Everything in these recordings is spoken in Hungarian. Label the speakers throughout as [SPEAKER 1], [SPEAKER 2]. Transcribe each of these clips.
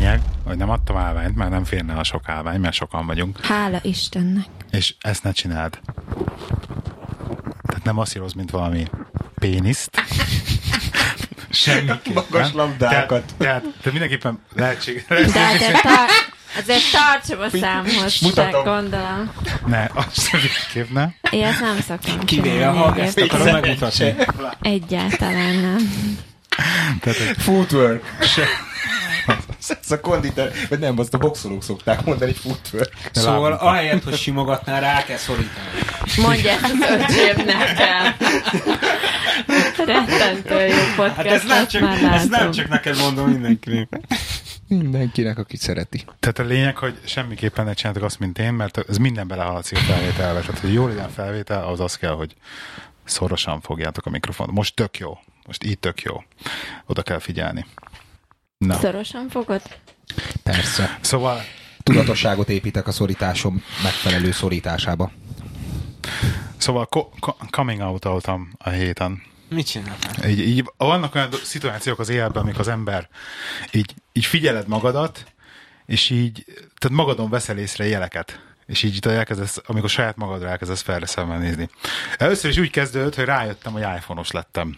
[SPEAKER 1] meg, hogy nem adtam állványt, mert nem férne a sok állvány, mert sokan vagyunk.
[SPEAKER 2] Hála Istennek.
[SPEAKER 1] És ezt ne csináld. Tehát nem asszíroz, mint valami péniszt. Semmiképpen.
[SPEAKER 3] Magas labdákat.
[SPEAKER 1] Tehát, tehát, tehát mindenképpen lehetség.
[SPEAKER 2] De hát azért, tar- azért tartsam a számhoz,
[SPEAKER 3] mutatom.
[SPEAKER 2] csak gondolom.
[SPEAKER 1] Ne, azt semmiképp nem.
[SPEAKER 2] Ilyet nem szoktam
[SPEAKER 4] Kivéve,
[SPEAKER 2] csinálni
[SPEAKER 4] ha ezt
[SPEAKER 2] egyébként.
[SPEAKER 4] akarom
[SPEAKER 3] Egyszerűen
[SPEAKER 4] megmutatni.
[SPEAKER 2] Egyáltalán nem.
[SPEAKER 1] Tehát, hogy
[SPEAKER 3] Footwork. Ez a konditer, vagy nem, azt a boxolók szokták mondani, hogy footwork.
[SPEAKER 4] Szóval ahelyett, hogy simogatná, rá kell szorítani.
[SPEAKER 2] Mondja ezt az öcsém nekem. Rettentő jó podcast,
[SPEAKER 4] Hát ezt nem,
[SPEAKER 2] azt
[SPEAKER 4] csak,
[SPEAKER 2] már
[SPEAKER 4] ezt nem
[SPEAKER 2] látom.
[SPEAKER 4] csak neked mondom mindenkinek.
[SPEAKER 3] Mindenkinek, aki szereti.
[SPEAKER 1] Tehát a lényeg, hogy semmiképpen ne csináltok azt, mint én, mert ez minden belehal a civil felvételbe. Tehát, hogy jó legyen felvétel, az az kell, hogy szorosan fogjátok a mikrofont. Most tök jó. Most így tök jó. Oda kell figyelni. Na,
[SPEAKER 2] Szorosan fogod?
[SPEAKER 3] Persze.
[SPEAKER 1] szóval
[SPEAKER 3] Tudatosságot építek a szorításom megfelelő szorításába.
[SPEAKER 1] Szóval ko- ko- coming out a héten.
[SPEAKER 4] Mit csináltál?
[SPEAKER 1] Így, így, vannak olyan do- szituációk az életben, amik az ember így, így figyeled magadat, és így, tehát magadon veszel észre jeleket. És így tudod, elkezdesz, amikor saját magadra elkezdesz felre szemmel nézni. Először is úgy kezdődött, hogy rájöttem, hogy iPhone-os lettem.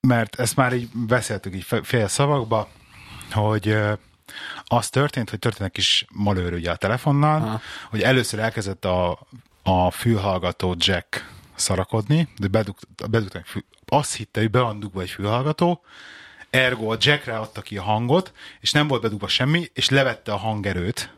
[SPEAKER 1] Mert ezt már így beszéltük így fe- fél szavakba, hogy ö, az történt, hogy történt egy kis malőr ugye a telefonnal,
[SPEAKER 4] Aha.
[SPEAKER 1] hogy először elkezdett a, a fülhallgató jack szarakodni, de bedugta, bedugta egy fül, azt hitte, hogy be van dugva egy fülhallgató, ergo a jackre adta ki a hangot, és nem volt bedugva semmi, és levette a hangerőt,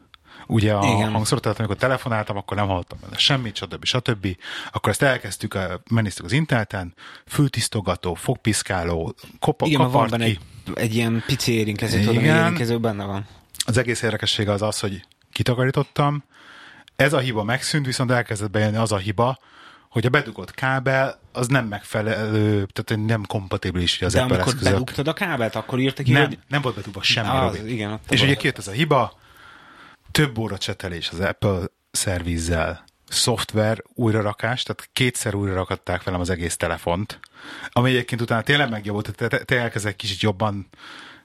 [SPEAKER 1] ugye a
[SPEAKER 4] Igen.
[SPEAKER 1] hangszorot, tehát amikor telefonáltam, akkor nem hallottam benne semmit, stb. stb. Akkor ezt elkezdtük, eh, menéztük az interneten, fültisztogató, fogpiszkáló, kopa,
[SPEAKER 4] Igen, mert van
[SPEAKER 1] kapart
[SPEAKER 4] benne
[SPEAKER 1] ki.
[SPEAKER 4] egy, egy ilyen pici érinkező, tudom,
[SPEAKER 1] Igen.
[SPEAKER 4] érinkező benne van.
[SPEAKER 1] Az egész érdekessége az az, hogy kitakarítottam. Ez a hiba megszűnt, viszont elkezdett bejönni az a hiba, hogy a bedugott kábel az nem megfelelő, tehát nem kompatibilis az
[SPEAKER 4] De
[SPEAKER 1] Apple
[SPEAKER 4] amikor
[SPEAKER 1] eszközök.
[SPEAKER 4] bedugtad a kábelt, akkor írta ki,
[SPEAKER 1] Nem,
[SPEAKER 4] hogy
[SPEAKER 1] nem volt bedugva semmi.
[SPEAKER 4] Az,
[SPEAKER 1] Robi.
[SPEAKER 4] igen, ott
[SPEAKER 1] és
[SPEAKER 4] van.
[SPEAKER 1] ugye kijött ez a hiba, több óra csetelés az Apple szervizzel, szoftver újrarakás, tehát kétszer újra rakatták velem az egész telefont, ami egyébként utána tényleg megjavult, tehát te, te elkezdett kicsit jobban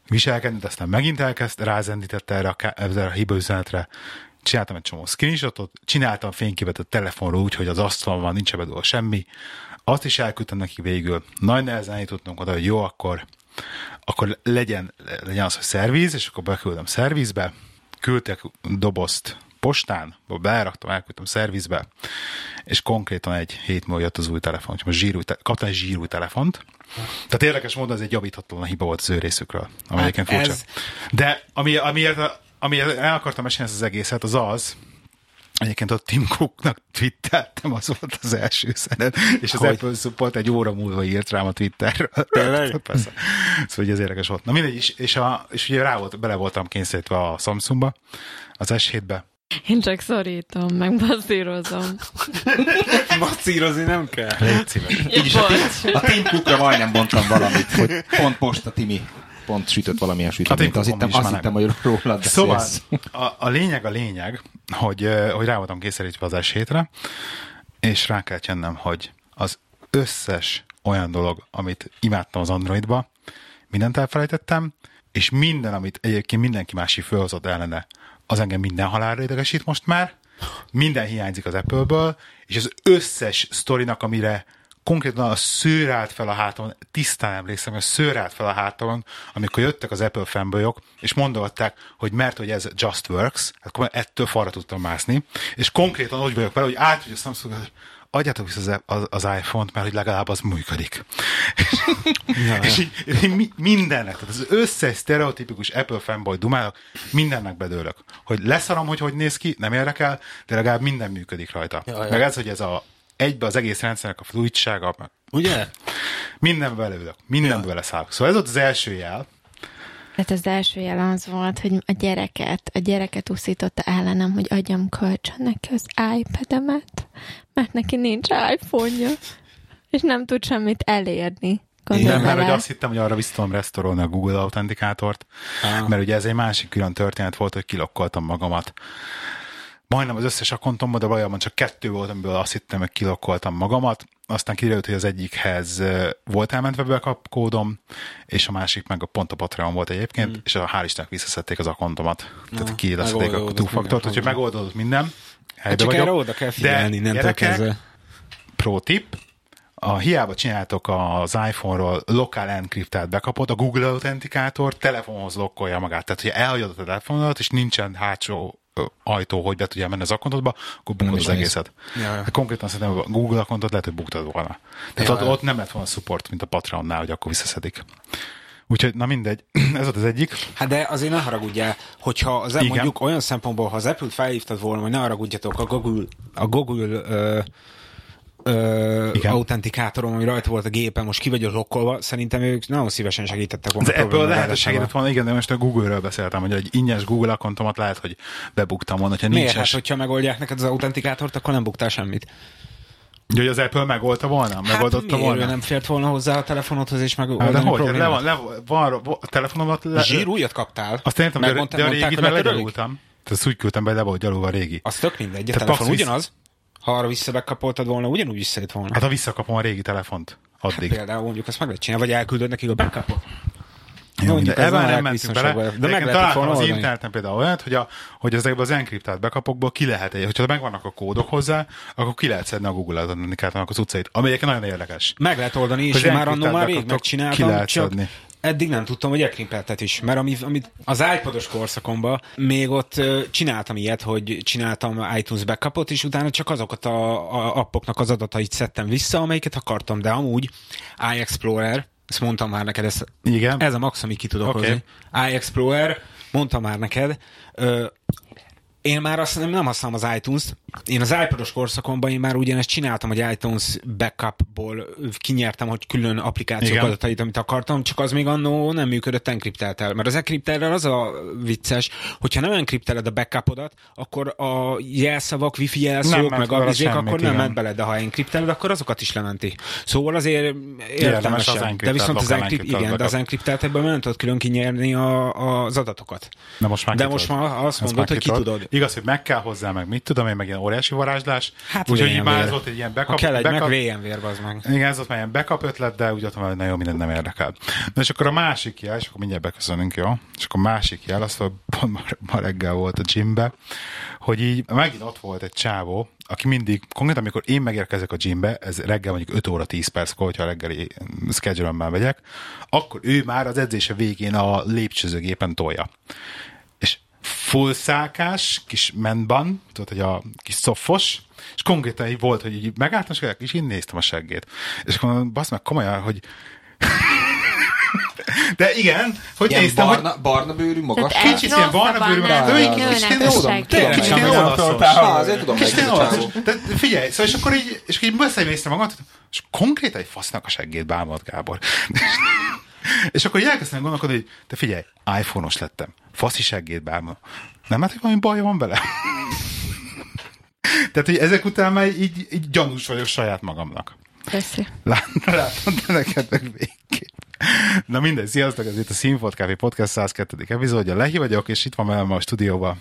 [SPEAKER 1] viselkedni, de aztán megint elkezd, rázendítette erre a, ká- erre a hiba üzenetre, csináltam egy csomó screenshotot, csináltam fényképet a telefonról úgy, hogy az asztalon van, nincs bedugva semmi, azt is elküldtem neki végül. Nagy nehezen jutottunk oda, hogy jó, akkor akkor legyen, legyen az, hogy szervíz, és akkor beküldöm szervízbe, küldtek dobozt postán, beraktam, elküldtem szervízbe, és konkrétan egy hét múlva jött az új telefon, és most zsírúj, te- kaptam egy zsírúj telefont. Tehát érdekes módon ez egy javíthatatlan hiba volt az ő részükről, ami
[SPEAKER 4] Hát
[SPEAKER 1] egyébként furcsa.
[SPEAKER 4] ez-
[SPEAKER 1] De ami, amiért, amiért el akartam mesélni ezt az egészet, az az, Egyébként ott Tim Cooknak twitteltem, az volt az első üzenet, és az
[SPEAKER 4] Hogy?
[SPEAKER 1] Apple Support egy óra múlva írt rám a Twitterről.
[SPEAKER 4] Tényleg?
[SPEAKER 1] Persze. Szóval hogy ez érdekes volt. Na mindegy, és, és, a, és ugye rá volt, bele voltam kényszerítve a Samsungba, az S7-be.
[SPEAKER 2] Én csak szorítom, meg masszírozom.
[SPEAKER 4] hogy masszírozni nem kell.
[SPEAKER 1] Légy szíves.
[SPEAKER 2] Így is a
[SPEAKER 3] A Tim Cookra majdnem mondtam valamit, hogy pont posta Timi pont sütött valamilyen
[SPEAKER 1] A Tim
[SPEAKER 3] süteményt. Azt
[SPEAKER 1] Cookom
[SPEAKER 3] hittem,
[SPEAKER 1] is
[SPEAKER 3] azt
[SPEAKER 1] már
[SPEAKER 3] hittem,
[SPEAKER 1] nem.
[SPEAKER 3] hogy rólad beszélsz.
[SPEAKER 1] Szóval a, a, lényeg a lényeg, hogy, ö, hogy rá voltam kényszerítve az S7-re, és rá kell jönnöm, hogy az összes olyan dolog, amit imádtam az Androidba, mindent elfelejtettem, és minden, amit egyébként mindenki másik fölhozott ellene, az engem minden halálra idegesít most már, minden hiányzik az Apple-ből, és az összes sztorinak, amire konkrétan a szőr állt fel a hátamon, tisztán emlékszem, hogy a szőr állt fel a hátamon, amikor jöttek az Apple fanboyok, és mondogatták, hogy mert hogy ez just works, hát komolyan ettől falra tudtam mászni, és konkrétan úgy vagyok vele, hogy át, hogy a Samsung adjátok vissza az, az, az iPhone-t, mert hogy legalább az működik. és így, így mi- mindennek, tehát az összes sztereotipikus Apple fanboy dumának, mindennek bedőlök. Hogy leszarom, hogy hogy néz ki, nem érdekel, de legalább minden működik rajta.
[SPEAKER 4] Ja, ja.
[SPEAKER 1] Meg ez, hogy ez a egybe az egész rendszernek a fluidsága, meg
[SPEAKER 4] Ugye?
[SPEAKER 1] minden belőlök, minden beleszállok. Szóval ez ott az első jel,
[SPEAKER 2] Hát az első jel az volt, hogy a gyereket, a gyereket uszította ellenem, hogy adjam kölcsön neki az iPad-emet, mert neki nincs iPhone-ja, és nem tud semmit elérni. Gondolj
[SPEAKER 1] Nem, mert hogy
[SPEAKER 2] bele.
[SPEAKER 1] azt hittem, hogy arra vissza tudom restaurolni a Google autentikátort,
[SPEAKER 4] Á.
[SPEAKER 1] mert ugye ez egy másik külön történet volt, hogy kilokkoltam magamat majdnem az összes akkontomba, de valójában csak kettő volt, amiből azt hittem, hogy kilokkoltam magamat. Aztán kiderült, hogy az egyikhez ö, volt elmentve bekapkódom, és a másik meg a pont a Patreon volt egyébként,
[SPEAKER 4] Hmm.
[SPEAKER 1] mm. és a, hál' Istennek visszaszedték az akkontomat. Tehát kiillesztették a
[SPEAKER 4] megoldódott
[SPEAKER 1] túlfaktort,
[SPEAKER 4] minden
[SPEAKER 1] úgyhogy
[SPEAKER 4] probléma.
[SPEAKER 1] megoldódott minden. Helybe
[SPEAKER 4] Hát Csak
[SPEAKER 1] vagyok.
[SPEAKER 4] erre oda kell figyelni,
[SPEAKER 1] de
[SPEAKER 4] nem
[SPEAKER 1] gyerekek,
[SPEAKER 4] kezdve.
[SPEAKER 1] pro tip, a hiába csináltok az iPhone-ról lokál enkriptát bekapod, a Google Authenticator telefonhoz lokkolja magát. Tehát, hogyha elhagyod a telefonodat, és nincsen hátsó ö, ajtó, hogy be tudjál menni az akkontodba, akkor bunkod
[SPEAKER 3] is
[SPEAKER 1] az
[SPEAKER 3] néz.
[SPEAKER 1] egészet.
[SPEAKER 4] Ja, ja.
[SPEAKER 1] De konkrétan szerintem a Google akkontot lehet, hogy buktad volna. Tehát
[SPEAKER 4] Ja,
[SPEAKER 1] ott,
[SPEAKER 4] ja.
[SPEAKER 1] ott, nem lett volna support, mint a Patreonnál, hogy akkor visszaszedik. Úgyhogy, na mindegy, ez volt az egyik.
[SPEAKER 4] Hát de azért ne haragudjál, hogyha az
[SPEAKER 1] Igen.
[SPEAKER 4] mondjuk olyan szempontból, ha az Apple-t felhívtad volna, hogy ne haragudjatok, a Google, a Google ö, ö,
[SPEAKER 1] Igen.
[SPEAKER 4] autentikátorom, ami rajta volt a gépen, most ki vagyok lokkolva, szerintem ők nagyon szívesen segítettek volna.
[SPEAKER 1] Az
[SPEAKER 4] a
[SPEAKER 1] ebből
[SPEAKER 4] probléma
[SPEAKER 1] lehet, hogy
[SPEAKER 4] megoldásában.
[SPEAKER 1] segített volna, igen, de most a Google-ről beszéltem, hogy egy ingyenes Google akkontomat lehet, hogy bebuktam volna, hogyha
[SPEAKER 4] Miért?
[SPEAKER 1] nincs
[SPEAKER 4] Hát, hogyha megoldják neked az autentikátort, akkor nem buktál semmit.
[SPEAKER 1] Ugye, hogy az Apple megolta volna?
[SPEAKER 4] hát
[SPEAKER 1] Megoldotta
[SPEAKER 4] miért?
[SPEAKER 1] volna?
[SPEAKER 4] Ő nem fért volna hozzá a telefonodhoz, és
[SPEAKER 1] Hát
[SPEAKER 4] megoldani
[SPEAKER 1] de
[SPEAKER 4] hát, a
[SPEAKER 1] hogy? Le
[SPEAKER 4] problémát.
[SPEAKER 1] van, le van, van, van a telefonomat le...
[SPEAKER 4] Zsír újat kaptál.
[SPEAKER 1] Azt értem, de,
[SPEAKER 4] Megmondta-
[SPEAKER 1] de a
[SPEAKER 4] mondták,
[SPEAKER 1] régit
[SPEAKER 4] hogy
[SPEAKER 1] meg
[SPEAKER 4] letörölik?
[SPEAKER 1] legyalultam. Tehát ezt úgy küldtem be, le volt gyalulva a régi.
[SPEAKER 4] Az tök mindegy, a
[SPEAKER 1] Te
[SPEAKER 4] telefon
[SPEAKER 1] pax vissza-
[SPEAKER 4] ugyanaz. Ha arra visszabekapoltad volna, ugyanúgy visszajött volna.
[SPEAKER 1] Hát ha visszakapom a régi telefont, addig.
[SPEAKER 4] Hát, Például mondjuk azt meg lehet csinálni, vagy elküldöd nekik a backupot.
[SPEAKER 1] Jó,
[SPEAKER 4] mondjuk
[SPEAKER 1] mindegy.
[SPEAKER 4] ez
[SPEAKER 1] Ebben
[SPEAKER 4] nem
[SPEAKER 1] nem
[SPEAKER 4] lehet
[SPEAKER 1] mentünk
[SPEAKER 4] biztonságban.
[SPEAKER 1] bele.
[SPEAKER 4] De
[SPEAKER 1] De
[SPEAKER 4] meg
[SPEAKER 1] meg
[SPEAKER 4] lehetett
[SPEAKER 1] találtam
[SPEAKER 4] volna
[SPEAKER 1] az
[SPEAKER 4] oldani.
[SPEAKER 1] interneten például olyat, hogy, a, hogy ezekből az enkriptált bekapokból ki lehet, egy- hogyha megvannak a kódok hozzá, akkor ki lehet szedni a Google adatanikátának az utcait, ami egyébként nagyon érdekes.
[SPEAKER 4] Meg lehet oldani, és
[SPEAKER 1] Hogy
[SPEAKER 4] én már
[SPEAKER 1] rengeteg
[SPEAKER 4] annó már rég
[SPEAKER 1] backupot ki
[SPEAKER 4] megcsináltam,
[SPEAKER 1] lehet
[SPEAKER 4] csak
[SPEAKER 1] szedni.
[SPEAKER 4] eddig nem tudtam, hogy ekrimpeltet is. Mert ami, amit az iPodos korszakomban még ott ö, csináltam ilyet, hogy csináltam iTunes backupot, és utána csak azokat a, a appoknak az adatait szedtem vissza, amelyiket akartam, de amúgy iExplorer, ezt mondtam már neked, ezt,
[SPEAKER 1] Igen.
[SPEAKER 4] ez a max, amit ki tudok
[SPEAKER 1] Oké.
[SPEAKER 4] okay. hozni. iExplorer, mondtam már neked, ö, én már azt nem, nem használom az iTunes-t. Én az iPodos korszakomban én már ugyanezt csináltam, hogy iTunes backupból kinyertem, hogy külön applikációk
[SPEAKER 1] Igen.
[SPEAKER 4] Igen. adatait, amit akartam, csak az még annó nem működött enkripteltel. Mert az enkriptelrel az a vicces, hogyha nem enkripteled a backupodat, akkor a jelszavak, wifi
[SPEAKER 1] Nem
[SPEAKER 4] jelszók,
[SPEAKER 1] ment
[SPEAKER 4] meg a
[SPEAKER 1] vele
[SPEAKER 4] vizék,
[SPEAKER 1] semmit,
[SPEAKER 4] akkor nem
[SPEAKER 1] igen.
[SPEAKER 4] ment bele, de ha enkripteled, akkor azokat is lementi. Szóval azért
[SPEAKER 1] Érdemes
[SPEAKER 4] értelmes.
[SPEAKER 1] az
[SPEAKER 4] De
[SPEAKER 1] enkriptelt,
[SPEAKER 4] viszont az
[SPEAKER 1] lokál enkriptelt
[SPEAKER 4] enkriptelt, igen, de az
[SPEAKER 1] backup.
[SPEAKER 4] enkriptelt ebből nem tudod külön kinyerni a, az adatokat.
[SPEAKER 1] Na most már
[SPEAKER 4] De
[SPEAKER 1] ki
[SPEAKER 4] most
[SPEAKER 1] tudod.
[SPEAKER 4] már
[SPEAKER 1] Ezt
[SPEAKER 4] azt mondod,
[SPEAKER 1] már
[SPEAKER 4] hogy ki tudod.
[SPEAKER 1] Igaz, hogy meg kell hozzá, meg mit tudom én, meg ilyen óriási varázslás.
[SPEAKER 4] Hát
[SPEAKER 1] Úgyhogy így
[SPEAKER 4] VMware.
[SPEAKER 1] már ez volt egy ilyen backup,
[SPEAKER 4] Ha kell egy
[SPEAKER 1] backup
[SPEAKER 4] meg, VMware, az meg.
[SPEAKER 1] Igen, ez ott már ilyen backup ötlet, de úgy adtam, hogy nagyon mindent nem érdekel. Na és akkor a másik jel, és akkor mindjárt beköszönünk, jó? És akkor a másik jel, azt mondom, pont ma, ma reggel volt a gymbe, hogy így megint ott volt egy csávó, aki mindig, konkrétan amikor én megérkezek a gymbe, ez reggel mondjuk 5 óra 10 perckor, hogyha a reggeli schedule megyek, akkor ő már az edzése végén a lépcsőzőgépen tolja és full szákás, kis menban, tudod, hogy a kis szofos, és konkrétan így volt, hogy így megálltam, és, és így néztem a seggét. És akkor mondom, basz meg komolyan, hogy de igen, hogy
[SPEAKER 3] Ilyen
[SPEAKER 1] néztem,
[SPEAKER 3] barna, barna bőrű, magas.
[SPEAKER 2] Tehát
[SPEAKER 1] Kicsit ilyen barna bőrű,
[SPEAKER 2] rosszabb
[SPEAKER 1] de
[SPEAKER 2] annál
[SPEAKER 1] igen,
[SPEAKER 2] nőnek
[SPEAKER 1] kicsit tudom, Kicsit
[SPEAKER 2] a segít.
[SPEAKER 3] tudom, tudom,
[SPEAKER 1] ilyen olaszos.
[SPEAKER 3] tudom, tudom, tudom, azért tudom,
[SPEAKER 1] hogy kicsit
[SPEAKER 3] melyik a csávó.
[SPEAKER 1] olaszos. Tehát figyelj, szóval és akkor így, és akkor így beszélnéztem magam, és konkrétan egy fasznak a seggét bámult Gábor. És akkor így elkezdtem gondolkodni, hogy te figyelj, iPhone-os lettem. Faszi seggét bárma. Nem hát, hogy valami baj van vele? Tehát, hogy ezek után már így, így gyanús vagyok saját magamnak.
[SPEAKER 2] Köszi.
[SPEAKER 1] Lát- Látom, de neked meg végképp. Na mindegy, sziasztok, ez itt a Színfolt Café Podcast 102. epizódja. Lehi vagyok, és itt van velem a stúdióban.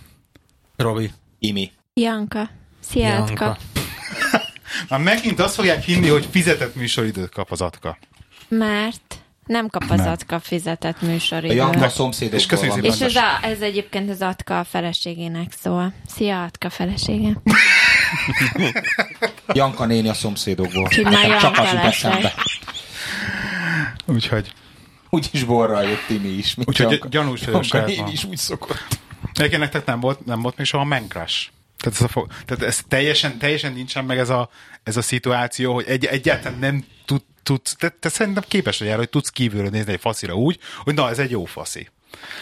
[SPEAKER 4] Robi.
[SPEAKER 3] Imi.
[SPEAKER 2] Janka. Szia,
[SPEAKER 4] Janka.
[SPEAKER 2] Atka.
[SPEAKER 1] Már megint azt fogják hinni, hogy fizetett műsoridőt kap az Atka.
[SPEAKER 2] Mert nem kap az
[SPEAKER 1] Nem.
[SPEAKER 2] Atka fizetett
[SPEAKER 3] A Janka
[SPEAKER 2] műsoridőt.
[SPEAKER 1] És
[SPEAKER 3] szomszédokból
[SPEAKER 1] köszönjük
[SPEAKER 3] van.
[SPEAKER 1] szépen.
[SPEAKER 2] És ez, a, ez egyébként az Atka a feleségének szól. Szia, Atka felesége.
[SPEAKER 3] Janka néni a szomszédokból.
[SPEAKER 2] Úgyhogy már
[SPEAKER 3] Nekem csak
[SPEAKER 2] Janka
[SPEAKER 3] az jut
[SPEAKER 2] lesz.
[SPEAKER 3] eszembe.
[SPEAKER 1] Úgyhogy
[SPEAKER 3] Úgyis borral jött Timi is. mint
[SPEAKER 1] Úgyhogy
[SPEAKER 3] Janka.
[SPEAKER 1] gyanús vagyok
[SPEAKER 3] Janka
[SPEAKER 1] saját
[SPEAKER 3] én
[SPEAKER 1] magam.
[SPEAKER 3] is úgy szokott.
[SPEAKER 1] Egyébként nektek nem volt, nem volt még soha menkrás. Tehát ez, a fo- tehát ez teljesen, teljesen nincsen meg ez a, ez a szituáció, hogy egy, egyáltalán nem tud, tudsz, te, te szerintem képes vagy erre, hogy tudsz kívülről nézni egy faszira úgy, hogy na, ez egy jó faszi.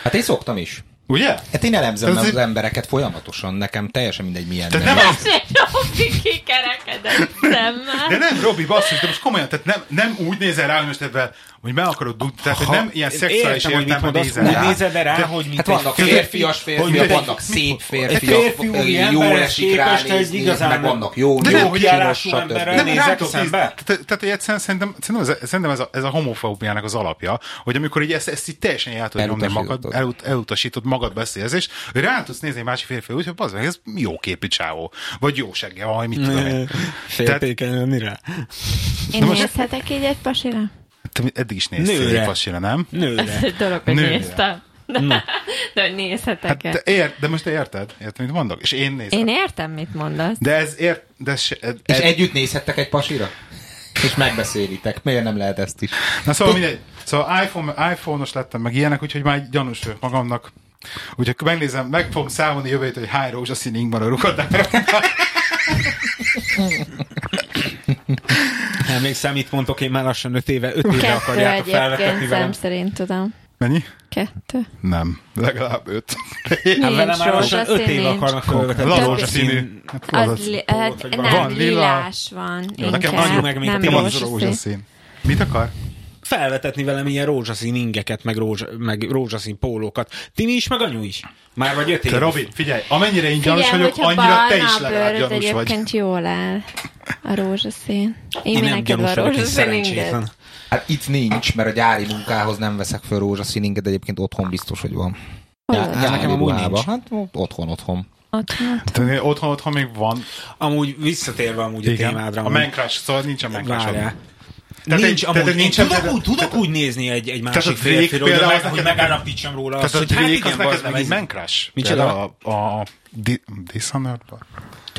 [SPEAKER 3] Hát én szoktam is.
[SPEAKER 1] Ugye?
[SPEAKER 3] Hát én elemzem
[SPEAKER 1] Tehát
[SPEAKER 3] az
[SPEAKER 1] ez-
[SPEAKER 3] embereket folyamatosan, nekem teljesen mindegy milyen.
[SPEAKER 1] Tehát
[SPEAKER 3] nem.
[SPEAKER 1] nem az,
[SPEAKER 2] Szia, Robi kikerekedett szemmel.
[SPEAKER 1] de nem, Robi, basszus, de most komolyan, tehát nem, nem úgy nézel rá, hogy most ebben, hogy meg akarod dudni, tehát hogy nem ilyen
[SPEAKER 4] Én
[SPEAKER 1] szexuális
[SPEAKER 4] értem, hogy mit
[SPEAKER 1] értelemben nézel
[SPEAKER 4] mondasz, úgy
[SPEAKER 1] rá.
[SPEAKER 4] nézed rá,
[SPEAKER 1] Te-
[SPEAKER 4] hogy mint
[SPEAKER 3] Hát
[SPEAKER 4] egy
[SPEAKER 3] vannak
[SPEAKER 4] férfi-
[SPEAKER 3] férfias
[SPEAKER 4] hogy
[SPEAKER 3] férfiak,
[SPEAKER 4] mint egy-
[SPEAKER 3] vannak szép
[SPEAKER 4] Egy
[SPEAKER 3] férfiak,
[SPEAKER 4] férfi úri
[SPEAKER 3] jól
[SPEAKER 4] emberhez
[SPEAKER 3] esik
[SPEAKER 4] képest
[SPEAKER 3] ránézni,
[SPEAKER 4] egy igazán
[SPEAKER 3] meg
[SPEAKER 4] nem-
[SPEAKER 3] vannak jó,
[SPEAKER 4] De
[SPEAKER 3] jó,
[SPEAKER 4] nem
[SPEAKER 3] csinos,
[SPEAKER 4] kiállású
[SPEAKER 3] stb.
[SPEAKER 4] emberrel
[SPEAKER 1] Nem,
[SPEAKER 4] nézek
[SPEAKER 1] rá tudok
[SPEAKER 4] szembe.
[SPEAKER 1] nézni. Te- Tehát hogy egyszerűen szerintem, szerintem, ez, szerintem ez, a, ez a homofóbiának az alapja, hogy amikor így ezt, ezt így teljesen el tudod nyomni
[SPEAKER 3] Elutasítod.
[SPEAKER 1] magad, elut, elutasítod magad beszélzés, hogy rá tudsz nézni egy másik férfi úgy, hogy az meg, ez jó képű csávó. Vagy jó segge, vagy mit tudom én.
[SPEAKER 4] Féltékeny lenni rá.
[SPEAKER 2] Én
[SPEAKER 1] most-
[SPEAKER 2] nézhetek így egy pasira?
[SPEAKER 1] Te eddig is néztél
[SPEAKER 4] Nőre.
[SPEAKER 1] egy passira, nem?
[SPEAKER 2] Ez
[SPEAKER 4] Nőre.
[SPEAKER 2] egy dolog, hogy
[SPEAKER 1] Nőre.
[SPEAKER 2] néztem. De, de hogy nézhetek
[SPEAKER 1] Hát
[SPEAKER 2] hát,
[SPEAKER 1] te ér, de most te érted? Érted, mit mondok? És én nézem.
[SPEAKER 2] Én értem, mit mondasz.
[SPEAKER 1] De ez ért... De se,
[SPEAKER 3] És
[SPEAKER 1] ez-
[SPEAKER 3] együtt nézhettek egy pasira? És megbeszélitek. Miért nem lehet ezt is?
[SPEAKER 1] Na szóval mindegy. Szóval iPhone, iPhone-os lettem meg ilyenek, úgyhogy már gyanús vagyok magamnak. Úgyhogy akkor megnézem, meg fogom számolni jövő hét, hogy hány rózsaszín ingmar a rukadára.
[SPEAKER 4] Emlékszem, itt mondtok, én már lassan öt éve, öt éve
[SPEAKER 2] Kettő
[SPEAKER 4] akarjátok felvetetni
[SPEAKER 2] egyébként
[SPEAKER 4] velem.
[SPEAKER 2] szem szerint tudom.
[SPEAKER 1] Mennyi?
[SPEAKER 2] Kettő.
[SPEAKER 1] Nem. Legalább öt.
[SPEAKER 4] Hát velem
[SPEAKER 2] Nincs
[SPEAKER 4] már lassan
[SPEAKER 2] rózsaszín,
[SPEAKER 4] öt éve
[SPEAKER 2] nincs.
[SPEAKER 4] akarnak felvetetni.
[SPEAKER 1] Lala
[SPEAKER 4] Rózsaszínű.
[SPEAKER 1] rózsaszínű. Hát, az
[SPEAKER 2] Az,
[SPEAKER 1] az.
[SPEAKER 2] li- hát,
[SPEAKER 4] vagy
[SPEAKER 2] nem,
[SPEAKER 1] van
[SPEAKER 2] van,
[SPEAKER 1] lila.
[SPEAKER 2] lilás van. Jó,
[SPEAKER 1] nekem
[SPEAKER 2] inkább,
[SPEAKER 1] az jó,
[SPEAKER 4] meg még
[SPEAKER 2] nem
[SPEAKER 4] nekem
[SPEAKER 1] Nekem az
[SPEAKER 2] rózsaszín.
[SPEAKER 1] rózsaszín. Mit akar?
[SPEAKER 4] Felvetetni velem ilyen rózsaszín ingeket, meg, rózs, meg rózsaszín pólókat. Timi is, meg anyu is. Már vagy öt
[SPEAKER 1] Te,
[SPEAKER 4] éve.
[SPEAKER 1] Robi, figyelj, amennyire én
[SPEAKER 2] Figyelj,
[SPEAKER 1] gyanús vagyok,
[SPEAKER 2] hogyha
[SPEAKER 1] annyira te
[SPEAKER 2] barna
[SPEAKER 1] is
[SPEAKER 2] a
[SPEAKER 1] legalább
[SPEAKER 2] bőröd,
[SPEAKER 1] gyanús vagy.
[SPEAKER 2] Egyébként jól áll a rózsaszín. Én,
[SPEAKER 4] Én
[SPEAKER 2] én
[SPEAKER 4] nem
[SPEAKER 2] neked
[SPEAKER 4] gyanús
[SPEAKER 2] van
[SPEAKER 4] vagyok, én
[SPEAKER 2] rózsaszín inged.
[SPEAKER 4] szerencsétlen.
[SPEAKER 3] Hát itt nincs, mert a gyári munkához nem veszek föl rózsaszín inget, de egyébként otthon biztos, hogy van.
[SPEAKER 2] Hol
[SPEAKER 3] Gyá-
[SPEAKER 2] vagy?
[SPEAKER 3] gyári
[SPEAKER 4] nekem amúgy
[SPEAKER 3] ruhába.
[SPEAKER 4] nincs.
[SPEAKER 3] Hát otthon, otthon.
[SPEAKER 2] Otthon.
[SPEAKER 1] Te, otthon, otthon még van.
[SPEAKER 4] Amúgy visszatérve amúgy a
[SPEAKER 1] Igen.
[SPEAKER 4] témádra.
[SPEAKER 1] A
[SPEAKER 4] amúgy-
[SPEAKER 1] menkás, szóval nincs a menkás.
[SPEAKER 4] Várjál.
[SPEAKER 1] Tehát
[SPEAKER 4] nincs,
[SPEAKER 1] egy-
[SPEAKER 4] amúgy,
[SPEAKER 1] tehát
[SPEAKER 4] én
[SPEAKER 1] nincs-
[SPEAKER 4] tudok,
[SPEAKER 1] tehát-
[SPEAKER 4] úgy, tudok úgy nézni egy, egy másik
[SPEAKER 1] a Drake
[SPEAKER 4] férfiról, de
[SPEAKER 1] például
[SPEAKER 4] meg,
[SPEAKER 1] az
[SPEAKER 4] hogy
[SPEAKER 1] neked-
[SPEAKER 4] megállapítsam róla azt,
[SPEAKER 1] Tehát
[SPEAKER 4] hogy
[SPEAKER 1] a
[SPEAKER 4] hát
[SPEAKER 1] Drake az
[SPEAKER 4] igen,
[SPEAKER 1] neked
[SPEAKER 4] bazd
[SPEAKER 1] nem
[SPEAKER 4] meg
[SPEAKER 1] egy
[SPEAKER 4] ez.
[SPEAKER 1] menkrás?
[SPEAKER 4] Micsoda?
[SPEAKER 1] A, a, a Di- Dishonored-ban?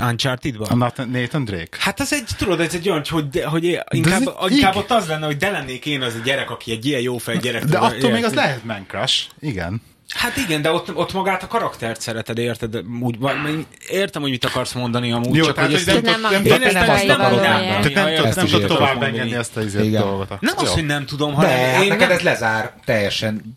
[SPEAKER 4] Uncharted-ban?
[SPEAKER 1] A Nathan- Nathan Drake?
[SPEAKER 4] Hát az egy, tudod, ez egy olyan, hogy, hogy inkább,
[SPEAKER 1] ez egy-
[SPEAKER 4] inkább
[SPEAKER 1] igen.
[SPEAKER 4] ott az lenne, hogy de lennék én az a gyerek, aki egy ilyen jófej gyerek.
[SPEAKER 1] De
[SPEAKER 4] tudod,
[SPEAKER 1] attól még
[SPEAKER 4] érted?
[SPEAKER 1] az lehet man crush. Igen.
[SPEAKER 4] Hát igen, de ott, ott magát a karaktert szereted, érted? Úgy, vagy- értem, hogy mit akarsz mondani amúgy.
[SPEAKER 1] Jó,
[SPEAKER 4] csak
[SPEAKER 1] tehát,
[SPEAKER 4] hogy
[SPEAKER 1] hogy
[SPEAKER 4] ezt-
[SPEAKER 1] nem
[SPEAKER 2] nem
[SPEAKER 1] tud-
[SPEAKER 2] a-
[SPEAKER 1] nem
[SPEAKER 2] én
[SPEAKER 1] tud-
[SPEAKER 2] ezt
[SPEAKER 1] nem
[SPEAKER 2] nem
[SPEAKER 1] azt
[SPEAKER 2] akarod
[SPEAKER 1] akarod
[SPEAKER 2] elmondani.
[SPEAKER 1] átadni. Tehát
[SPEAKER 4] Jaj,
[SPEAKER 1] nem-
[SPEAKER 4] ezt
[SPEAKER 1] nem
[SPEAKER 3] is
[SPEAKER 1] tud
[SPEAKER 3] értem
[SPEAKER 1] tovább
[SPEAKER 4] mondani.
[SPEAKER 1] engedni ezt a izét
[SPEAKER 3] Igen.
[SPEAKER 1] dolgot.
[SPEAKER 4] Nem
[SPEAKER 1] Jó.
[SPEAKER 4] az, hogy nem tudom,
[SPEAKER 3] De,
[SPEAKER 4] hanem
[SPEAKER 3] hát
[SPEAKER 4] én
[SPEAKER 3] neked
[SPEAKER 4] nem,
[SPEAKER 3] ez lezár teljesen.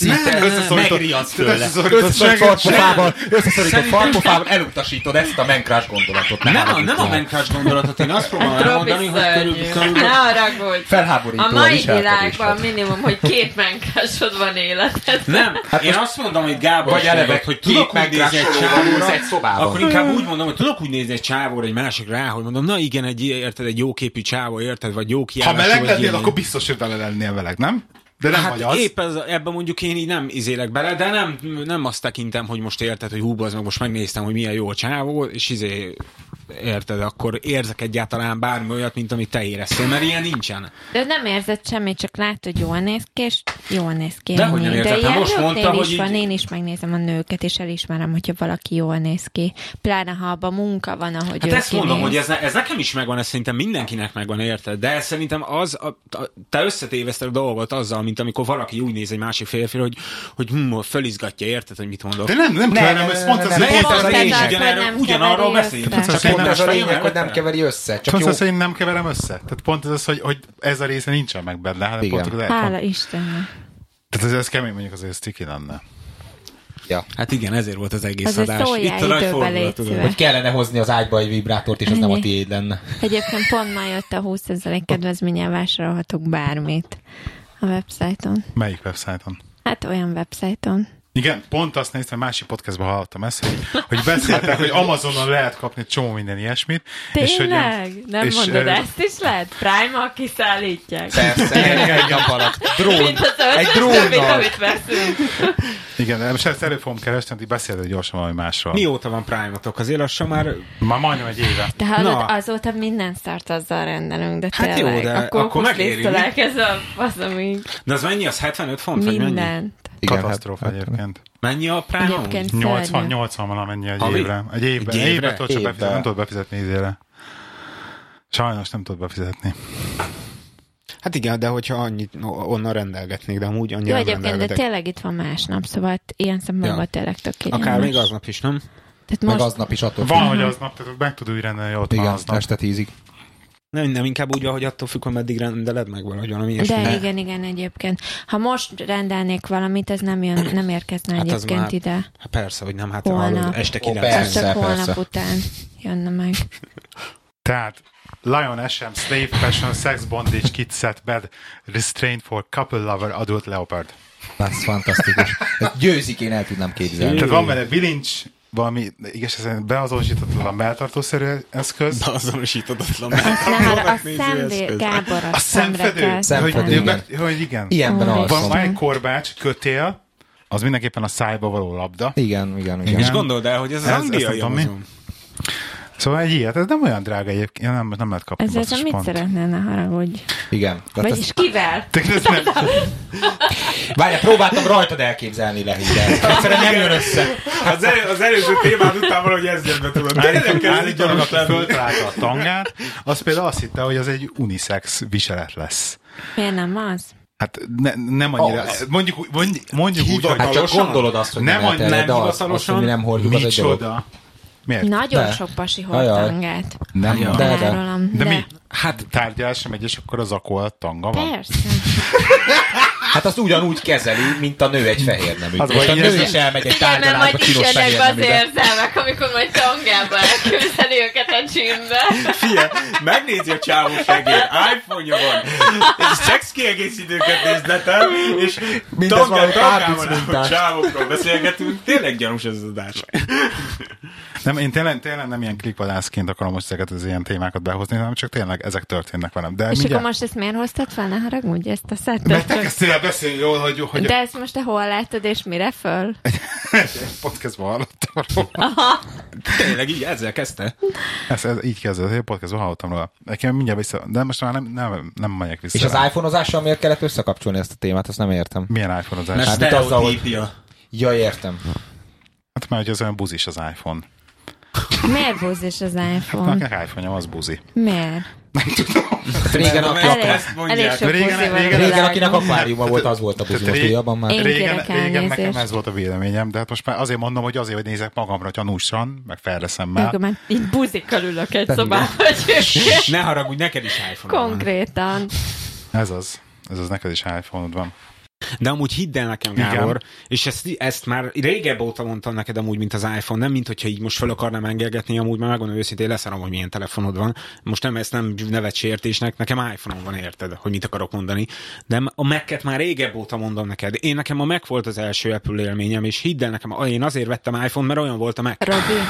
[SPEAKER 4] Nem, nem, nem,
[SPEAKER 1] Összeszorított-
[SPEAKER 4] megriadsz tőle.
[SPEAKER 1] összeszorított-
[SPEAKER 3] Összeszorított farpofával, összeszorított
[SPEAKER 4] Szerintem-
[SPEAKER 3] farpofával elutasítod ezt a menkrás gondolatot.
[SPEAKER 4] nem, a, nem a
[SPEAKER 3] állapítod meg.
[SPEAKER 4] menkrás gondolatot, én azt próbálom elmondani, hogy körül, körül,
[SPEAKER 2] Ne haragudj!
[SPEAKER 3] Felháborító
[SPEAKER 2] A mai
[SPEAKER 3] viselkedés
[SPEAKER 2] világban
[SPEAKER 3] volt.
[SPEAKER 2] minimum, hogy két menkásod van életed.
[SPEAKER 4] Nem, hát én
[SPEAKER 3] most-
[SPEAKER 4] azt mondom, hogy Gábor
[SPEAKER 3] Vagy
[SPEAKER 4] is
[SPEAKER 3] eleve
[SPEAKER 4] mondott, hogy tudok
[SPEAKER 3] két
[SPEAKER 4] úgy nézni egy
[SPEAKER 3] megrásolóval ülsz
[SPEAKER 4] csávóra,
[SPEAKER 3] egy szobában.
[SPEAKER 4] akkor inkább úgy mondom, hogy tudok úgy nézni egy csávóra, egy másik rá, hogy mondom, na igen, egy, érted, egy jó képű csávó, érted, vagy jó
[SPEAKER 1] Ha
[SPEAKER 4] kiállású.
[SPEAKER 1] meleg
[SPEAKER 4] vagy
[SPEAKER 1] lennél,
[SPEAKER 4] ilyen.
[SPEAKER 1] akkor biztos, hogy vele lennél meleg, nem? De nem
[SPEAKER 4] Hát
[SPEAKER 1] vagy az.
[SPEAKER 4] épp ez, ebben mondjuk én így nem izélek bele, de nem, nem azt tekintem, hogy most érted, hogy hú, az meg most megnéztem, hogy milyen jó a csávó, és izé érted, akkor érzek egyáltalán bármi olyat, mint amit te éreztél, mert ilyen nincsen.
[SPEAKER 2] De nem érzed semmit, csak látod, hogy jól néz ki, és jól néz ki.
[SPEAKER 4] De
[SPEAKER 2] ennyi.
[SPEAKER 4] hogyan érzed?
[SPEAKER 2] De
[SPEAKER 4] Hát
[SPEAKER 2] ilyen
[SPEAKER 4] most
[SPEAKER 2] nőknél
[SPEAKER 4] mondta, hogy
[SPEAKER 2] is
[SPEAKER 4] így-
[SPEAKER 2] van, én is megnézem a nőket, és elismerem, hogyha valaki jól néz ki. Pláne, ha abban munka van, ahogy
[SPEAKER 4] Hát
[SPEAKER 2] ő
[SPEAKER 4] ezt mondom,
[SPEAKER 2] kinéz.
[SPEAKER 4] hogy ez, ne- ez nekem is megvan, ez szerintem mindenkinek megvan, érted? De ez szerintem az, a, a, te összetéveszted a dolgot azzal, mint amikor valaki úgy néz egy másik férfira, hogy, hogy hm, fölizgatja, érted, hogy mit mondok?
[SPEAKER 1] De nem, nem keverem,
[SPEAKER 3] nem,
[SPEAKER 1] ez
[SPEAKER 3] nem,
[SPEAKER 1] pont
[SPEAKER 3] nem,
[SPEAKER 1] az,
[SPEAKER 3] nem,
[SPEAKER 1] hogy
[SPEAKER 4] De
[SPEAKER 1] pont az,
[SPEAKER 2] az
[SPEAKER 4] érted, az
[SPEAKER 2] a
[SPEAKER 1] hogy
[SPEAKER 4] én is
[SPEAKER 2] lényeg.
[SPEAKER 4] ugyanarról,
[SPEAKER 2] Nem
[SPEAKER 4] ugyanarról
[SPEAKER 2] keveri össze.
[SPEAKER 4] beszélünk. Csak
[SPEAKER 1] Pont
[SPEAKER 4] én
[SPEAKER 3] Pont
[SPEAKER 4] nem
[SPEAKER 3] ez a
[SPEAKER 4] ismerem
[SPEAKER 3] lényeg, hogy nem
[SPEAKER 4] el.
[SPEAKER 3] keveri össze. Csak
[SPEAKER 1] Csak
[SPEAKER 3] jó.
[SPEAKER 4] szóval
[SPEAKER 1] az, hogy én nem keverem össze. Tehát pont ez az, hogy, hogy ez a része nincsen meg benne. Hát
[SPEAKER 3] Igen.
[SPEAKER 1] pont az
[SPEAKER 2] Hála Istennek.
[SPEAKER 1] Tehát ez, ez kemény mondjuk azért ez tiki lenne.
[SPEAKER 3] Ja.
[SPEAKER 4] Hát igen, ezért volt az egész
[SPEAKER 2] Azért
[SPEAKER 4] adás.
[SPEAKER 2] szóljál
[SPEAKER 4] Itt a nagy
[SPEAKER 2] időbe,
[SPEAKER 4] fordulat,
[SPEAKER 2] légy
[SPEAKER 4] tudod.
[SPEAKER 2] szíves.
[SPEAKER 3] Hogy kellene hozni az ágyba egy vibrátort, és az nem a
[SPEAKER 2] Ennyi.
[SPEAKER 3] tiéd lenne.
[SPEAKER 2] Egyébként pont ma jött a 20% kedvezményen vásárolhatok bármit a websájton.
[SPEAKER 1] Melyik websájton?
[SPEAKER 2] Hát olyan websájton.
[SPEAKER 1] Igen, pont azt néztem, másik podcastban hallottam ezt, hogy, hogy beszéltek, hogy Amazonon lehet kapni egy csomó minden ilyesmit. És hogy
[SPEAKER 2] Tényleg? Nem
[SPEAKER 1] és,
[SPEAKER 2] mondod,
[SPEAKER 1] ö,
[SPEAKER 2] ezt is lehet? Prime-mal kiszállítják.
[SPEAKER 3] Persze, egy nap alatt. Drón.
[SPEAKER 2] Mint az
[SPEAKER 3] Egy
[SPEAKER 2] összes többit,
[SPEAKER 3] drónnal.
[SPEAKER 2] amit veszünk.
[SPEAKER 1] Igen, de most ezt elő fogom keresni, addig beszéltek gyorsan valami másról.
[SPEAKER 4] Mióta van Prime-otok? Azért lassan már...
[SPEAKER 1] Már majdnem egy éve.
[SPEAKER 2] Te hallod,
[SPEAKER 4] Na.
[SPEAKER 2] azóta minden szart azzal rendelünk, de
[SPEAKER 4] Hát jó,
[SPEAKER 2] tényleg.
[SPEAKER 4] de
[SPEAKER 2] a
[SPEAKER 4] akkor
[SPEAKER 2] kókuszlisztől
[SPEAKER 4] megéri.
[SPEAKER 2] elkezdve az, ami
[SPEAKER 4] De az mennyi? Az 75 font? Vagy mennyi?
[SPEAKER 2] mindent.
[SPEAKER 3] Igen,
[SPEAKER 1] Katasztrófa
[SPEAKER 3] hát-
[SPEAKER 1] egyébként.
[SPEAKER 4] Mennyi a Prime?
[SPEAKER 2] Egyébként
[SPEAKER 4] Egyébként.
[SPEAKER 2] szörnyű.
[SPEAKER 1] 80-80 valamennyi egy
[SPEAKER 4] Havi?
[SPEAKER 1] évre. Egy évben.
[SPEAKER 4] Egy
[SPEAKER 1] Egy
[SPEAKER 4] évre?
[SPEAKER 1] évre tudod csak
[SPEAKER 3] Évbe.
[SPEAKER 1] befizetni. Nem tudod befizetni izére. Sajnos nem tudod befizetni.
[SPEAKER 4] Hát igen, de hogyha annyit no, onnan rendelgetnék, de amúgy annyira
[SPEAKER 2] Jó,
[SPEAKER 4] nem
[SPEAKER 2] egyébként, de
[SPEAKER 4] rendelgetek.
[SPEAKER 2] tényleg itt van másnap, szóval t- ilyen szempontból
[SPEAKER 4] Ja.
[SPEAKER 2] tényleg tök
[SPEAKER 4] Akár még
[SPEAKER 2] irányos.
[SPEAKER 4] aznap is, nem?
[SPEAKER 2] Tehát
[SPEAKER 3] Meg
[SPEAKER 2] most
[SPEAKER 3] aznap is attól
[SPEAKER 1] Van,
[SPEAKER 3] függ.
[SPEAKER 1] hogy aznap, tehát meg tud úgy rendelni, hogy ott van
[SPEAKER 3] Igen,
[SPEAKER 1] aznap.
[SPEAKER 3] este tízig.
[SPEAKER 4] Nem, nem, inkább úgy, ahogy attól függ, hogy meddig rendeled meg valahogy valami ilyesmi.
[SPEAKER 2] De igen, igen, egyébként. Ha most rendelnék valamit, ez nem, jön, nem érkezne
[SPEAKER 4] Hát az
[SPEAKER 2] egyébként
[SPEAKER 4] már-
[SPEAKER 2] ide.
[SPEAKER 4] Hát persze, hogy nem, hát
[SPEAKER 2] Holnap.
[SPEAKER 4] hallod, este
[SPEAKER 3] Ó, persze.
[SPEAKER 2] Ez
[SPEAKER 4] 9
[SPEAKER 2] csak
[SPEAKER 3] persze.
[SPEAKER 2] holnap után jönne meg.
[SPEAKER 1] Tehát Lion SM, Slave Passion, Sex Bondage, Kid Set, Bed, Restraint for Couple Lover, Adult Leopard.
[SPEAKER 3] Ez fantasztikus. Ez győzik, én el tudnám képzelni.
[SPEAKER 1] Tehát van benne bilincs, valami igazán beazonosítatlan melltartószerű eszköz,
[SPEAKER 4] azonosítatotlan.
[SPEAKER 2] Ne, hát a szemvé, Gábor, a,
[SPEAKER 1] a
[SPEAKER 2] szemre
[SPEAKER 1] szemfedő,
[SPEAKER 2] kell.
[SPEAKER 3] Szemfedő,
[SPEAKER 1] hogy,
[SPEAKER 2] tenni.
[SPEAKER 3] igen.
[SPEAKER 1] hogy, hogy igen.
[SPEAKER 3] Ilyenben
[SPEAKER 2] Ó,
[SPEAKER 1] Van
[SPEAKER 3] alszom.
[SPEAKER 1] már egy korbács, kötél, az mindenképpen a szájba való labda.
[SPEAKER 3] Igen, igen, igen.
[SPEAKER 4] És
[SPEAKER 1] Igen.
[SPEAKER 4] gondold el, hogy ez az
[SPEAKER 1] Ez- ezt
[SPEAKER 4] angliai
[SPEAKER 1] nem tudom mi.
[SPEAKER 4] amazon.
[SPEAKER 1] Szóval egy ilyet, ez nem olyan drága egyébként, nem, nem lehet kapni.
[SPEAKER 2] Ezért
[SPEAKER 1] basszus,
[SPEAKER 2] nem mit
[SPEAKER 1] pont.
[SPEAKER 2] szeretnél, ne haragudj.
[SPEAKER 5] Hát
[SPEAKER 3] igen. Tehát
[SPEAKER 2] Vagyis
[SPEAKER 3] ezt,
[SPEAKER 2] kivel?
[SPEAKER 1] Tehát ez nem-
[SPEAKER 3] várjál, próbáltam rajtad elképzelni lehidet. Egyszerűen nem jön össze.
[SPEAKER 4] Az, elő, az előző témád után valahogy ez jön be, tudod. Tényleg kezd így
[SPEAKER 1] Állítólag,
[SPEAKER 4] gyanús
[SPEAKER 1] aki
[SPEAKER 4] lenni.
[SPEAKER 1] föltalálta a tangát, az például azt hitte, hogy az egy unisex viselet lesz.
[SPEAKER 2] Miért nem az?
[SPEAKER 1] Hát ne, nem annyira.
[SPEAKER 3] Az.
[SPEAKER 1] Mondjuk, úgy- mondjuk, mondjuk úgy, hogy
[SPEAKER 3] Hát csak
[SPEAKER 4] Hivatalosan?
[SPEAKER 3] gondolod azt, hogy nem,
[SPEAKER 1] Nem,
[SPEAKER 3] lehet
[SPEAKER 1] hogy
[SPEAKER 3] erre,
[SPEAKER 4] nem
[SPEAKER 3] de az,
[SPEAKER 4] hivatalosan.
[SPEAKER 3] azt, hogy mi nem hordjuk, az egy dolog.
[SPEAKER 1] micsoda. Miért?
[SPEAKER 2] Nagyon
[SPEAKER 3] De.
[SPEAKER 2] sok pasi
[SPEAKER 3] Ajaj.
[SPEAKER 2] hortangát.
[SPEAKER 1] Nem.
[SPEAKER 4] Ja.
[SPEAKER 1] van.
[SPEAKER 3] De, de.
[SPEAKER 2] Elárulom,
[SPEAKER 1] De mi?
[SPEAKER 4] Hát,
[SPEAKER 1] Tárgyalásra megy, és akkor az akó a tanga van.
[SPEAKER 2] Persze.
[SPEAKER 3] Hát azt ugyanúgy kezeli, mint a nő egy fehér nemű.
[SPEAKER 1] Az
[SPEAKER 3] Most a
[SPEAKER 1] vagy
[SPEAKER 3] nő
[SPEAKER 1] ez-
[SPEAKER 3] is elmegy egy
[SPEAKER 6] Igen, mert
[SPEAKER 3] tárgyalásba
[SPEAKER 6] majd
[SPEAKER 3] csinos
[SPEAKER 6] dicsérnek
[SPEAKER 3] fehér
[SPEAKER 6] be az
[SPEAKER 3] neműbe.
[SPEAKER 6] érzelmek, amikor majd tangába elküldeni őket a gymbe.
[SPEAKER 4] fie, megnézi a csávó segéd, iPhone-ja van, és szex kiegészítőket nézletem, és
[SPEAKER 3] Mindez
[SPEAKER 4] tangá-
[SPEAKER 3] valami
[SPEAKER 4] tangában
[SPEAKER 3] párpic
[SPEAKER 4] álló
[SPEAKER 3] mintás.
[SPEAKER 4] csávókról beszélgetünk. Tényleg gyanús ez az adás.
[SPEAKER 1] Nem, én tényleg, tényleg nem ilyen klikvadászként akarom most ezeket az ilyen témákat behozni, hanem csak tényleg ezek történnek velem. De
[SPEAKER 2] És
[SPEAKER 1] mindjárt,
[SPEAKER 2] akkor most ezt miért hoztad fel? Ne haragudj, ezt a
[SPEAKER 1] Mert te
[SPEAKER 2] szettet.
[SPEAKER 1] kezdtél el beszélni róla, hogy, hogy
[SPEAKER 2] De ezt most te hol láttad, és mire föl?
[SPEAKER 1] podcastban hallottam róla.
[SPEAKER 4] Tényleg így ezzel kezdte.
[SPEAKER 1] Ez, ez így kezdődött, hogy a podcastban hallottam róla. Nekem mindjárt vissza, de most már nem, nem, nem megyek vissza.
[SPEAKER 3] És az
[SPEAKER 1] rá.
[SPEAKER 3] iPhone-ozással miért kellett összekapcsolni ezt a témát, azt nem értem.
[SPEAKER 1] Milyen iPhone az
[SPEAKER 4] Mert
[SPEAKER 1] első?
[SPEAKER 3] Hát itt azzal, hogy-
[SPEAKER 4] sztereotípia.
[SPEAKER 3] Ja, értem.
[SPEAKER 1] Hát már hogy az olyan buzis az iPhone.
[SPEAKER 2] Miért búzis az iPhone?
[SPEAKER 1] Nekem iPhone-om az buzi.
[SPEAKER 2] Miért?
[SPEAKER 3] Hát régen,
[SPEAKER 4] Mert-
[SPEAKER 3] aki
[SPEAKER 4] mert-
[SPEAKER 3] akar...
[SPEAKER 2] Elég,
[SPEAKER 4] ezt mondják.
[SPEAKER 2] elég sok
[SPEAKER 1] Régen-
[SPEAKER 2] búzi van a
[SPEAKER 1] régen-
[SPEAKER 3] Régen,
[SPEAKER 2] világon.
[SPEAKER 3] akinek akváriuma volt, az volt a buzi, most
[SPEAKER 1] ré-
[SPEAKER 3] újabban már.
[SPEAKER 2] Én
[SPEAKER 1] Régen,
[SPEAKER 2] kérek
[SPEAKER 1] régen nekem
[SPEAKER 2] elnézést.
[SPEAKER 1] ez volt a véleményem, de hát most már azért mondom, hogy azért, hogy nézek magamra gyanúsan, meg felreszem már.
[SPEAKER 2] Akkor már így buzikkal ülök egy
[SPEAKER 3] Tehát
[SPEAKER 2] szobában, hogy
[SPEAKER 4] Ne haragudj, neked is iPhone van.
[SPEAKER 2] konkrétan.
[SPEAKER 1] Ez az. Ez az neked is iPhone-od van.
[SPEAKER 4] De amúgy hidd el nekem,
[SPEAKER 1] Igen.
[SPEAKER 4] Gábor, és ezt, ezt már régebb óta mondtam neked amúgy, mint az iPhone, nem mint hogyha így most fel akarnám engelgetni, amúgy már megmondom őszintén, leszarom, hogy milyen telefonod van. Most nem ezt nem nevetsértésnek, nekem iPhone-on van, érted, hogy mit akarok mondani. De a mac már régebb óta mondom neked. Én nekem a Mac volt az első Apple élményem, és hidd el nekem, én azért vettem iPhone, mert olyan volt a Mac.
[SPEAKER 2] Robi,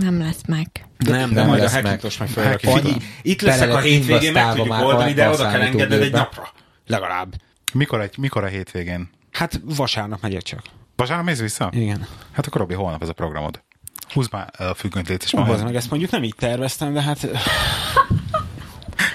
[SPEAKER 2] nem lesz meg.
[SPEAKER 4] Nem, de
[SPEAKER 3] nem
[SPEAKER 4] majd a
[SPEAKER 3] lesz meg.
[SPEAKER 4] hackintos meg fel.
[SPEAKER 1] Hackintosh.
[SPEAKER 4] Figyelj, Itt leszek
[SPEAKER 3] Bele
[SPEAKER 4] a
[SPEAKER 3] lett
[SPEAKER 4] hétvégén, meg
[SPEAKER 3] invasztálva
[SPEAKER 4] tudjuk
[SPEAKER 3] már
[SPEAKER 4] oldani, de
[SPEAKER 3] abba a
[SPEAKER 4] oda kell engedned egy
[SPEAKER 3] számítógépbe.
[SPEAKER 4] napra. Legalább.
[SPEAKER 1] Mikor, egy, mikor a hétvégén?
[SPEAKER 4] Hát vasárnap megyek csak.
[SPEAKER 1] Vasárnap mész vissza?
[SPEAKER 4] Igen.
[SPEAKER 1] Hát akkor Robi, holnap ez a programod. Húzd már el a függönyt létsz, és
[SPEAKER 4] Hú,
[SPEAKER 1] majd.
[SPEAKER 4] az meg ezt mondjuk nem így terveztem, de hát...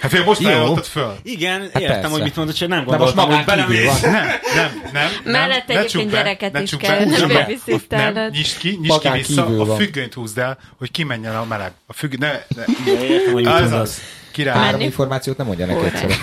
[SPEAKER 1] Hát én most
[SPEAKER 3] Jó.
[SPEAKER 1] ajánlottad föl.
[SPEAKER 4] Igen, hát
[SPEAKER 3] Hát
[SPEAKER 4] értem,
[SPEAKER 3] persze.
[SPEAKER 4] hogy mit mondod, csak nem
[SPEAKER 3] De most
[SPEAKER 4] gondoltam,
[SPEAKER 3] magán
[SPEAKER 4] hogy
[SPEAKER 3] kívül
[SPEAKER 4] belemész.
[SPEAKER 3] van.
[SPEAKER 1] Nem, nem, nem.
[SPEAKER 2] Mellett
[SPEAKER 1] nem, ne
[SPEAKER 2] egyébként
[SPEAKER 1] csukd be,
[SPEAKER 2] gyereket
[SPEAKER 1] ne
[SPEAKER 2] is
[SPEAKER 1] csukd
[SPEAKER 2] kell,
[SPEAKER 1] be,
[SPEAKER 2] nem
[SPEAKER 1] ne
[SPEAKER 2] babysitternek.
[SPEAKER 1] Nem, nyisd ki, nyisd ki
[SPEAKER 3] Magán
[SPEAKER 1] vissza,
[SPEAKER 3] kívül
[SPEAKER 1] a
[SPEAKER 3] van.
[SPEAKER 1] függönyt húzd el, hogy kimenjen a meleg. A függ... Ne, ne.
[SPEAKER 4] értem, hogy mit
[SPEAKER 1] az
[SPEAKER 4] mondasz.
[SPEAKER 1] az. Király.
[SPEAKER 3] Három
[SPEAKER 2] Menni.
[SPEAKER 3] információt nem mondjanak egyszerre.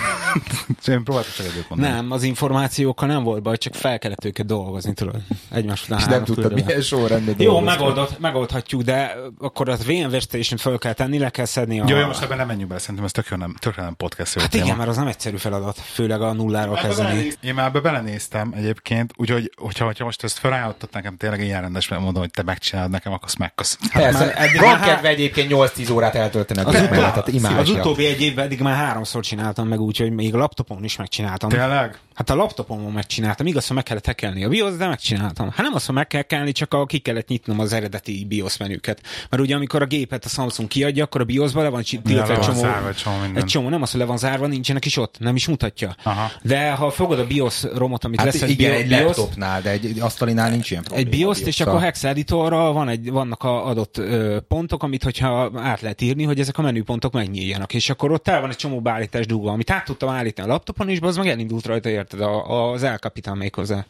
[SPEAKER 1] Én próbáltam csak egyet mondani.
[SPEAKER 4] Nem, az információkkal nem volt baj, csak fel kellett őket dolgozni, tudod. Egymás után
[SPEAKER 3] És nem
[SPEAKER 4] hármat
[SPEAKER 3] tudtad,
[SPEAKER 4] küldöm el.
[SPEAKER 3] milyen sorrendben
[SPEAKER 4] Jó,
[SPEAKER 3] dolgoztál.
[SPEAKER 4] megoldott, megoldhatjuk, de akkor az VMware Station föl kell tenni, le kell szedni a...
[SPEAKER 1] Jó, jó, most ebben nem menjünk bele, szerintem ez tökre nem, tökre nem podcast jó
[SPEAKER 4] Hát igen, mert az nem egyszerű feladat, főleg a nulláról kezdeni.
[SPEAKER 1] Én már ebbe belenéztem egyébként, úgyhogy hogyha, hogyha most ezt felajánlottad nekem tényleg ilyen rendes, mert mondom, hogy te megcsinálod nekem, akkor azt megköszönöm.
[SPEAKER 3] Persze,
[SPEAKER 4] már eddig
[SPEAKER 3] Hát van
[SPEAKER 4] már há-
[SPEAKER 3] kedve egyébként 8-10 órát eltöltenek az mellett, tehát imádják.
[SPEAKER 4] az utóbbi egy évben eddig már háromszor csináltam meg, úgyhogy még a laptopon is megcsináltam.
[SPEAKER 1] Tényleg?
[SPEAKER 4] Hát a laptopomon megcsináltam, igaz, hogy meg kellett hekelni a BIOS, de megcsináltam. Hát nem azt, hogy meg kell kelni, csak a, ki kellett nyitnom az eredeti BIOS menüket. Mert ugye amikor a gépet a Samsung kiadja, akkor a BIOS-ba le van csi-
[SPEAKER 1] Ja,
[SPEAKER 4] tiltva
[SPEAKER 1] le
[SPEAKER 4] egy
[SPEAKER 1] van
[SPEAKER 4] csomó,
[SPEAKER 1] zárva egy csomó minden.
[SPEAKER 4] egy csomó, nem az, hogy le van zárva, nincsenek is ott, nem is mutatja.
[SPEAKER 1] Aha.
[SPEAKER 4] De ha fogod a BIOS romot, amit
[SPEAKER 3] Hát
[SPEAKER 4] lesz egy
[SPEAKER 3] igen,
[SPEAKER 4] BIOS,
[SPEAKER 3] egy laptopnál, de egy, egy asztalinál nincs ilyen
[SPEAKER 4] egy
[SPEAKER 3] probléma.
[SPEAKER 4] BIOS-t, és
[SPEAKER 3] BIOS-szal.
[SPEAKER 4] akkor Hex Editorra van egy, vannak a adott ö, pontok, amit hogyha át lehet írni, hogy ezek a menüpontok megnyíljanak, és akkor ott el van egy csomó beállítás dugva, amit át tudtam állítani a laptopon, és az meg elindult rajta, érted, a, a- az elkapitán méghozzá.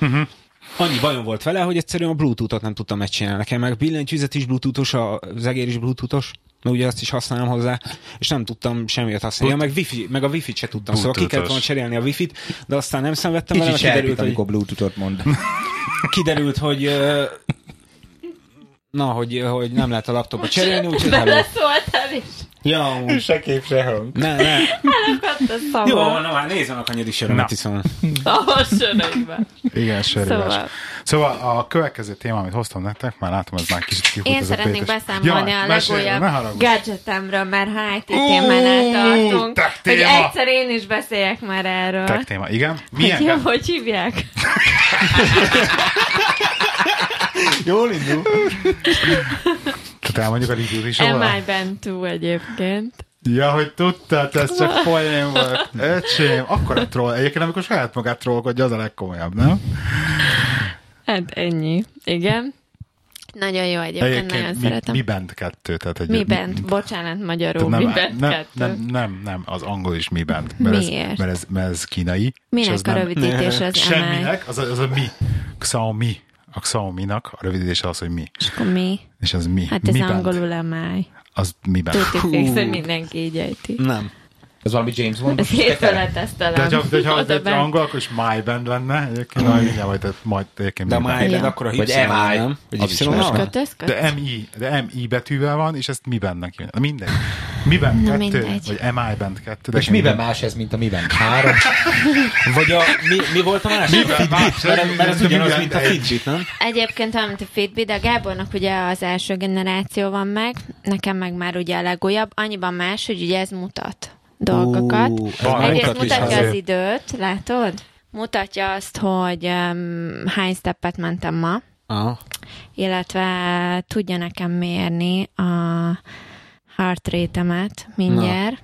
[SPEAKER 4] Uh-huh. Annyi bajom volt vele, hogy egyszerűen a Bluetooth-ot nem tudtam megcsinálni. Nekem meg billentyűzet is Bluetooth-os, az egér is Bluetooth-os, mert ugye azt is használom hozzá, és nem tudtam semmiért használni. Ja, meg, wifi, meg a wifi-t se tudtam, szóval ki kellett
[SPEAKER 1] Bluetooth-os.
[SPEAKER 4] volna cserélni a wifi-t, de aztán nem szenvedtem vele,
[SPEAKER 3] Kicsit
[SPEAKER 4] mert kiderült,
[SPEAKER 3] serpít,
[SPEAKER 4] hogy
[SPEAKER 3] amikor Bluetooth-ot mond.
[SPEAKER 4] kiderült, hogy ö, na, hogy, hogy nem lehet a laptopot cserélni, úgyhogy hello.
[SPEAKER 6] Beleszóltál is.
[SPEAKER 4] Ja, úgy.
[SPEAKER 3] Se kép, se hang.
[SPEAKER 4] ne, ne.
[SPEAKER 6] Elakadt a szavam.
[SPEAKER 4] Jó, na már nézzen a kanyadi
[SPEAKER 1] Na.
[SPEAKER 4] sörömet iszom.
[SPEAKER 6] A sörökben.
[SPEAKER 1] Igen, sörülés. Szóval.
[SPEAKER 6] Szóval.
[SPEAKER 1] szóval a következő téma, amit hoztam nektek, már látom, ez már kicsit kihúlt.
[SPEAKER 2] Én
[SPEAKER 1] ez
[SPEAKER 2] szeretnék
[SPEAKER 1] pétes-
[SPEAKER 2] beszámolni
[SPEAKER 1] Jaj,
[SPEAKER 2] a
[SPEAKER 1] mesélj, Ne
[SPEAKER 2] legújabb
[SPEAKER 1] haragudj.
[SPEAKER 2] gadgetemről, mert ha IT
[SPEAKER 1] Ú,
[SPEAKER 2] témánál tartunk,
[SPEAKER 1] tech
[SPEAKER 2] hogy
[SPEAKER 1] téma.
[SPEAKER 2] egyszer én is beszéljek már erről.
[SPEAKER 1] Tech téma, igen.
[SPEAKER 2] Hogy jó,
[SPEAKER 1] Milyen?
[SPEAKER 2] hogy hívják?
[SPEAKER 4] Jól indul.
[SPEAKER 1] Tehát elmondjuk a review is.
[SPEAKER 2] Am
[SPEAKER 1] róla?
[SPEAKER 2] I Bentú egyébként?
[SPEAKER 1] Ja, hogy tudtad, ez csak poén volt. Öcsém, akkor a troll. Egyébként, amikor saját magát trollkodja, az a legkomolyabb, nem?
[SPEAKER 2] Hát ennyi. Igen. Nagyon jó egyébként, nagyon
[SPEAKER 1] mi,
[SPEAKER 2] szeretem.
[SPEAKER 1] mi bent kettő, tehát egy,
[SPEAKER 2] Mi bent? Bocsánat, magyarul.
[SPEAKER 1] Tehát
[SPEAKER 2] Mi
[SPEAKER 1] nem,
[SPEAKER 2] bent
[SPEAKER 1] nem,
[SPEAKER 2] kettő?
[SPEAKER 1] nem, nem, nem, az angol is mi bent. Mert
[SPEAKER 2] Miért?
[SPEAKER 1] Ez, mert, ez, mert ez kínai. és az
[SPEAKER 2] Minek a
[SPEAKER 1] nem-
[SPEAKER 2] rövidítés az MI?
[SPEAKER 1] Semminek, az, a- az a mi. Xiaomi. A Xiaomi-nak a rövidítése az, hogy mi.
[SPEAKER 2] És akkor mi?
[SPEAKER 1] És az mi.
[SPEAKER 2] Hát
[SPEAKER 1] mi
[SPEAKER 2] ez
[SPEAKER 1] bent.
[SPEAKER 2] angolul MI.
[SPEAKER 1] Az mi bent.
[SPEAKER 2] Tudti fix, hogy mindenki így ejti.
[SPEAKER 4] Nem.
[SPEAKER 3] Ez valami James Bond?
[SPEAKER 2] Ez hétfőn letesztelem.
[SPEAKER 1] De ha, de ha, de
[SPEAKER 2] Oda
[SPEAKER 1] ha
[SPEAKER 2] be.
[SPEAKER 1] angol, akkor is my band lenne. Egyébként na, mindjárt majd, tehát majd egyébként
[SPEAKER 4] De
[SPEAKER 1] mi
[SPEAKER 4] már
[SPEAKER 1] bent.
[SPEAKER 4] ja.
[SPEAKER 2] Ja.
[SPEAKER 4] akkor a
[SPEAKER 3] Vagy
[SPEAKER 4] Y,
[SPEAKER 3] MI.
[SPEAKER 4] nem?
[SPEAKER 3] Az
[SPEAKER 4] Vagy
[SPEAKER 3] is
[SPEAKER 4] Y
[SPEAKER 3] lesz.
[SPEAKER 4] van?
[SPEAKER 2] Kötözköd?
[SPEAKER 1] De MI, de MI betűvel van, és ezt mi bennek jön. Mindegy. Mi bent
[SPEAKER 2] Na,
[SPEAKER 1] kettő,
[SPEAKER 2] mindegy.
[SPEAKER 1] vagy MI bent kettő. de
[SPEAKER 3] És
[SPEAKER 1] egyébként
[SPEAKER 3] miben más ez, mint a miben? Három?
[SPEAKER 4] Vagy a... Mi, mi volt a másik?
[SPEAKER 1] Miben más?
[SPEAKER 4] Mert, mert ez
[SPEAKER 1] Miben
[SPEAKER 4] ugyanaz, mint a
[SPEAKER 1] egy.
[SPEAKER 4] Fitbit, nem?
[SPEAKER 2] Egyébként olyan, mint a Fitbit, de a Gábornak ugye az első generáció van meg, nekem meg már ugye a legújabb, annyiban más, hogy ugye ez mutat dolgokat.
[SPEAKER 4] Ú, ez
[SPEAKER 1] Van,
[SPEAKER 4] már
[SPEAKER 2] Egyrészt
[SPEAKER 4] mutat is
[SPEAKER 2] mutatja
[SPEAKER 4] azért.
[SPEAKER 2] az időt, látod? Mutatja azt, hogy um, hány steppet mentem ma,
[SPEAKER 4] Aha.
[SPEAKER 2] illetve tudja nekem mérni a heart rate-emet mindjárt,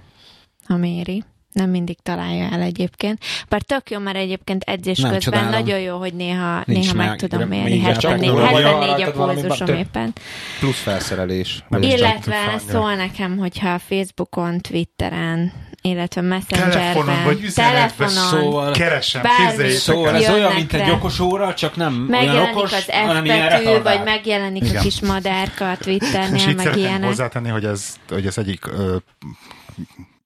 [SPEAKER 2] ha méri. Nem mindig találja el egyébként. Bár tök jó, mert egyébként edzés
[SPEAKER 4] Nem,
[SPEAKER 2] közben
[SPEAKER 4] csodálom.
[SPEAKER 2] nagyon jó, hogy néha,
[SPEAKER 4] Nincs
[SPEAKER 2] néha meg,
[SPEAKER 4] meg,
[SPEAKER 2] tudom
[SPEAKER 4] de
[SPEAKER 2] mérni.
[SPEAKER 4] mindjárt
[SPEAKER 2] 74,
[SPEAKER 3] csak tudom, hogy
[SPEAKER 2] 74 a
[SPEAKER 3] arra valami
[SPEAKER 2] pulzusom
[SPEAKER 3] több-
[SPEAKER 2] éppen.
[SPEAKER 3] Plusz felszerelés.
[SPEAKER 1] Nem is
[SPEAKER 2] Illetve
[SPEAKER 1] csak-
[SPEAKER 2] szól nekem, hogyha Facebookon, Twitteren, illetve Messengerben,
[SPEAKER 1] Telefonon vagy üzenetben
[SPEAKER 4] Szóval-
[SPEAKER 1] Keresem,
[SPEAKER 2] Bármi.
[SPEAKER 1] képzeljétek
[SPEAKER 4] Szóval
[SPEAKER 1] el.
[SPEAKER 4] ez olyan,
[SPEAKER 2] Jönnek
[SPEAKER 4] mint
[SPEAKER 2] rá.
[SPEAKER 4] egy okos óra, csak nem olyan
[SPEAKER 2] Megjelenik
[SPEAKER 4] okos,
[SPEAKER 2] az F
[SPEAKER 4] hanem ilyen
[SPEAKER 2] betű,
[SPEAKER 4] retardált.
[SPEAKER 2] vagy megjelenik a
[SPEAKER 1] Igen.
[SPEAKER 2] kis madárka a
[SPEAKER 1] És
[SPEAKER 2] Twitternél,
[SPEAKER 1] itt
[SPEAKER 2] meg
[SPEAKER 1] szeretném
[SPEAKER 2] ilyenek.
[SPEAKER 1] hozzátenni, hogy ez, hogy ez egyik ö,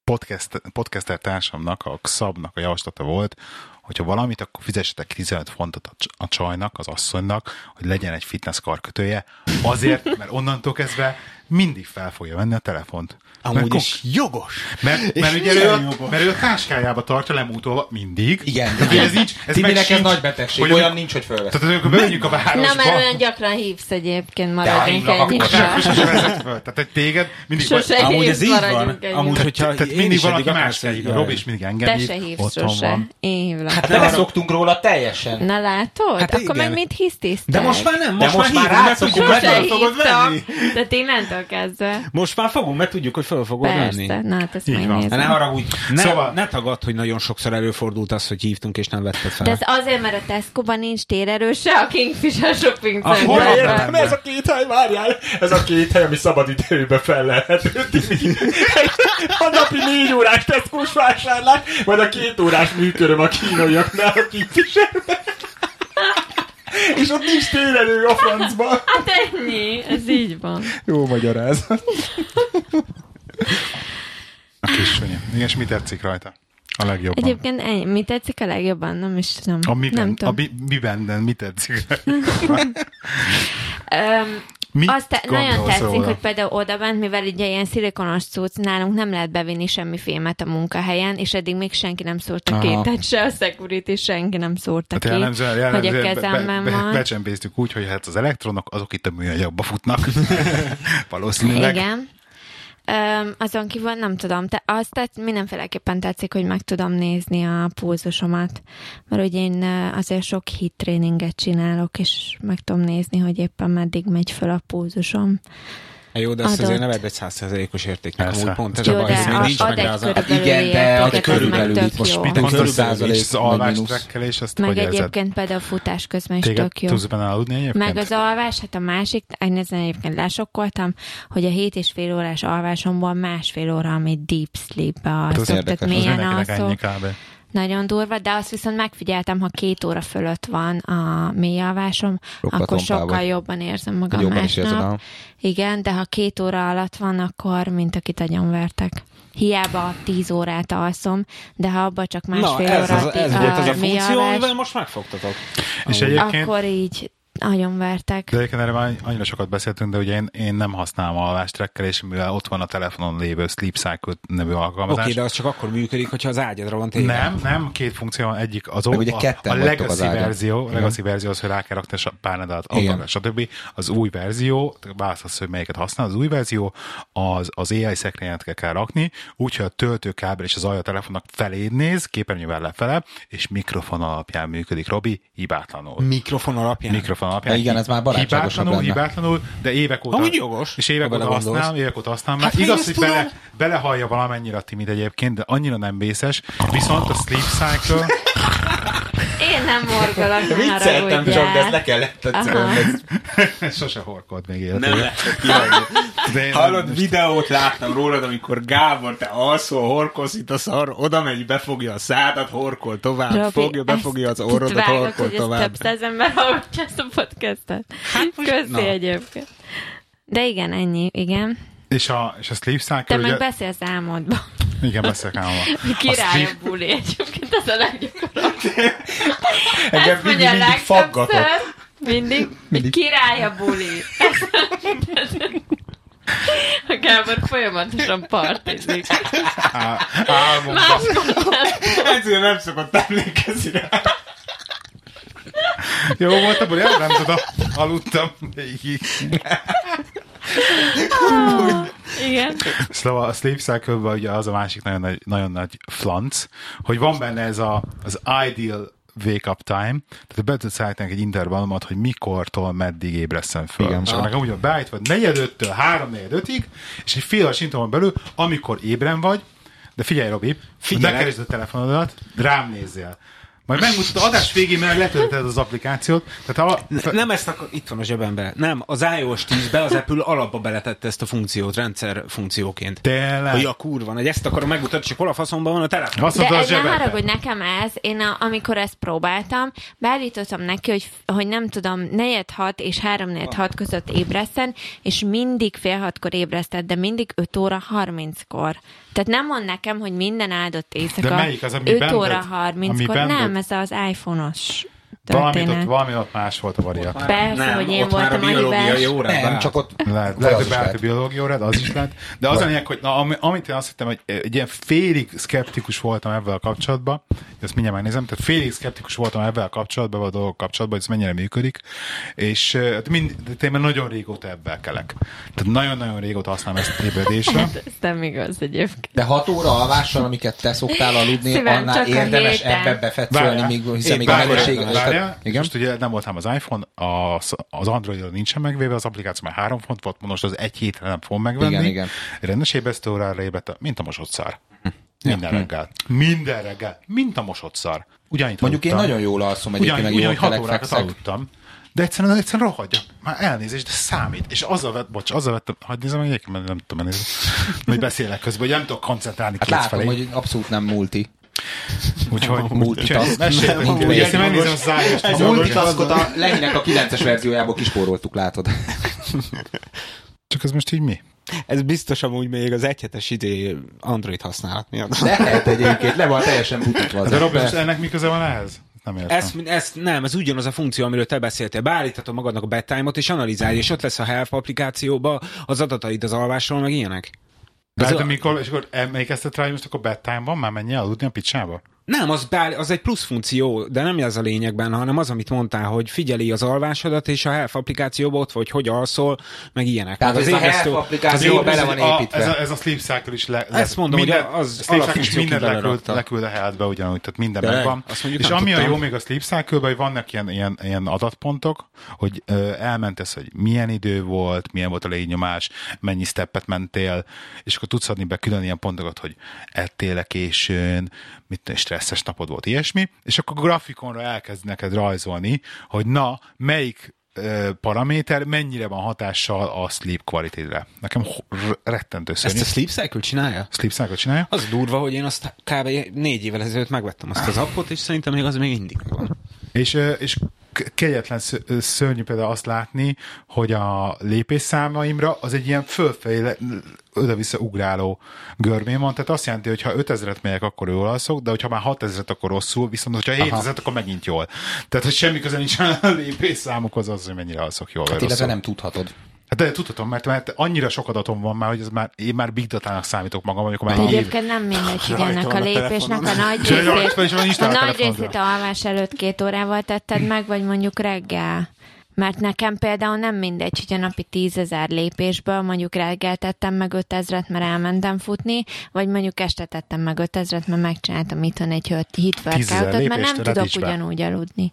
[SPEAKER 1] podcast, podcaster társamnak, a Szabnak a javaslata volt, hogyha valamit, akkor fizessetek 15 fontot a cs- a csajnak, az asszonynak, hogy legyen egy fitness karkötője, azért, mert onnantól kezdve mindig fel fogja venni a telefont. mert,
[SPEAKER 4] Amúgy
[SPEAKER 1] kon-
[SPEAKER 4] is jogos.
[SPEAKER 1] Mert, mert,
[SPEAKER 4] És
[SPEAKER 1] ugye ő,
[SPEAKER 4] milyen
[SPEAKER 1] a,
[SPEAKER 4] jogos?
[SPEAKER 1] mert ő a táskájába tartja lemútolva mindig.
[SPEAKER 3] Igen,
[SPEAKER 1] Tehát,
[SPEAKER 3] igen.
[SPEAKER 1] Ez nincs, ez meg
[SPEAKER 3] Tibinek ez
[SPEAKER 1] sincs,
[SPEAKER 3] nagy betegség,
[SPEAKER 1] hogy
[SPEAKER 3] olyan
[SPEAKER 1] amikor-
[SPEAKER 3] nincs, hogy fölvesz.
[SPEAKER 1] Tehát amikor bemegyünk a városba,
[SPEAKER 2] Na, mert olyan gyakran hívsz egyébként, maradjunk
[SPEAKER 3] De hívnak,
[SPEAKER 2] ennyivel.
[SPEAKER 1] sose, sose vezet föl. Tehát egy téged mindig vagy-
[SPEAKER 2] Sose
[SPEAKER 4] Amúgy
[SPEAKER 2] hívsz,
[SPEAKER 4] ez így van.
[SPEAKER 2] maradjunk
[SPEAKER 4] Amúgy,
[SPEAKER 2] ennyivel.
[SPEAKER 4] hogyha
[SPEAKER 1] Tehát
[SPEAKER 4] én
[SPEAKER 1] mindig
[SPEAKER 4] is
[SPEAKER 1] valaki
[SPEAKER 4] eddig
[SPEAKER 1] más
[SPEAKER 4] akarsz
[SPEAKER 1] hív.
[SPEAKER 4] hívni.
[SPEAKER 1] A Robi is mindig engem
[SPEAKER 2] Te
[SPEAKER 1] hív.
[SPEAKER 2] se hívsz
[SPEAKER 1] Otthon
[SPEAKER 2] sose.
[SPEAKER 1] van.
[SPEAKER 2] Én hívlak.
[SPEAKER 4] Hát
[SPEAKER 3] De
[SPEAKER 4] nem arra-
[SPEAKER 3] leszoktunk róla teljesen.
[SPEAKER 2] Na látod?
[SPEAKER 4] Hát
[SPEAKER 2] Akkor
[SPEAKER 4] igen.
[SPEAKER 2] meg mit hisz tisztek?
[SPEAKER 4] De most már nem,
[SPEAKER 3] De
[SPEAKER 4] most,
[SPEAKER 3] most már
[SPEAKER 4] hívunk, mert
[SPEAKER 3] rátszokunk,
[SPEAKER 4] tudjuk, hogy
[SPEAKER 3] mert
[SPEAKER 2] Sose
[SPEAKER 4] fel fogod venni.
[SPEAKER 2] hívtam. Tehát innentől kezdve.
[SPEAKER 4] Most már fogunk, mert tudjuk, hogy fel fogod venni.
[SPEAKER 2] Persze. Na, hát ezt
[SPEAKER 1] Így
[SPEAKER 2] majd
[SPEAKER 1] van.
[SPEAKER 4] Hát Ne
[SPEAKER 2] nézem.
[SPEAKER 4] haragudj, ne,
[SPEAKER 1] Szóval-
[SPEAKER 4] szóval... ne tagadd, hogy nagyon sokszor előfordult az, hogy hívtunk és nem vetted fel.
[SPEAKER 2] De ez azért, mert a Tesco-ban nincs térerő, se a Kingfisher Shopping
[SPEAKER 4] A
[SPEAKER 2] Centerben.
[SPEAKER 4] hol-
[SPEAKER 3] Értem, ez a két hely, várjál! Ez a két hely, ami szabad időbe felelhető. A napi négy órás teszkós vásárlás, vagy a két órás műköröm a kínaiaknál, a kifiserben. És ott nincs térelő a francba.
[SPEAKER 2] Hát ennyi, ez így van.
[SPEAKER 3] Jó magyarázat.
[SPEAKER 1] A kis sunyi. Igen, és mi tetszik rajta? A legjobban.
[SPEAKER 2] Egyébként ennyi. mi tetszik a legjobban? Nem is tudom.
[SPEAKER 1] a mi,
[SPEAKER 2] nem
[SPEAKER 1] ben, a
[SPEAKER 2] tudom.
[SPEAKER 1] bi, mi benden, mi tetszik?
[SPEAKER 2] Öm,
[SPEAKER 1] Mi
[SPEAKER 2] Azt nagyon
[SPEAKER 1] gondolsz
[SPEAKER 2] tetszik,
[SPEAKER 1] róla?
[SPEAKER 2] hogy például odabent, mivel ugye ilyen szilikonos cucc, nálunk nem lehet bevinni semmi filmet a munkahelyen, és eddig még senki nem szúrta ki,
[SPEAKER 4] Aha.
[SPEAKER 2] tehát se a security, senki nem szúrta ki,
[SPEAKER 1] Tehát Hát jellemzően,
[SPEAKER 2] hogy a
[SPEAKER 1] jellemzően be, be,
[SPEAKER 2] kezemben
[SPEAKER 1] be,
[SPEAKER 2] van.
[SPEAKER 1] becsempésztük úgy, hogy hát az elektronok, azok itt a műanyagba futnak. Valószínűleg.
[SPEAKER 2] Igen. Öm, azon kívül nem tudom, te azt tetsz, mindenféleképpen tetszik, hogy meg tudom nézni a pulzusomat, mert ugye én ö, azért sok hit tréninget csinálok, és meg tudom nézni, hogy éppen meddig megy föl a pulzusom.
[SPEAKER 4] Hát Jó, de azt
[SPEAKER 2] Adott.
[SPEAKER 4] azért ne vedd egy százszerzelékos értéknek,
[SPEAKER 1] Persze.
[SPEAKER 4] amúgy pont ez
[SPEAKER 2] Jó,
[SPEAKER 4] a baj,
[SPEAKER 2] de
[SPEAKER 4] hogy
[SPEAKER 2] a-
[SPEAKER 4] nincs
[SPEAKER 2] ad
[SPEAKER 4] meg rá
[SPEAKER 2] egy
[SPEAKER 4] az a...
[SPEAKER 2] körülbelül
[SPEAKER 3] Igen, de
[SPEAKER 2] értéket,
[SPEAKER 3] az
[SPEAKER 2] az
[SPEAKER 3] körülbelül
[SPEAKER 2] meg
[SPEAKER 3] itt
[SPEAKER 2] tök
[SPEAKER 3] most
[SPEAKER 2] jó.
[SPEAKER 3] mit
[SPEAKER 1] Mit mondsz,
[SPEAKER 3] Körülbelül
[SPEAKER 1] és
[SPEAKER 3] is
[SPEAKER 1] az alvás
[SPEAKER 3] mínusz.
[SPEAKER 1] trekkelés, azt
[SPEAKER 2] Meg
[SPEAKER 1] hogy érzed?
[SPEAKER 2] egyébként például a futás közben is
[SPEAKER 1] Téged
[SPEAKER 2] tök jó.
[SPEAKER 1] tudsz benne aludni egyébként?
[SPEAKER 2] Meg az alvás, hát a másik, én ezen egyébként lesokkoltam, hogy a 7 és fél órás alvásomból másfél óra, ami deep sleep-be alszok,
[SPEAKER 3] érdekes,
[SPEAKER 2] tehát
[SPEAKER 3] Hát az
[SPEAKER 2] mélyen
[SPEAKER 1] mindenkinek ennyi
[SPEAKER 2] alszok.
[SPEAKER 1] kb.
[SPEAKER 2] Nagyon durva, de azt viszont megfigyeltem, ha két óra fölött van a mély alvásom,
[SPEAKER 3] Rokkatompa
[SPEAKER 2] akkor sokkal
[SPEAKER 3] vagy. Hát
[SPEAKER 2] jobban érzem magam
[SPEAKER 3] Jobban is érzed, aha.
[SPEAKER 2] másnap. Igen, de ha két óra alatt van, akkor mint akit agyonvertek. Hiába tíz órát alszom, de ha abba csak
[SPEAKER 4] Na,
[SPEAKER 2] másfél
[SPEAKER 4] ez,
[SPEAKER 2] óra
[SPEAKER 4] az, ez
[SPEAKER 2] a
[SPEAKER 4] volt az
[SPEAKER 2] mély
[SPEAKER 4] a funkció,
[SPEAKER 2] alvás,
[SPEAKER 4] amivel most megfogtatok.
[SPEAKER 1] És egyébként
[SPEAKER 2] akkor így agyonvertek.
[SPEAKER 1] De egyébként erre már annyira sokat beszéltünk, de ugye én, én nem használom a alvástrekkelés, mivel ott van a telefonon lévő Sleep Cycle nevű
[SPEAKER 4] Oké,
[SPEAKER 1] alkalmazás.
[SPEAKER 4] de az csak akkor működik, hogyha az ágyadra van téve.
[SPEAKER 1] nem, nem, két funkció van, egyik az
[SPEAKER 3] Meg ugye
[SPEAKER 1] a, a
[SPEAKER 3] ketten vagytok az
[SPEAKER 1] legacy
[SPEAKER 3] ágyon.
[SPEAKER 1] verzió, a legacy verzió az, hogy rá kell rakni a sa- párnádat, autóra,
[SPEAKER 3] Igen.
[SPEAKER 1] stb. Az új verzió, választasz, hogy melyiket használ, az új verzió az, az AI szekrényet kell, kell rakni, úgyhogy a töltőkábel és az alja a telefonnak feléd néz, képernyővel lefele, és mikrofon alapján működik, Robi, hibátlanul.
[SPEAKER 4] Mikrofon alapján.
[SPEAKER 1] mikrofon alapján.
[SPEAKER 3] Igen, ez már barátságosabb
[SPEAKER 1] hibátlanul,
[SPEAKER 3] lenne.
[SPEAKER 1] hibátlanul, de évek óta.
[SPEAKER 4] Amúgy jogos,
[SPEAKER 1] És évek
[SPEAKER 4] ha
[SPEAKER 1] óta
[SPEAKER 4] belegondolsz.
[SPEAKER 1] használom, évek óta használom.
[SPEAKER 4] Hát
[SPEAKER 1] Hát
[SPEAKER 4] én
[SPEAKER 1] igaz,
[SPEAKER 4] ezt
[SPEAKER 1] hogy
[SPEAKER 4] tudom.
[SPEAKER 1] bele, belehallja valamennyire a timid egyébként, de annyira nem vészes. Viszont a Sleep Cycle...
[SPEAKER 2] Én nem morgolok, ne
[SPEAKER 3] Vicceltem, csak de ezt le
[SPEAKER 2] haragudjál.
[SPEAKER 3] kellett
[SPEAKER 2] Aha.
[SPEAKER 3] egyszerűen. ezt-
[SPEAKER 1] Sose horkolt még életében.
[SPEAKER 4] Nem lehetett kihagyni.
[SPEAKER 1] De én
[SPEAKER 4] Hallod, videót láttam rólad, amikor Gábor, te alszol, horkolsz itt a szar, oda megy, befogja a szádat, horkol tovább,
[SPEAKER 2] Robi,
[SPEAKER 4] fogja,
[SPEAKER 2] ezt
[SPEAKER 4] befogja az
[SPEAKER 2] tud
[SPEAKER 4] orrodat,
[SPEAKER 2] vágok,
[SPEAKER 4] horkol
[SPEAKER 2] hogy ezt
[SPEAKER 4] tovább.
[SPEAKER 2] Több száz ember hallgatja ezt a podcastet. Hát
[SPEAKER 4] most-
[SPEAKER 2] Köszi
[SPEAKER 4] na.
[SPEAKER 2] egyébként. De igen, ennyi, igen.
[SPEAKER 1] És a, és a sleep
[SPEAKER 2] Te
[SPEAKER 1] cycle,
[SPEAKER 2] meg
[SPEAKER 1] ugye...
[SPEAKER 2] beszélsz álmodban.
[SPEAKER 1] Igen, beszélek álma.
[SPEAKER 2] Király a buli egyébként, ez a leggyakoribb.
[SPEAKER 3] Engem
[SPEAKER 2] Ezt
[SPEAKER 3] mindig,
[SPEAKER 2] mondja a
[SPEAKER 3] mindig faggatott.
[SPEAKER 2] legtöbbször. Mindig. mindig. Király a buli. A Gábor folyamatosan partizik.
[SPEAKER 1] Álmomban.
[SPEAKER 4] Egyszerűen nem szokott emlékezni rá.
[SPEAKER 1] Jó volt a buli, nem tudom, aludtam végig.
[SPEAKER 2] Igen.
[SPEAKER 1] Szóval a Sleep cycle ugye az a másik nagyon nagy, nagyon nagy flanc, hogy van benne ez a, az ideal wake-up time, tehát be tudsz állítani egy intervallumot, hogy mikortól meddig ébreszem föl. Igen. És akkor nekem úgy van beállítva, hogy negyed öttől három negyed ötig, és egy fél órás intervallum belül, amikor ébren vagy, de figyelj, Robi,
[SPEAKER 4] Figyelek.
[SPEAKER 1] ne keresd a telefonodat, rám nézzél. Majd megmutatod, adás végén meg letöltöd az applikációt. Tehát ha,
[SPEAKER 4] Ne- Nem ezt akar, itt van a zsebemben. Nem, az iOS 10-be az Apple alapba beletette ezt a funkciót, rendszer funkcióként.
[SPEAKER 1] Tényleg?
[SPEAKER 4] Hogy a kurva, hogy ezt akarom megmutatni, csak hol a faszomban van a telefon.
[SPEAKER 1] Azt
[SPEAKER 2] De
[SPEAKER 1] mondta,
[SPEAKER 2] ez
[SPEAKER 1] a
[SPEAKER 2] nem
[SPEAKER 1] zsebedbe.
[SPEAKER 2] harag, hogy nekem ez, én a, amikor ezt próbáltam, beállítottam neki, hogy, hogy nem tudom, negyed hat és három negyed hat között ébreszten, és mindig fél hatkor ébresztett, de mindig 5 óra 30-kor. Tehát nem mond nekem, hogy minden áldott éjszaka.
[SPEAKER 1] De melyik az, ami
[SPEAKER 2] 5
[SPEAKER 1] benned?
[SPEAKER 2] óra
[SPEAKER 1] Ami
[SPEAKER 2] 30-kor.
[SPEAKER 1] benned?
[SPEAKER 2] Nem, ez az iPhone-os
[SPEAKER 1] Valamit ott,
[SPEAKER 2] történet.
[SPEAKER 1] valami ott más volt a variant.
[SPEAKER 2] Persze, hogy én
[SPEAKER 4] ott már
[SPEAKER 2] voltam
[SPEAKER 4] a biológiai
[SPEAKER 2] hibás.
[SPEAKER 4] órán.
[SPEAKER 3] Nem,
[SPEAKER 4] vált.
[SPEAKER 3] csak ott...
[SPEAKER 1] Lehet, lehet
[SPEAKER 3] az
[SPEAKER 1] hogy
[SPEAKER 3] is
[SPEAKER 1] beállt a
[SPEAKER 3] lehet.
[SPEAKER 1] biológia órád, az is lehet. De az a lényeg, hogy na, ami- amit én azt hittem, hogy egy ilyen félig szkeptikus voltam ebben a kapcsolatban, ezt mindjárt megnézem, tehát félig szkeptikus voltam ebben a kapcsolatban, vagy a dolgok kapcsolatban, hogy ez mennyire működik, és eh, hát mind, tehát én már nagyon régóta ebben kelek. Tehát nagyon-nagyon régóta használom ezt ébredésre.
[SPEAKER 2] Ez nem igaz egyébként.
[SPEAKER 3] De 6 óra alvással, amiket te szoktál aludni,
[SPEAKER 2] Szívem,
[SPEAKER 3] annál
[SPEAKER 2] csak a
[SPEAKER 3] érdemes
[SPEAKER 2] héten.
[SPEAKER 3] ebbe befetszölni,
[SPEAKER 1] Várjál.
[SPEAKER 3] míg, hiszen
[SPEAKER 1] Én-
[SPEAKER 3] még a
[SPEAKER 1] várjál,
[SPEAKER 3] mennyiség...
[SPEAKER 1] várjál.
[SPEAKER 3] Igen?
[SPEAKER 1] Most ugye nem voltam az iPhone, az, az Android nincsen megvéve, az applikáció már három font volt, most az egy hétre nem fogom megvenni.
[SPEAKER 3] Igen, igen.
[SPEAKER 1] Rendes ébresztő órára ébredtem, mint a mosott szar. Minden reggel. Minden reggel. Mint a mosott szar. Ugyanit
[SPEAKER 3] Mondjuk én
[SPEAKER 1] aludtam.
[SPEAKER 3] nagyon jól alszom egyébként,
[SPEAKER 1] Ugyan,
[SPEAKER 3] meg
[SPEAKER 1] ugyan,
[SPEAKER 3] jól
[SPEAKER 1] hat
[SPEAKER 3] kelek,
[SPEAKER 1] órákat
[SPEAKER 3] fekszek.
[SPEAKER 1] aludtam. De egyszerűen, egyszerűen rohadja. Már elnézést, de számít. És azzal vett, bocs, azzal vettem, hagyd nézem, hogy egyébként nem tudom, nézem, hogy beszélek közben, hogy nem tudok koncentrálni
[SPEAKER 3] Hát
[SPEAKER 1] két
[SPEAKER 3] látom,
[SPEAKER 1] felé.
[SPEAKER 3] hogy abszolút nem multi.
[SPEAKER 1] Úgyhogy
[SPEAKER 3] multitask.
[SPEAKER 1] Mesélj,
[SPEAKER 3] Nem,
[SPEAKER 1] hogy ezt megnézem a zájos.
[SPEAKER 3] A multitaskot a Lehinek a 9-es verziójából kispóroltuk, látod.
[SPEAKER 1] Csak ez most így mi?
[SPEAKER 4] Ez biztos amúgy még az egyhetes idő Android használat miatt.
[SPEAKER 3] Lehet egyébként, le van teljesen butatva az
[SPEAKER 1] De Robi, most
[SPEAKER 3] ember.
[SPEAKER 1] ennek mi köze van ehhez? Nem értem.
[SPEAKER 4] Ez, ez, nem, ez ugyanaz a funkció, amiről te beszéltél. Beállíthatod magadnak a bedtime-ot, és analizálj, és ott lesz a Health applikációba az adataid az alvásról, meg ilyenek.
[SPEAKER 1] De hát
[SPEAKER 4] a-
[SPEAKER 1] amikor, és akkor emlékeztet rá, hogy most akkor bedtime van, már menj el aludni a picsába?
[SPEAKER 4] Nem, az, beáll, az egy plusz funkció, de nem ez a lényegben, hanem az, amit mondtál, hogy figyeli az alvásodat, és a Health applikációban ott vagy, hogy alszol, meg ilyenek. Hát
[SPEAKER 3] Tehát
[SPEAKER 4] Meg
[SPEAKER 3] ez a
[SPEAKER 4] ébresztő-
[SPEAKER 3] Health applikáció
[SPEAKER 4] az
[SPEAKER 3] bele
[SPEAKER 4] ébresztő-
[SPEAKER 3] van
[SPEAKER 1] a,
[SPEAKER 3] építve.
[SPEAKER 1] ez, a, ez a sleep cycle is le, le
[SPEAKER 4] Ezt mondom,
[SPEAKER 1] minden,
[SPEAKER 4] hogy az
[SPEAKER 1] a sleep cycle is
[SPEAKER 4] alapfunkcióként
[SPEAKER 1] minden leküld,
[SPEAKER 4] belerakta.
[SPEAKER 1] leküld a helyetbe ugyanúgy, tehát minden
[SPEAKER 4] De,
[SPEAKER 1] megvan.
[SPEAKER 4] azt mondjuk
[SPEAKER 1] És
[SPEAKER 4] nem
[SPEAKER 1] ami a
[SPEAKER 4] tudtam.
[SPEAKER 1] jó még a sleep cycle hogy vannak ilyen, ilyen, ilyen adatpontok, hogy ö, elmentesz, hogy milyen idő volt, milyen volt a légnyomás, mennyi steppet mentél, és akkor tudsz adni be külön ilyen pontokat, hogy ettél-e későn, mit tudom, stresszes napod volt, ilyesmi, és akkor grafikonra elkezd neked rajzolni, hogy na, melyik ö, paraméter mennyire van hatással a sleep kvalitédre. Nekem ho- r- rettentő szörnyű.
[SPEAKER 4] Ezt a Sleep Cycle csinálja?
[SPEAKER 1] Sleep cycle csinálja.
[SPEAKER 4] Az durva, hogy én azt kb. négy évvel ezelőtt megvettem azt az appot, és szerintem még az még mindig van.
[SPEAKER 1] És, ö, és k- kegyetlen szö- ö, szörnyű például azt látni, hogy a lépésszámaimra az egy ilyen fölfelé le- oda-vissza ugráló görmém van, tehát azt jelenti, hogy ha 5000-et megyek, akkor jól alszok, de hogyha már 6000-et, akkor rosszul, viszont hogyha 7000-et, akkor megint jól. Tehát, hogy semmi köze nincs a lépésszámokhoz az, hogy mennyire alszok jól vagy
[SPEAKER 3] Hát illetve
[SPEAKER 1] rosszul.
[SPEAKER 3] nem tudhatod.
[SPEAKER 1] Hát de tudhatom, mert, mert annyira sok adatom van már, hogy ez már, én már big datának számítok magam, amikor már
[SPEAKER 2] De
[SPEAKER 1] év,
[SPEAKER 2] egyébként nem mindegy, hogy
[SPEAKER 4] Rajta
[SPEAKER 2] ennek
[SPEAKER 4] van
[SPEAKER 2] a
[SPEAKER 4] a
[SPEAKER 2] lépésnek a nagy
[SPEAKER 1] Sőt, rajta van, és van
[SPEAKER 2] részét, a
[SPEAKER 1] Isten a
[SPEAKER 2] nagy
[SPEAKER 1] telefonodra.
[SPEAKER 2] részét a alvás előtt két órával tetted meg, vagy mondjuk reggel. Mert nekem például nem mindegy, hogy a napi tízezer lépésből mondjuk reggel tettem meg 5000-et, mert elmentem futni, vagy mondjuk este tettem meg 5000-et, mert megcsináltam itthon egy hit
[SPEAKER 1] 10.000
[SPEAKER 2] workoutot, mert nem
[SPEAKER 1] lépést
[SPEAKER 2] tudok
[SPEAKER 1] radíts be.
[SPEAKER 2] ugyanúgy aludni.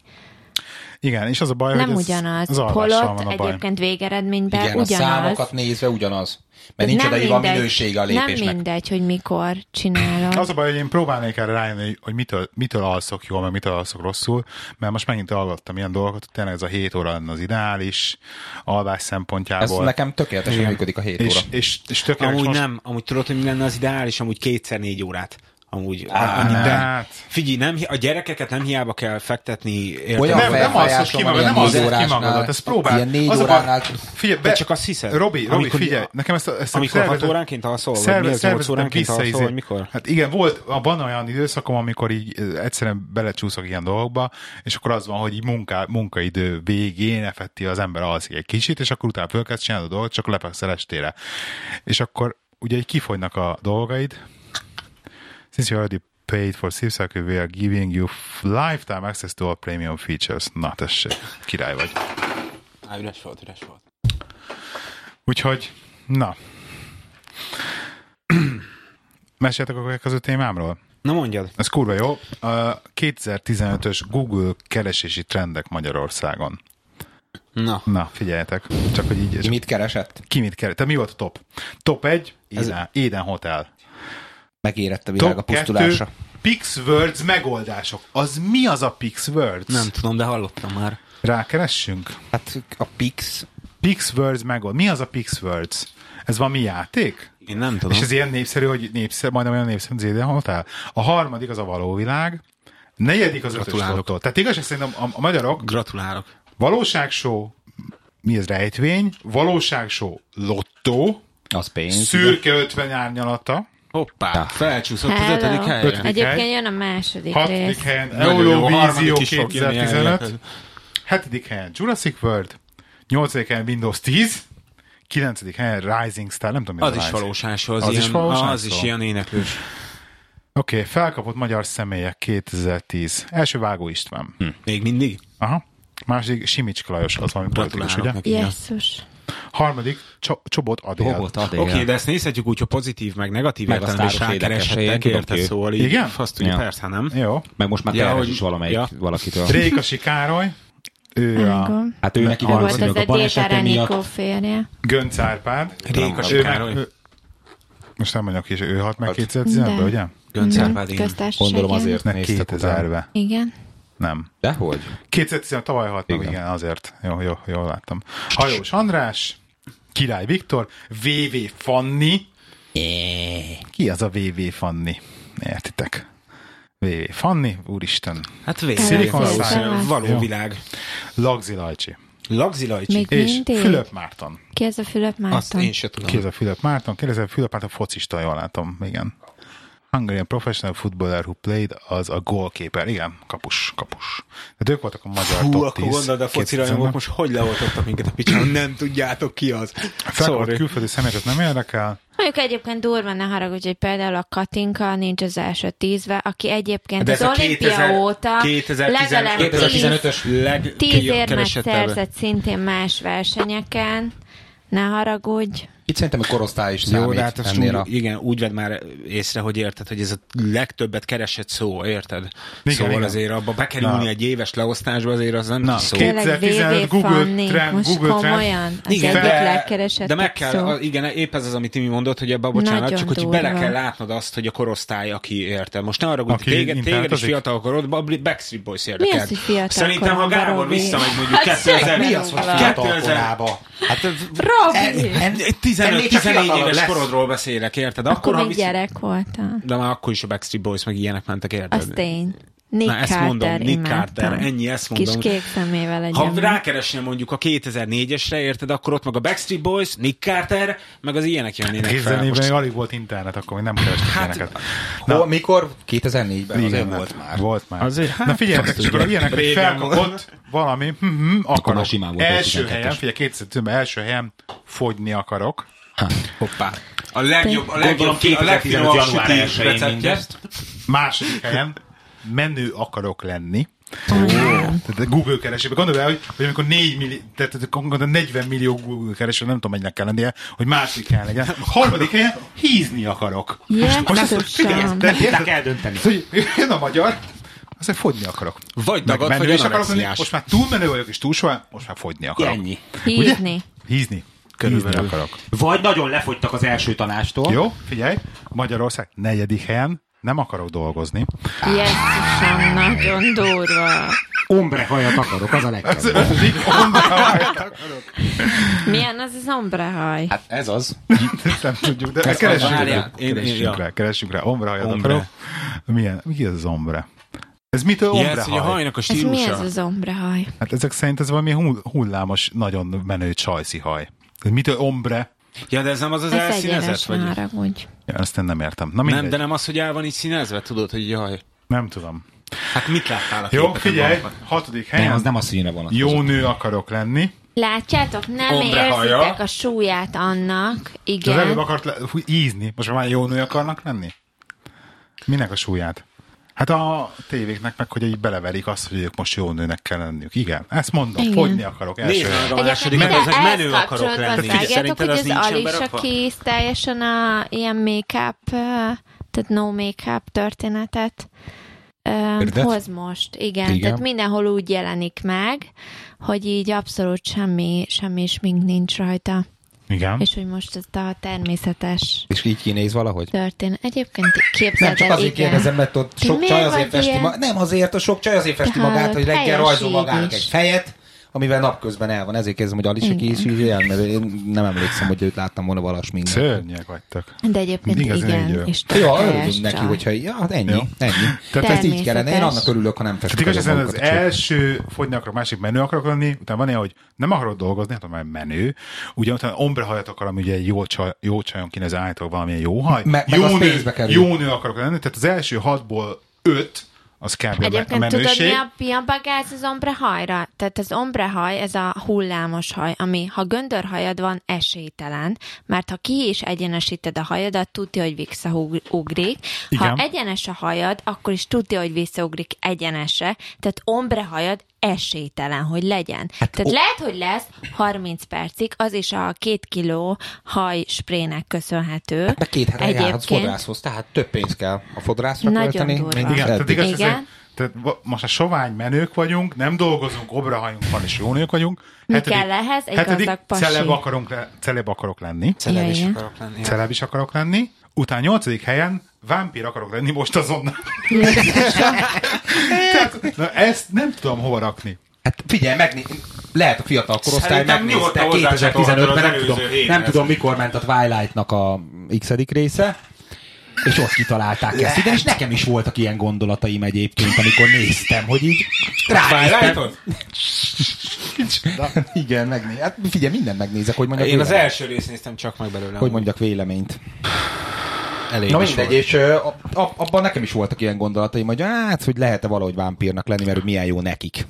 [SPEAKER 1] Igen, és az a baj,
[SPEAKER 2] Nem
[SPEAKER 1] hogy ez,
[SPEAKER 2] ugyanaz.
[SPEAKER 1] az alvással
[SPEAKER 2] Holott
[SPEAKER 1] van a baj.
[SPEAKER 2] egyébként végeredményben
[SPEAKER 5] Igen,
[SPEAKER 2] ugyanaz.
[SPEAKER 5] a számokat nézve ugyanaz. Mert nincs
[SPEAKER 2] Nem
[SPEAKER 5] odaírva a
[SPEAKER 2] mindegy-
[SPEAKER 5] minősége a
[SPEAKER 2] Nem
[SPEAKER 5] lépésnek.
[SPEAKER 2] mindegy, hogy mikor csinálod.
[SPEAKER 1] Az a baj, hogy én próbálnék erre rájönni, hogy, hogy mitől, mitől alszok jól, meg mitől alszok rosszul, mert most megint hallottam ilyen dolgokat, hogy tényleg ez a 7 óra lenne az ideális alvás
[SPEAKER 5] Ez
[SPEAKER 1] szempontjából.
[SPEAKER 5] nekem tökéletesen működik a 7 óra.
[SPEAKER 1] és, és, és tök jó, és
[SPEAKER 4] Amúgy
[SPEAKER 1] most-
[SPEAKER 4] nem, amúgy tudod, hogy mi lenne az ideális, amúgy kétszer négy órát. Amúgy
[SPEAKER 5] Á,
[SPEAKER 4] annyi, de
[SPEAKER 1] hát.
[SPEAKER 4] figyelj, nem, hi- a gyerekeket nem hiába kell fektetni, érted?
[SPEAKER 5] Olyan
[SPEAKER 1] Nem, nem
[SPEAKER 5] felfájásom
[SPEAKER 1] alszod ki
[SPEAKER 5] van
[SPEAKER 1] magad, nem
[SPEAKER 5] ilyen
[SPEAKER 1] alszod ki
[SPEAKER 5] négyórásnál,
[SPEAKER 1] magadat, ezt próbál.
[SPEAKER 5] ilyen négy
[SPEAKER 1] Az a baj-
[SPEAKER 5] óránál-
[SPEAKER 1] Figyelj,
[SPEAKER 4] De csak azt hiszed?
[SPEAKER 1] Robi, Robi
[SPEAKER 4] Amikor-
[SPEAKER 1] figyelj, nekem ezt, a- ezt a
[SPEAKER 4] Amikor hat
[SPEAKER 1] szervezet-
[SPEAKER 4] óránként alszol, vagy mi
[SPEAKER 1] szerve-
[SPEAKER 4] az, nyolc
[SPEAKER 1] szervezetem
[SPEAKER 4] óránként alszol,
[SPEAKER 1] visszaizé-
[SPEAKER 4] vagy mikor?
[SPEAKER 1] Hát igen, volt, a- van olyan időszakom, amikor így ö, egyszerűen belecsúszok ilyen dolgokba, és akkor az van, hogy így munká, munkaidő végén effetti az ember alszik egy kicsit, és akkor utána fölkezd csinálni a dolgot, csak lepekszel estére. És akkor ugye így kifogynak a dolgaid, Since you already paid for Sleep Cycle, we are giving you lifetime access to all premium features. Na, tessék, király vagy.
[SPEAKER 4] Á, üres volt, üres volt.
[SPEAKER 1] Úgyhogy, na. Meséltek a következő témámról?
[SPEAKER 4] Na mondjad.
[SPEAKER 1] Ez kurva jó. A 2015-ös Google keresési trendek Magyarországon.
[SPEAKER 4] Na.
[SPEAKER 1] Na, figyeljetek, csak hogy így. Csak
[SPEAKER 5] Mit keresett?
[SPEAKER 1] ki mit keres? Te mi volt a top? Top 1, Éden, Éden Hotel.
[SPEAKER 5] Megérett a világ a
[SPEAKER 1] Top 2,
[SPEAKER 5] pusztulásra.
[SPEAKER 1] PixWords megoldások. Az mi az a PixWords?
[SPEAKER 4] Nem tudom, de hallottam már.
[SPEAKER 1] Rákeressünk?
[SPEAKER 5] Hát a Pix,
[SPEAKER 1] Pixwords megold. Mi az a Pixwords? Ez valami játék?
[SPEAKER 4] Én nem tudom.
[SPEAKER 1] És ez ilyen népszerű, hogy népszerű, majdnem olyan népszerű, mint az Eden Hotel. A harmadik az a való világ, negyedik az ötös
[SPEAKER 4] Gratulálok.
[SPEAKER 1] lottó. Tehát igaz, szerintem a, a magyarok
[SPEAKER 4] Gratulálok.
[SPEAKER 1] valóságsó, mi ez rejtvény, valóságsó lottó,
[SPEAKER 5] az pénz.
[SPEAKER 1] szürke 50 árnyalata,
[SPEAKER 4] Hoppá, felcsúszott az ötödik
[SPEAKER 2] Hello.
[SPEAKER 4] helyre.
[SPEAKER 1] Ötödik
[SPEAKER 2] Egyébként
[SPEAKER 1] hely.
[SPEAKER 2] jön a második
[SPEAKER 1] hatodik
[SPEAKER 2] rész.
[SPEAKER 1] helyen
[SPEAKER 4] Nagyon jó, a harmadik
[SPEAKER 1] Eurovízió
[SPEAKER 4] is fog jönni
[SPEAKER 1] 2015,
[SPEAKER 4] elvileg.
[SPEAKER 1] hetedik helyen Jurassic World, nyolcadik helyen Windows 10, kilencedik helyen Rising Star, nem tudom, mi
[SPEAKER 4] Az
[SPEAKER 1] a
[SPEAKER 4] is
[SPEAKER 1] Rising-
[SPEAKER 4] valósághoz.
[SPEAKER 1] Az
[SPEAKER 4] ilyen,
[SPEAKER 1] is valósághoz?
[SPEAKER 4] Az is ilyen éneklős.
[SPEAKER 1] Oké, okay, felkapott magyar személyek 2010. Első Vágó István. Hm.
[SPEAKER 4] Még mindig?
[SPEAKER 1] Aha. Második Simicska Lajos, az valami politikus, ugye?
[SPEAKER 4] Gratulálok neki. ja.
[SPEAKER 2] Jesszus.
[SPEAKER 1] Harmadik Cso- Csobot Adél.
[SPEAKER 5] Bobot adél.
[SPEAKER 4] Oké, okay, de ezt nézhetjük úgy, hogy pozitív, meg negatív
[SPEAKER 5] Meg a
[SPEAKER 4] értelemben is
[SPEAKER 5] sztáros énekesei,
[SPEAKER 4] rákereshettek,
[SPEAKER 5] tudom
[SPEAKER 4] érted
[SPEAKER 5] ki.
[SPEAKER 4] szóval így.
[SPEAKER 1] Igen?
[SPEAKER 4] Azt tudja,
[SPEAKER 5] Ja.
[SPEAKER 4] persze, nem?
[SPEAKER 1] Jó.
[SPEAKER 5] Meg most már
[SPEAKER 4] Ja,
[SPEAKER 5] keres
[SPEAKER 4] hogy-
[SPEAKER 5] is valamelyik,
[SPEAKER 4] ja.
[SPEAKER 5] valakitől.
[SPEAKER 1] Rékasi Károly, ő a
[SPEAKER 2] Engem.
[SPEAKER 5] Hát ő neki
[SPEAKER 1] Ő
[SPEAKER 2] Ő
[SPEAKER 1] volt
[SPEAKER 2] volt az
[SPEAKER 5] valószínűleg a
[SPEAKER 2] egy
[SPEAKER 5] balesete
[SPEAKER 2] Détára Nikó
[SPEAKER 5] miatt.
[SPEAKER 2] férje.
[SPEAKER 1] Gönc Árpád.
[SPEAKER 4] Rékasi
[SPEAKER 1] ő
[SPEAKER 4] Károly.
[SPEAKER 1] ő- most nem mondjak is, ő halt meg
[SPEAKER 2] De.
[SPEAKER 1] 2015-ben, ugye?
[SPEAKER 4] Gönc
[SPEAKER 2] Nem,
[SPEAKER 4] Árpád, igen.
[SPEAKER 2] Hm, köztársaság
[SPEAKER 5] Gondolom
[SPEAKER 2] elnök.
[SPEAKER 5] azért
[SPEAKER 1] Nem,
[SPEAKER 5] néztek utána.
[SPEAKER 1] 2000-ben.
[SPEAKER 2] Igen.
[SPEAKER 1] Nem.
[SPEAKER 5] Dehogy?
[SPEAKER 1] 2015 tavaly halt meg,
[SPEAKER 5] Igen.
[SPEAKER 1] igen. igen, azért. Jó, jó, jól láttam. Hajós András, Király Viktor, VV Fanni. Ki az a VV Fanni? Értitek? VV Fanni, úristen.
[SPEAKER 4] Hát
[SPEAKER 1] Szilikon
[SPEAKER 4] végül.
[SPEAKER 2] Valley.
[SPEAKER 4] Való
[SPEAKER 1] Jó.
[SPEAKER 4] világ.
[SPEAKER 1] Lagzi Lajcsi.
[SPEAKER 4] Lagzi Lajcsi.
[SPEAKER 2] Még
[SPEAKER 1] És
[SPEAKER 2] mindig?
[SPEAKER 1] Fülöp Márton.
[SPEAKER 2] Ki ez a Fülöp
[SPEAKER 4] Azt
[SPEAKER 2] Márton?
[SPEAKER 4] én se tudom.
[SPEAKER 1] Ki ez a Fülöp Márton? Kérdezem, Fülöp Márton focista, jól látom, igen. Hungarian professional footballer who played az a goalkeeper. Igen, kapus, kapus. De ők voltak a magyar
[SPEAKER 4] Hú,
[SPEAKER 1] top
[SPEAKER 4] akkor
[SPEAKER 1] 10.
[SPEAKER 4] gondolod, a foci
[SPEAKER 1] 2010-ben.
[SPEAKER 4] rajongók most hogy leoltottak minket a picsában, nem tudjátok ki az.
[SPEAKER 1] Felkapott
[SPEAKER 4] Sorry.
[SPEAKER 1] külföldi személyeket nem érdekel.
[SPEAKER 2] Mondjuk egyébként durva, ne haragudj, hogy például a Katinka nincs az első tízve, aki egyébként
[SPEAKER 4] De ez
[SPEAKER 2] az
[SPEAKER 4] a
[SPEAKER 2] Hát olimpia
[SPEAKER 4] 2000
[SPEAKER 2] óta
[SPEAKER 4] 2010
[SPEAKER 2] legalább
[SPEAKER 5] 2015
[SPEAKER 2] tíz,
[SPEAKER 5] 2015-ös
[SPEAKER 4] leg
[SPEAKER 2] tíz érmet
[SPEAKER 4] keresettebb.
[SPEAKER 2] szerzett szintén más versenyeken. Ne haragudj.
[SPEAKER 5] Itt szerintem a korosztály is
[SPEAKER 4] Jó,
[SPEAKER 5] számít
[SPEAKER 4] de hát azt úgy,
[SPEAKER 5] ennél a...
[SPEAKER 4] igen, úgy vedd már észre, hogy érted, hogy ez a legtöbbet keresett szó, érted?
[SPEAKER 1] Igen,
[SPEAKER 4] szóval
[SPEAKER 1] igen.
[SPEAKER 4] azért abba bekerülni
[SPEAKER 1] Na.
[SPEAKER 4] egy éves leosztásba azért az nem
[SPEAKER 1] Na,
[SPEAKER 4] Na, szó.
[SPEAKER 1] két-
[SPEAKER 2] Tényleg
[SPEAKER 1] 2015
[SPEAKER 2] VV
[SPEAKER 1] Google
[SPEAKER 2] Fanni,
[SPEAKER 1] Trend,
[SPEAKER 2] most
[SPEAKER 1] Google Trend.
[SPEAKER 2] komolyan az
[SPEAKER 4] Igen,
[SPEAKER 2] egyik
[SPEAKER 4] de-
[SPEAKER 2] legkeresettebb
[SPEAKER 4] De meg kell,
[SPEAKER 2] szó.
[SPEAKER 4] a, igen, épp ez az, amit Timi mondott, hogy ebbe, bocsánat,
[SPEAKER 2] Nagyon
[SPEAKER 4] csak hogy
[SPEAKER 2] durva.
[SPEAKER 4] bele kell látnod azt, hogy a korosztály, aki érte. Most ne arra, hogy
[SPEAKER 1] Aki
[SPEAKER 4] téged, téged is
[SPEAKER 1] internetezik?
[SPEAKER 4] fiatal korodban, a Backstreet Boys érdekel.
[SPEAKER 2] az, hogy fiatal
[SPEAKER 4] Szerintem, ha
[SPEAKER 2] koromban,
[SPEAKER 4] Gábor
[SPEAKER 2] Robi?
[SPEAKER 4] visszamegy mondjuk
[SPEAKER 6] Hát
[SPEAKER 4] 2000,
[SPEAKER 6] semmi
[SPEAKER 5] Mi az, hogy fiatal
[SPEAKER 4] 2000,
[SPEAKER 5] korába? Hát ez-
[SPEAKER 2] Robi!
[SPEAKER 5] en- ennél csak
[SPEAKER 4] 14
[SPEAKER 5] fiatalabb
[SPEAKER 4] éves
[SPEAKER 5] lesz.
[SPEAKER 4] korodról beszélek, érted? Akkor,
[SPEAKER 2] Akkor
[SPEAKER 4] ha
[SPEAKER 2] még
[SPEAKER 4] vissza,
[SPEAKER 2] gyerek voltam.
[SPEAKER 4] de már akkor is a Backstreet Boys meg ilyenek mentek, érted?
[SPEAKER 2] Az tény. Nick
[SPEAKER 4] Na, ezt
[SPEAKER 2] Carter
[SPEAKER 4] mondom, Nick
[SPEAKER 2] imádtam.
[SPEAKER 4] Carter, ennyi, ezt mondom.
[SPEAKER 2] Kis kék szemével egy
[SPEAKER 4] Ha rákeresne mondjuk a 2004-esre, érted, akkor ott meg a Backstreet Boys, Nick Carter, meg az ilyenek jönnének fel.
[SPEAKER 1] Kézzelében
[SPEAKER 4] Most,
[SPEAKER 1] még alig volt internet, akkor még nem kerestek hát, ilyeneket.
[SPEAKER 5] Hol- Mikor? 2004-ben azért
[SPEAKER 1] hát
[SPEAKER 5] volt már.
[SPEAKER 1] Volt már.
[SPEAKER 4] Azért, hát,
[SPEAKER 1] Na figyeljetek,
[SPEAKER 4] azt
[SPEAKER 1] csak
[SPEAKER 4] ugye.
[SPEAKER 1] akkor ilyenek, hogy
[SPEAKER 4] Régen
[SPEAKER 1] felkapott valami, mhm, akarok.
[SPEAKER 5] már simán volt
[SPEAKER 1] első
[SPEAKER 5] 12-es.
[SPEAKER 1] helyen, figyelj, 2010 első helyen fogyni akarok.
[SPEAKER 5] Hoppá.
[SPEAKER 4] a legjobb, a legjobb,
[SPEAKER 5] Gondolom
[SPEAKER 4] a legfinomabb
[SPEAKER 5] 2015. január
[SPEAKER 4] süti
[SPEAKER 5] 1-én
[SPEAKER 4] receptje.
[SPEAKER 5] mindezt.
[SPEAKER 1] Második helyen menő akarok lenni.
[SPEAKER 2] Oh,
[SPEAKER 1] Tehát a Google keresőben. Gondolj el, hogy, hogy amikor 4 millió, tehát gondolom 40 millió Google kereső, nem tudom, mennyinek kell lennie, hogy második helyen legyen. Harmadik helyen hízni akarok.
[SPEAKER 2] Jézusom!
[SPEAKER 1] De érted?
[SPEAKER 5] kell dönteni.
[SPEAKER 1] Hogy jön a magyar, azért fogyni akarok.
[SPEAKER 5] Vagy
[SPEAKER 1] Meg
[SPEAKER 5] dagad,
[SPEAKER 1] menő
[SPEAKER 5] vagy
[SPEAKER 1] is akarok lenni,
[SPEAKER 5] anorexiás.
[SPEAKER 1] Most már túl menő vagyok, és túl soha, most már fogyni akarok.
[SPEAKER 5] Ennyi.
[SPEAKER 2] Hízni.
[SPEAKER 1] Hízni. Körülbelül. Hízni akarok.
[SPEAKER 5] Vagy nagyon lefogytak az első tanástól.
[SPEAKER 1] Jó, figyelj, Magyarország negyedik helyen, nem akarok dolgozni.
[SPEAKER 2] Jézusom, nagyon durva.
[SPEAKER 5] Ombre hajat akarok, az a
[SPEAKER 1] Ez
[SPEAKER 5] legjobb.
[SPEAKER 1] ötödik onnan,
[SPEAKER 2] Milyen az az ombrehaj?
[SPEAKER 5] Hát ez az.
[SPEAKER 1] nem tudjuk, de
[SPEAKER 4] Ez
[SPEAKER 1] keressünk
[SPEAKER 4] várjál,
[SPEAKER 1] rá.
[SPEAKER 4] én- én-
[SPEAKER 1] Keressünk
[SPEAKER 4] ja.
[SPEAKER 1] rá, keressünk rá. Ombre hajat
[SPEAKER 4] Ombre.
[SPEAKER 1] akarok. Milyen? Mi az az ombre? Ez mitől
[SPEAKER 4] Ja, ez,
[SPEAKER 1] ombre
[SPEAKER 4] hogy a
[SPEAKER 1] haj?
[SPEAKER 4] hajnak a
[SPEAKER 2] Ez mi ez
[SPEAKER 4] stílusa.
[SPEAKER 2] az ombrehaj?
[SPEAKER 1] Hát ezek szerint ez valami hull- hullámos, nagyon menő csajszi haj. Ez Mitől ombre?
[SPEAKER 4] Ja, de ez nem az az
[SPEAKER 2] Ez egyenes,
[SPEAKER 4] elszínezett? Vagy...
[SPEAKER 2] ne haragudj.
[SPEAKER 1] Ja, ezt én nem értem. Na mindegy.
[SPEAKER 4] Nem, de nem az, hogy el van így színezve, tudod, hogy jaj.
[SPEAKER 1] nem tudom.
[SPEAKER 4] Hát mit láttál a
[SPEAKER 1] Jó,
[SPEAKER 4] képeken
[SPEAKER 1] figyelj,
[SPEAKER 4] magad?
[SPEAKER 1] hatodik helyen.
[SPEAKER 5] Nem, az nem a színre vonatkozik.
[SPEAKER 1] Jó nő akarok lenni.
[SPEAKER 2] Látjátok, nem
[SPEAKER 4] Ombrehaja.
[SPEAKER 2] érzitek a súlyát annak.
[SPEAKER 1] De az előbb
[SPEAKER 2] Igen.
[SPEAKER 1] akart le- fú, ízni. Most már jó nő akarnak lenni? Minek a súlyát? Hát a tévéknek meg, hogy így beleverik azt, hogy ők most jó nőnek kell lenniük. Igen, ezt mondom,
[SPEAKER 2] Igen.
[SPEAKER 1] fogyni akarok első.
[SPEAKER 4] Nézd meg a
[SPEAKER 2] Egyébként
[SPEAKER 4] második,
[SPEAKER 2] ide
[SPEAKER 4] az, hogy
[SPEAKER 2] ehhez
[SPEAKER 4] menő akarok
[SPEAKER 2] kapcsolatban
[SPEAKER 4] lenni.
[SPEAKER 2] Vágjátok,
[SPEAKER 4] Szerinted
[SPEAKER 2] hogy
[SPEAKER 4] az
[SPEAKER 2] az
[SPEAKER 4] nincsen
[SPEAKER 2] Alisa
[SPEAKER 4] berakva?
[SPEAKER 2] kész teljesen a ilyen make-up, ö, tehát no make-up történetet ö,
[SPEAKER 5] Hirdet?
[SPEAKER 2] hoz most. Igen,
[SPEAKER 5] Igen.
[SPEAKER 2] Igen, tehát mindenhol úgy jelenik meg, hogy így abszolút semmi, semmi smink nincs rajta.
[SPEAKER 1] Igen.
[SPEAKER 2] És hogy most ez a természetes
[SPEAKER 5] És így kinéz valahogy?
[SPEAKER 2] történet. Egyébként
[SPEAKER 5] Nem
[SPEAKER 2] képzeld
[SPEAKER 5] csak
[SPEAKER 2] el,
[SPEAKER 5] azért
[SPEAKER 2] igen.
[SPEAKER 5] kérdezem, mert ott
[SPEAKER 2] Ti
[SPEAKER 5] sok
[SPEAKER 2] miért
[SPEAKER 5] csaj
[SPEAKER 2] vagy
[SPEAKER 5] azért festi
[SPEAKER 2] ilyen?
[SPEAKER 5] ma... Nem azért, a sok csaj azért festi
[SPEAKER 2] Hallod,
[SPEAKER 5] magát, hogy reggel
[SPEAKER 2] helyes
[SPEAKER 5] rajzol
[SPEAKER 2] így
[SPEAKER 5] magának
[SPEAKER 2] is.
[SPEAKER 5] egy fejet, amivel napközben el van. Ezért kérdezem, hogy Alisa ki is így ilyen, mert én nem emlékszem, hogy őt láttam volna valasmi.
[SPEAKER 1] Szörnyek vagytok.
[SPEAKER 2] De egyébként
[SPEAKER 1] Igaz,
[SPEAKER 2] Igaz, igen,
[SPEAKER 1] így jó.
[SPEAKER 2] és tök
[SPEAKER 5] Ja,
[SPEAKER 2] helyes
[SPEAKER 5] örülünk neki,
[SPEAKER 2] csaj.
[SPEAKER 5] hogyha ja, hát ennyi,
[SPEAKER 1] Jó.
[SPEAKER 5] ennyi. Tehát ezt így kellene. Én annak örülök, ha nem
[SPEAKER 1] Tehát
[SPEAKER 5] festik
[SPEAKER 1] igaz,
[SPEAKER 5] el
[SPEAKER 1] ezen
[SPEAKER 5] magukat
[SPEAKER 1] az
[SPEAKER 5] a csajok.
[SPEAKER 1] első fogyni akarok, másik menő akarok lenni, utána van ilyen, hogy nem akarok dolgozni, hát már menő, ugyan utána ombrehajat akarom, ugye egy jó, csaj, jó csajon kéne az állítólag valamilyen jó haj.
[SPEAKER 5] Me- meg
[SPEAKER 1] jó,
[SPEAKER 5] az
[SPEAKER 1] nő,
[SPEAKER 5] pénzbe kerül.
[SPEAKER 1] jó nő akarok lenni, tehát az első hatból öt, az kb. a me- a
[SPEAKER 2] Egyébként tudod, mi
[SPEAKER 1] menőség.
[SPEAKER 2] a, mi a bagáz az ombrehajra? Tehát az ombrehaj, ez a hullámos haj, ami ha göndörhajad van, esélytelen, mert ha ki is egyenesíted a hajadat, tudja, hogy visszaugrik.
[SPEAKER 1] Igen.
[SPEAKER 2] Ha egyenes a hajad, akkor is tudja, hogy visszaugrik egyenese, tehát ombrehajad esélytelen, hogy legyen. Hát tehát o... lehet, hogy lesz 30 percig, az is a két kiló hajsprének köszönhető.
[SPEAKER 5] Hát Meg két hete járhatsz fodrászhoz, tehát több pénz kell a fodrászra
[SPEAKER 2] Nagyon
[SPEAKER 5] költeni.
[SPEAKER 2] durva.
[SPEAKER 5] mint
[SPEAKER 1] Igen, tehát
[SPEAKER 5] eddig.
[SPEAKER 1] igaz,
[SPEAKER 2] Igen.
[SPEAKER 1] ezek, tehát va- most a sovány menők vagyunk, nem dolgozunk, obrahajunk van, és jó nők vagyunk.
[SPEAKER 2] Mi kell ehhez? Egy
[SPEAKER 1] hetedik,
[SPEAKER 2] gazdag pasi.
[SPEAKER 1] celeb, akarunk le, celeb akarok lenni.
[SPEAKER 4] Celeb is
[SPEAKER 2] Jaj, jaj.
[SPEAKER 4] akarok lenni.
[SPEAKER 1] Celeb is akarok lenni. Utána nyolcadik helyen vámpír akarok lenni most azonnal. Tehát, na, ezt nem tudom hova rakni.
[SPEAKER 5] Hát figyelj, megné- lehet a fiatal korosztály
[SPEAKER 4] Szerintem
[SPEAKER 5] megnézte
[SPEAKER 4] nyugodtan hozzásatolhatod az
[SPEAKER 5] 2015-ben, nem
[SPEAKER 4] előző
[SPEAKER 5] tudom,
[SPEAKER 4] héthez.
[SPEAKER 5] nem tudom mikor ment a Twilight-nak a x része, és ott kitalálták ezt. Igen, és nekem is voltak ilyen gondolataim egyébként, amikor néztem, hogy így ránéztem.
[SPEAKER 4] Twilight-on?
[SPEAKER 5] Igen, megné- hát figyelj, mindent megnézek, hogy mondjak
[SPEAKER 4] Én az
[SPEAKER 5] véleményt.
[SPEAKER 4] első részt néztem csak meg belőle.
[SPEAKER 5] Hogy mondjak véleményt.
[SPEAKER 4] elég
[SPEAKER 5] Na mindegy, és ö, a- a- abban nekem is voltak ilyen gondolataim, hogy hát, hogy lehet-e valahogy vámpírnak lenni, mert hogy milyen jó nekik.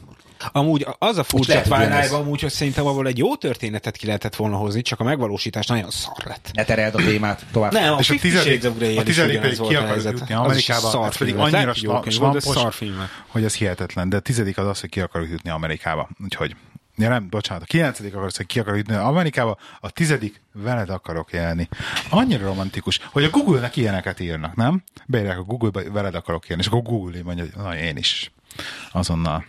[SPEAKER 4] Amúgy az a furcsa
[SPEAKER 5] lehet, hogy ilyen
[SPEAKER 4] Twilight-ban,
[SPEAKER 5] lesz.
[SPEAKER 4] amúgy, hogy szerintem abból egy jó történetet ki lehetett volna hozni, csak a megvalósítás nagyon szar lett.
[SPEAKER 5] Ne tereld a témát tovább.
[SPEAKER 4] Nem, a
[SPEAKER 1] És a
[SPEAKER 4] Fifty Shades
[SPEAKER 1] tizedik,
[SPEAKER 4] of Grey-jel
[SPEAKER 1] a
[SPEAKER 4] is
[SPEAKER 1] tizedik
[SPEAKER 4] ugyanez
[SPEAKER 1] pedig
[SPEAKER 4] volt
[SPEAKER 1] ki
[SPEAKER 4] a
[SPEAKER 1] akar
[SPEAKER 4] helyzet.
[SPEAKER 1] jutni
[SPEAKER 4] Az is
[SPEAKER 1] Amerikába,
[SPEAKER 4] szar
[SPEAKER 1] ez pedig
[SPEAKER 4] film lett.
[SPEAKER 1] annyira
[SPEAKER 4] Lehet, hogy jó könyv volt, de
[SPEAKER 1] slampos,
[SPEAKER 4] szar film lett.
[SPEAKER 1] hogy ez hihetetlen. De a tizedik az az, hogy ki akarok jutni Amerikába. Úgyhogy, ja nem, bocsánat, a kilencedik akarsz, hogy ki akarok jutni Amerikába, a tizedik veled akarok élni. Annyira romantikus, hogy a Google-nek ilyeneket írnak, nem? Beírják a Google-ba, hogy veled akarok élni, és akkor Google így mondja, hogy na én is. Azonnal.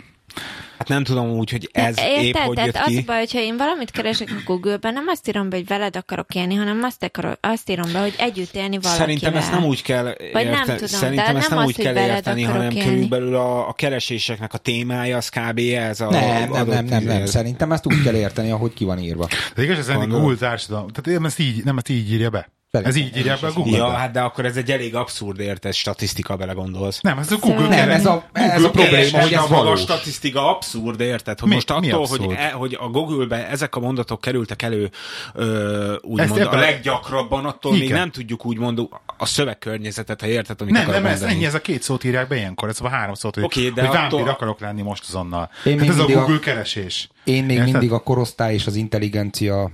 [SPEAKER 4] Hát nem tudom úgy, hogy ez
[SPEAKER 2] Hát De
[SPEAKER 4] épp hogy
[SPEAKER 2] E, tehát
[SPEAKER 4] jött
[SPEAKER 2] az a
[SPEAKER 4] ki.
[SPEAKER 2] baj, hogyha én valamit keresek a Google-ben, nem azt írom be, hogy veled akarok élni, hanem azt, akarok, azt írom be, hogy együtt élni valakivel.
[SPEAKER 4] Szerintem ezt nem úgy kell
[SPEAKER 2] nem
[SPEAKER 4] érteni,
[SPEAKER 2] tudom,
[SPEAKER 4] szerintem
[SPEAKER 2] de
[SPEAKER 4] ezt
[SPEAKER 2] nem
[SPEAKER 4] nem
[SPEAKER 2] az,
[SPEAKER 4] úgy
[SPEAKER 2] hogy
[SPEAKER 4] kell
[SPEAKER 2] veled
[SPEAKER 4] érteni,
[SPEAKER 2] akarok
[SPEAKER 4] hanem
[SPEAKER 2] élni.
[SPEAKER 4] körülbelül a, a kereséseknek a témája az kb. ez a
[SPEAKER 5] Nem, nem, nem,
[SPEAKER 4] adott
[SPEAKER 5] nem, nem.
[SPEAKER 4] izéhez.
[SPEAKER 5] Szerintem ezt úgy kell érteni, ahogy ki van írva.
[SPEAKER 1] De igaz, ez ennél
[SPEAKER 4] Gondolom.
[SPEAKER 1] Google társadalom. Tehát én ezt így, nem ezt így írja be. Ez
[SPEAKER 5] Szerintem
[SPEAKER 1] így írja be a Google.
[SPEAKER 4] Ja, hát de akkor ez egy elég abszurd értes statisztika, belegondolsz.
[SPEAKER 1] Nem, ez a Google.
[SPEAKER 2] Szerintem-
[SPEAKER 5] Nem, ez a, ez a probléma, hogy ez
[SPEAKER 4] maga a
[SPEAKER 5] valós.
[SPEAKER 4] statisztika abszurd, érted? Hogy
[SPEAKER 1] Mi-
[SPEAKER 4] most
[SPEAKER 1] mi
[SPEAKER 4] attól,
[SPEAKER 1] abszurd?
[SPEAKER 4] hogy, e, hogy a Google-be ezek a mondatok kerültek elő, ö, úgymond
[SPEAKER 1] ebben-
[SPEAKER 4] a leggyakrabban, attól még
[SPEAKER 1] Igen.
[SPEAKER 4] nem tudjuk úgymond a szövegkörnyezetet, ha érted, amit
[SPEAKER 1] Nem,
[SPEAKER 4] akarok
[SPEAKER 1] nem, ez
[SPEAKER 4] mondani.
[SPEAKER 1] ennyi, ez a két szót írják be ilyenkor, ez a három szót, hogy,
[SPEAKER 4] Oké,
[SPEAKER 1] okay,
[SPEAKER 4] de
[SPEAKER 1] hogy
[SPEAKER 4] attól-
[SPEAKER 1] vámpír akarok lenni most azonnal.
[SPEAKER 5] Én
[SPEAKER 1] Én hát
[SPEAKER 5] még
[SPEAKER 1] ez a
[SPEAKER 5] mindig a-
[SPEAKER 1] Google keresés.
[SPEAKER 5] Én még
[SPEAKER 1] Érted?
[SPEAKER 5] mindig a korosztály és az intelligencia...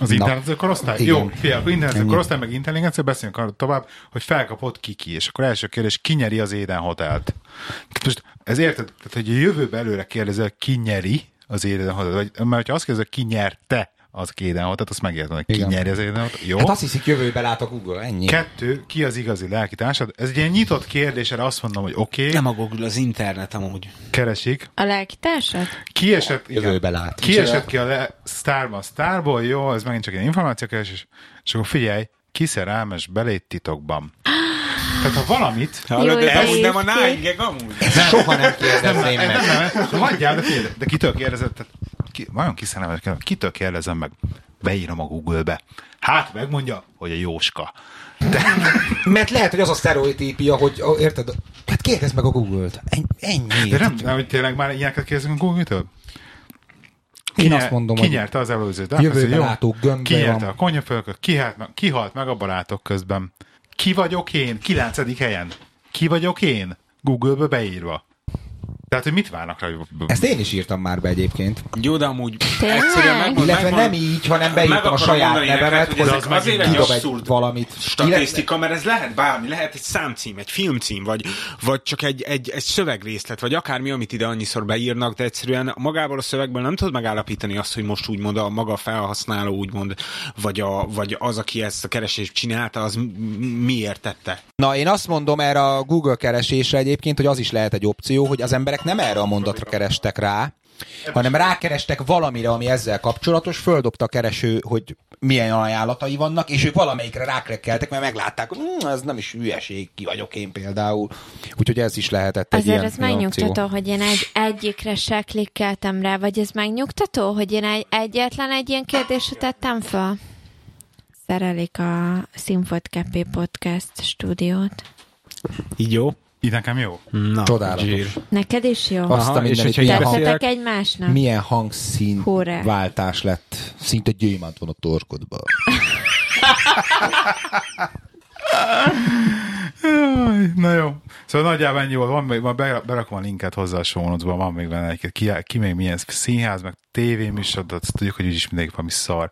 [SPEAKER 1] Az
[SPEAKER 5] Na.
[SPEAKER 1] internetes korosztály?
[SPEAKER 5] Igen.
[SPEAKER 1] Jó, fia, akkor internetes korosztály, meg intelligencia, beszéljünk arról tovább, hogy felkapott kiki, és akkor első kérdés, ki nyeri az Éden Hotelt? Tehát most ez érted, tehát hogy a jövőbe előre kérdezel, ki nyeri az Éden Hotelt, vagy, mert ha azt kérdezel, ki nyerte az Gédeon, tehát azt megértem, hogy ki
[SPEAKER 5] Igen.
[SPEAKER 1] nyeri az Gédeont. Jó.
[SPEAKER 5] Hát azt hiszik, jövőbe lát a Google, ennyi.
[SPEAKER 1] Kettő, ki az igazi lelki társad? Ez egy ilyen nyitott kérdés, erre azt mondom, hogy oké, okay,
[SPEAKER 4] Nem a Google, az internet amúgy.
[SPEAKER 1] keresik.
[SPEAKER 2] A lelkitársad?
[SPEAKER 1] Kiesett,
[SPEAKER 5] Jövőbe
[SPEAKER 1] igen,
[SPEAKER 5] lát.
[SPEAKER 1] kiesett ki a le- sztárba a sztárból, jó, ez megint csak egy információkeresés, és akkor figyelj, kiszerelmes belét titokban. Tehát ha valamit,
[SPEAKER 4] Hallod, de
[SPEAKER 2] de
[SPEAKER 4] amúgy nem a
[SPEAKER 2] éjszék.
[SPEAKER 4] náingek amúgy.
[SPEAKER 5] Soha nem kérdezném
[SPEAKER 1] Eh, Nem,
[SPEAKER 5] meg.
[SPEAKER 1] nem, nem, hagyjál, de, figyelj, de kitől kérdezed? Tehát Ki, vajon kiszenemet kell, kitől kérdezem meg? Beírom a Google-be. Hát megmondja, hogy a Jóska.
[SPEAKER 5] Mert lehet, hogy az a sztereotípia, hogy ó, érted, hát kérdezd meg a Google-t. En- Ennyi.
[SPEAKER 1] De nem tudom, hogy tényleg már ilyeneket kérdezünk a Google-től?
[SPEAKER 5] Én
[SPEAKER 1] Kinyer-
[SPEAKER 5] azt mondom,
[SPEAKER 1] ki
[SPEAKER 5] hogy
[SPEAKER 1] nyerte az előzőt?
[SPEAKER 5] Jövőbe
[SPEAKER 1] Azt mondja,
[SPEAKER 5] látó gömbbe
[SPEAKER 1] Ki nyerte
[SPEAKER 5] van.
[SPEAKER 1] a konyafölkök? Ki, halt meg, ki halt meg a barátok közben? Ki vagyok én? Kilencedik helyen. Ki vagyok én? Google-be beírva. Tehát, hogy mit várnak rá? hogy-
[SPEAKER 5] ezt én is írtam már be egyébként.
[SPEAKER 4] Jó, de amúgy
[SPEAKER 2] Tényleg?
[SPEAKER 4] egyszerűen megmond,
[SPEAKER 5] Illetve
[SPEAKER 4] megmond,
[SPEAKER 5] nem így, hanem
[SPEAKER 4] Meg
[SPEAKER 5] beírtam a
[SPEAKER 4] akarom
[SPEAKER 5] saját
[SPEAKER 4] mondani
[SPEAKER 5] nevemet,
[SPEAKER 4] neked, hogy
[SPEAKER 5] hogy
[SPEAKER 4] ez azért egy
[SPEAKER 5] kidob egy
[SPEAKER 4] abszurd
[SPEAKER 5] valamit.
[SPEAKER 4] statisztika, mert ez lehet bármi, lehet egy számcím, egy filmcím, vagy, vagy csak egy, egy, egy szövegrészlet, vagy akármi, amit ide annyiszor beírnak, de egyszerűen magából a szövegből nem tudod megállapítani azt, hogy most úgymond a maga felhasználó, úgymond, vagy, a, vagy az, aki ezt a keresést csinálta, az mi- miért tette.
[SPEAKER 5] Na, én azt mondom erre a Google keresésre egyébként, hogy az is lehet egy opció, hogy az emberek nem erre a mondatra kerestek rá, hanem rákerestek valamire, ami ezzel kapcsolatos, földobta a kereső, hogy milyen ajánlatai vannak, és ők valamelyikre rákrekkeltek, mert meglátták, hogy "Hm, ez nem is hülyeség, ki vagyok én például. Úgyhogy ez is lehetett egy
[SPEAKER 2] Azért
[SPEAKER 5] ilyen,
[SPEAKER 2] ez
[SPEAKER 5] ilyen opció.
[SPEAKER 2] megnyugtató, hogy én egy, egyikre se klikkeltem rá, vagy ez megnyugtató, hogy én egy, egyetlen egy ilyen kérdést tettem fel? Szerelik a Színfolt Keppé Podcast stúdiót.
[SPEAKER 4] Így jó?
[SPEAKER 1] Így nekem jó.
[SPEAKER 4] Na,
[SPEAKER 5] Csodálatos.
[SPEAKER 4] zsír.
[SPEAKER 2] Neked is jó?
[SPEAKER 5] Azt
[SPEAKER 4] Aha,
[SPEAKER 5] a
[SPEAKER 4] és
[SPEAKER 5] mindenit,
[SPEAKER 4] hogyha
[SPEAKER 5] milyen,
[SPEAKER 4] így
[SPEAKER 5] hang,
[SPEAKER 4] beszél-
[SPEAKER 2] Tettetek
[SPEAKER 4] beszélek.
[SPEAKER 2] egymásnak?
[SPEAKER 5] milyen hangszín
[SPEAKER 2] Hurrá.
[SPEAKER 5] váltás lett. Szinte gyémánt van a torkodban.
[SPEAKER 1] Jaj, Na jó. Szóval nagyjából ennyi volt. Van még, van be- berakom a linket hozzá a show notes-ba, van még benne egy ki, ki még milyen színház, meg tévéműsor, de azt tudjuk, hogy úgyis mindenki valami szar.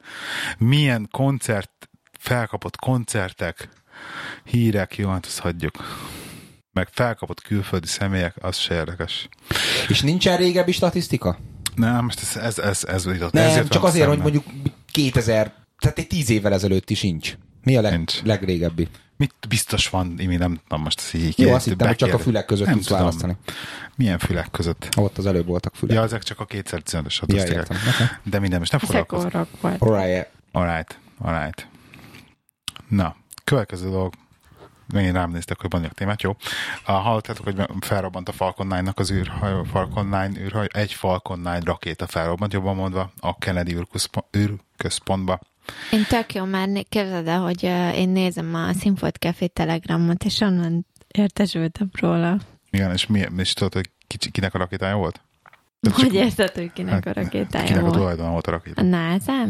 [SPEAKER 1] Milyen koncert, felkapott koncertek, hírek, jó, hát azt hagyjuk. Meg felkapott külföldi személyek, az se érdekes.
[SPEAKER 5] És nincsen régebbi statisztika?
[SPEAKER 1] Nem, most ez, ez, ez, ez jutott.
[SPEAKER 5] Nem,
[SPEAKER 1] ez
[SPEAKER 5] Ezért
[SPEAKER 1] jutott
[SPEAKER 5] csak azért,
[SPEAKER 1] szemben.
[SPEAKER 5] hogy mondjuk 2000, tehát egy 10 évvel ezelőtt is nincs. Mi a leg,
[SPEAKER 1] Nincs.
[SPEAKER 5] legrégebbi?
[SPEAKER 1] Mit biztos van, Imi, nem tudom most ezt így
[SPEAKER 5] Jó, azt hittem, hogy csak a
[SPEAKER 1] bekérdez-
[SPEAKER 5] fülek között
[SPEAKER 1] Nem
[SPEAKER 5] tudsz
[SPEAKER 1] tudom.
[SPEAKER 5] választani.
[SPEAKER 1] Milyen fülek között?
[SPEAKER 5] Ott az előbb voltak fülek.
[SPEAKER 1] Ja,
[SPEAKER 5] Ja.
[SPEAKER 1] ezek csak a 2015-ös
[SPEAKER 5] Ja,
[SPEAKER 1] statisztikák.
[SPEAKER 5] értem. Oké.
[SPEAKER 1] De minden, most nem
[SPEAKER 2] Ezek
[SPEAKER 1] foglalkozunk.
[SPEAKER 2] orrok volt.
[SPEAKER 5] Right.
[SPEAKER 1] Alright, alright. Na, következő dolog. Megint rám néztek, hogy mondjak témát, jó. Ah, Hallottátok, hogy felrobbant a Falcon 9-nak az űrhajó, Falcon 9 űrhajó, egy Falcon 9 rakéta felrobbant, jobban mondva, a Kennedy űrkuszpo- űrközpontba.
[SPEAKER 2] Én tök jó, már né- képzeld el, hogy ö, én nézem a Színfolt Café telegramot, és onnan értesültem róla.
[SPEAKER 1] Igen, és, mi, és tudod, hogy ki, kinek a rakétája volt? Tehát csak-
[SPEAKER 2] Hogy érted, hogy kinek a
[SPEAKER 1] hát,
[SPEAKER 2] rakétája
[SPEAKER 1] Kinek a
[SPEAKER 2] volt?
[SPEAKER 1] tulajdona volt a
[SPEAKER 2] A
[SPEAKER 1] rakéta?
[SPEAKER 2] nasa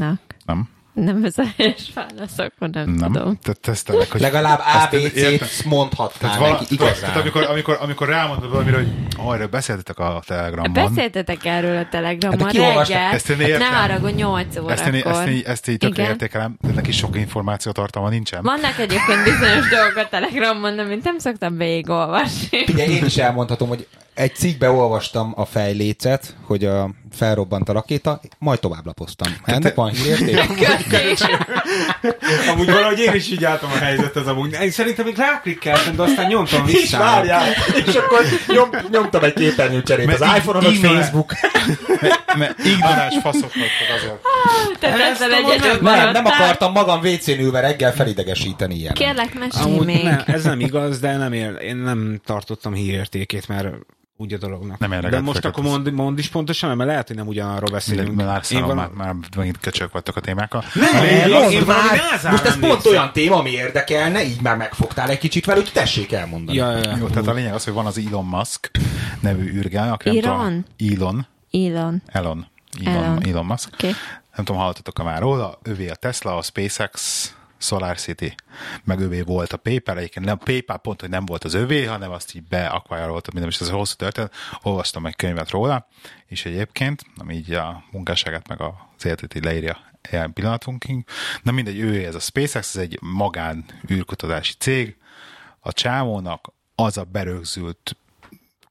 [SPEAKER 1] Nem?
[SPEAKER 2] Nem ez a helyes válasz, akkor nem,
[SPEAKER 1] Nem?
[SPEAKER 2] tudom.
[SPEAKER 1] Tehát tesztelek, hogy...
[SPEAKER 5] Legalább
[SPEAKER 1] Azt értem.
[SPEAKER 5] ABC-t mondhatnál
[SPEAKER 1] Tehát, vala,
[SPEAKER 5] neki,
[SPEAKER 1] neki, tehát, tehát
[SPEAKER 5] igazán.
[SPEAKER 1] amikor, amikor, amikor rámondod valamire, hogy arra beszéltetek a telegramon,
[SPEAKER 2] Beszéltetek erről a
[SPEAKER 5] Hát
[SPEAKER 2] telegramon
[SPEAKER 5] de
[SPEAKER 2] hát,
[SPEAKER 5] kiolvasta-
[SPEAKER 2] reggel,
[SPEAKER 1] ezt én
[SPEAKER 2] hát
[SPEAKER 1] értem.
[SPEAKER 2] nem arra, hogy 8
[SPEAKER 1] ezt én, ezt
[SPEAKER 2] órakor.
[SPEAKER 1] én, ezt így tökre
[SPEAKER 2] Igen.
[SPEAKER 1] értékelem, de neki sok információ tartalma nincsen.
[SPEAKER 2] Vannak egyébként bizonyos dolgok a telegramon, amit nem szoktam végigolvasni.
[SPEAKER 5] Ugye én is elmondhatom, hogy egy cikkbe olvastam a fejlécet, hogy a felrobbant a rakéta, majd tovább lapoztam. Ennek van hírérték?
[SPEAKER 4] Amúgy valahogy én is így álltam a helyzethez amúgy. Én szerintem még ráklikkeltem, de aztán nyomtam
[SPEAKER 3] És
[SPEAKER 4] vissza.
[SPEAKER 3] várjál, és akkor nyom, nyomtam egy képernyőcserét az
[SPEAKER 1] Mert így-
[SPEAKER 3] iPhone-on,
[SPEAKER 1] így
[SPEAKER 3] a
[SPEAKER 1] van.
[SPEAKER 3] Facebook.
[SPEAKER 1] Mert ignoráns faszok vagytok azért.
[SPEAKER 2] Tehát ezzel egyet
[SPEAKER 5] Nem, nem akartam magam WC-n ülve reggel felidegesíteni ilyen.
[SPEAKER 2] Kérlek, mesélj
[SPEAKER 4] Amúgy
[SPEAKER 2] még.
[SPEAKER 4] nem, ez nem igaz, de nem él, én nem tartottam hírértékét, mert úgy a dolognak.
[SPEAKER 1] Nem érdekelt
[SPEAKER 4] de most
[SPEAKER 1] fekete.
[SPEAKER 4] akkor mond, mond is pontosan, mert lehet, hogy nem ugyanarról beszélünk.
[SPEAKER 1] Mindegy, már,
[SPEAKER 4] én
[SPEAKER 1] szállom, már, már megint köcsök vagytok a témákkal.
[SPEAKER 5] Nem,
[SPEAKER 4] Én-
[SPEAKER 5] mondd
[SPEAKER 4] én valami
[SPEAKER 5] már!
[SPEAKER 4] Názán
[SPEAKER 5] Most ez
[SPEAKER 4] nem
[SPEAKER 5] pont
[SPEAKER 4] néztem.
[SPEAKER 5] olyan téma, ami érdekelne, így már megfogtál egy kicsit vele, hogy tessék elmondani.
[SPEAKER 4] Ja, ja, ja.
[SPEAKER 1] Jó, tehát a lényeg az, hogy van az Elon Musk nevű űrgál, aki nem
[SPEAKER 2] Elon?
[SPEAKER 1] Tudom, Elon.
[SPEAKER 2] Elon.
[SPEAKER 1] Elon. Elon, Elon.
[SPEAKER 2] Elon.
[SPEAKER 1] Elon Musk.
[SPEAKER 2] Oké.
[SPEAKER 1] Nem tudom, hallottatok-e már róla, ővé a Tesla, a SpaceX, Solar City, meg ővé volt a PayPal, egyébként nem, PayPal pont, hogy nem volt az övé, hanem azt így beakvárolta, minden is ez egy hosszú történet. Olvastam egy könyvet róla, és egyébként, ami így a munkásságát meg az életét így leírja ilyen pillanatunkig. Na mindegy, ő ez a SpaceX, ez egy magán űrkutatási cég, a csávónak az a berögzült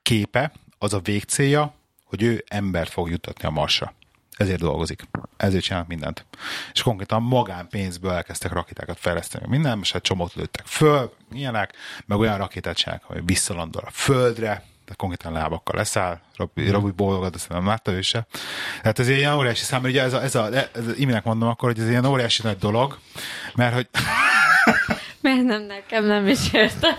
[SPEAKER 1] képe, az a végcélja, hogy ő embert fog juttatni a Marsra. ezért dolgozik. Ezért csinálnak mindent. És konkrétan magánpénzből elkezdtek rakétákat fejleszteni. Minden, most egy csomót lőttek föl, ilyenek, meg olyan rakétát csinálnak, hogy visszalandol a földre, tehát konkrétan lábakkal leszáll,
[SPEAKER 5] Mhm.
[SPEAKER 1] Robi, Robi bólogat, azt nem látta ő se. Tehát ez egy ilyen óriási szám, ugye ez, a, ez, a, ez a, iminek mondom akkor, hogy ez egy ilyen óriási nagy dolog, mert hogy...
[SPEAKER 2] Mert nem nekem, nem is értem.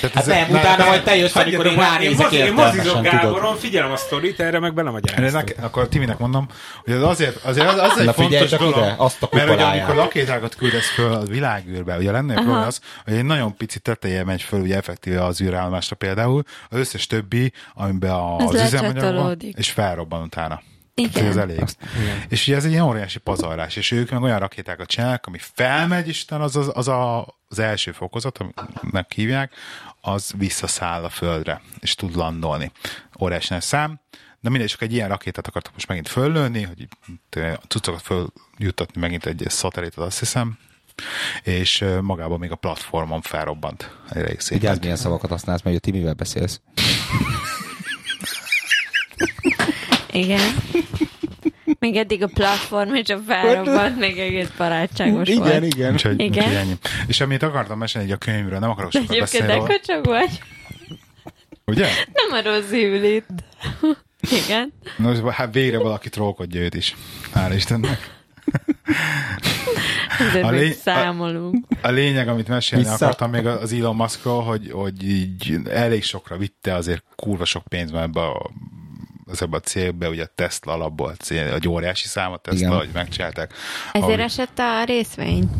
[SPEAKER 1] Tehát
[SPEAKER 5] Hát nem, utána majd te jössz, amikor én ránézek
[SPEAKER 4] Szóval Én mozizom
[SPEAKER 5] értelmesen, tudod.
[SPEAKER 4] Gáboron, figyelem a sztorit, erre meg belemagyarázom.
[SPEAKER 1] Erre nek, akkor Timinek mondom, hogy ez azért, azért az, az
[SPEAKER 5] Na
[SPEAKER 1] egy
[SPEAKER 5] figyelj
[SPEAKER 1] fontos
[SPEAKER 5] csak
[SPEAKER 1] dolog,
[SPEAKER 5] ide, azt a
[SPEAKER 1] mert ugye,
[SPEAKER 5] kupoláját.
[SPEAKER 1] amikor lakétákat küldesz föl a világűrbe, ugye lenne egy probléma az, hogy egy nagyon pici teteje megy föl, ugye effektíve az űrállomásra például, az összes többi, amiben a-
[SPEAKER 2] Az
[SPEAKER 1] az üzemanyag van,
[SPEAKER 2] lecsatolódik.
[SPEAKER 1] és felrobban utána.
[SPEAKER 2] Igen.
[SPEAKER 1] Tehát, hogy ez elég. És ugye ez egy ilyen óriási pazarlás, és ők meg olyan rakétákat csinálnak, ami felmegy, és utána az, az, az, a, az első fokozat, aminek hívják, az visszaszáll a földre, és tud landolni. Óriási nagy szám. De mindegy, csak egy ilyen rakétát akartak most megint föllőni, hogy itt, eh, cuccokat följuttatni megint egy szatellitot, azt hiszem, és eh, magában még a platformon felrobbant. Egy elég szép.
[SPEAKER 5] Vigyázz, milyen szavakat használsz, mert ugye ti mivel beszélsz.
[SPEAKER 2] Igen. Még eddig a platform és a felrobbant még egész barátságos volt.
[SPEAKER 5] igen.
[SPEAKER 1] Úgyhogy,
[SPEAKER 2] Igen.
[SPEAKER 1] úgyhogy ennyi. És amit akartam mesélni így a könyvről, nem akarok
[SPEAKER 2] De
[SPEAKER 1] sokat
[SPEAKER 2] egyébként
[SPEAKER 1] beszélni. róla.
[SPEAKER 2] de csak vagy.
[SPEAKER 1] Ugye?
[SPEAKER 2] Nem a Rozi ül itt. Igen.
[SPEAKER 1] Nos, hát végre valaki trollkodja őt is. Hála Istennek.
[SPEAKER 2] Ezért
[SPEAKER 1] A
[SPEAKER 2] még
[SPEAKER 1] lény- a-
[SPEAKER 2] számolunk.
[SPEAKER 1] A lényeg, amit mesélni
[SPEAKER 5] Vissza.
[SPEAKER 1] Vissza. akartam még az Elon Muskról, hogy, hogy így elég sokra vitte, azért kurva sok pénz van ebbe a az ebbe a cégbe, ugye a Tesla alapból a cél, egy óriási szám a Tesla,
[SPEAKER 5] Igen.
[SPEAKER 1] hogy megcsinálták.
[SPEAKER 2] Ezért
[SPEAKER 1] Ahogy-
[SPEAKER 2] esett a részvény.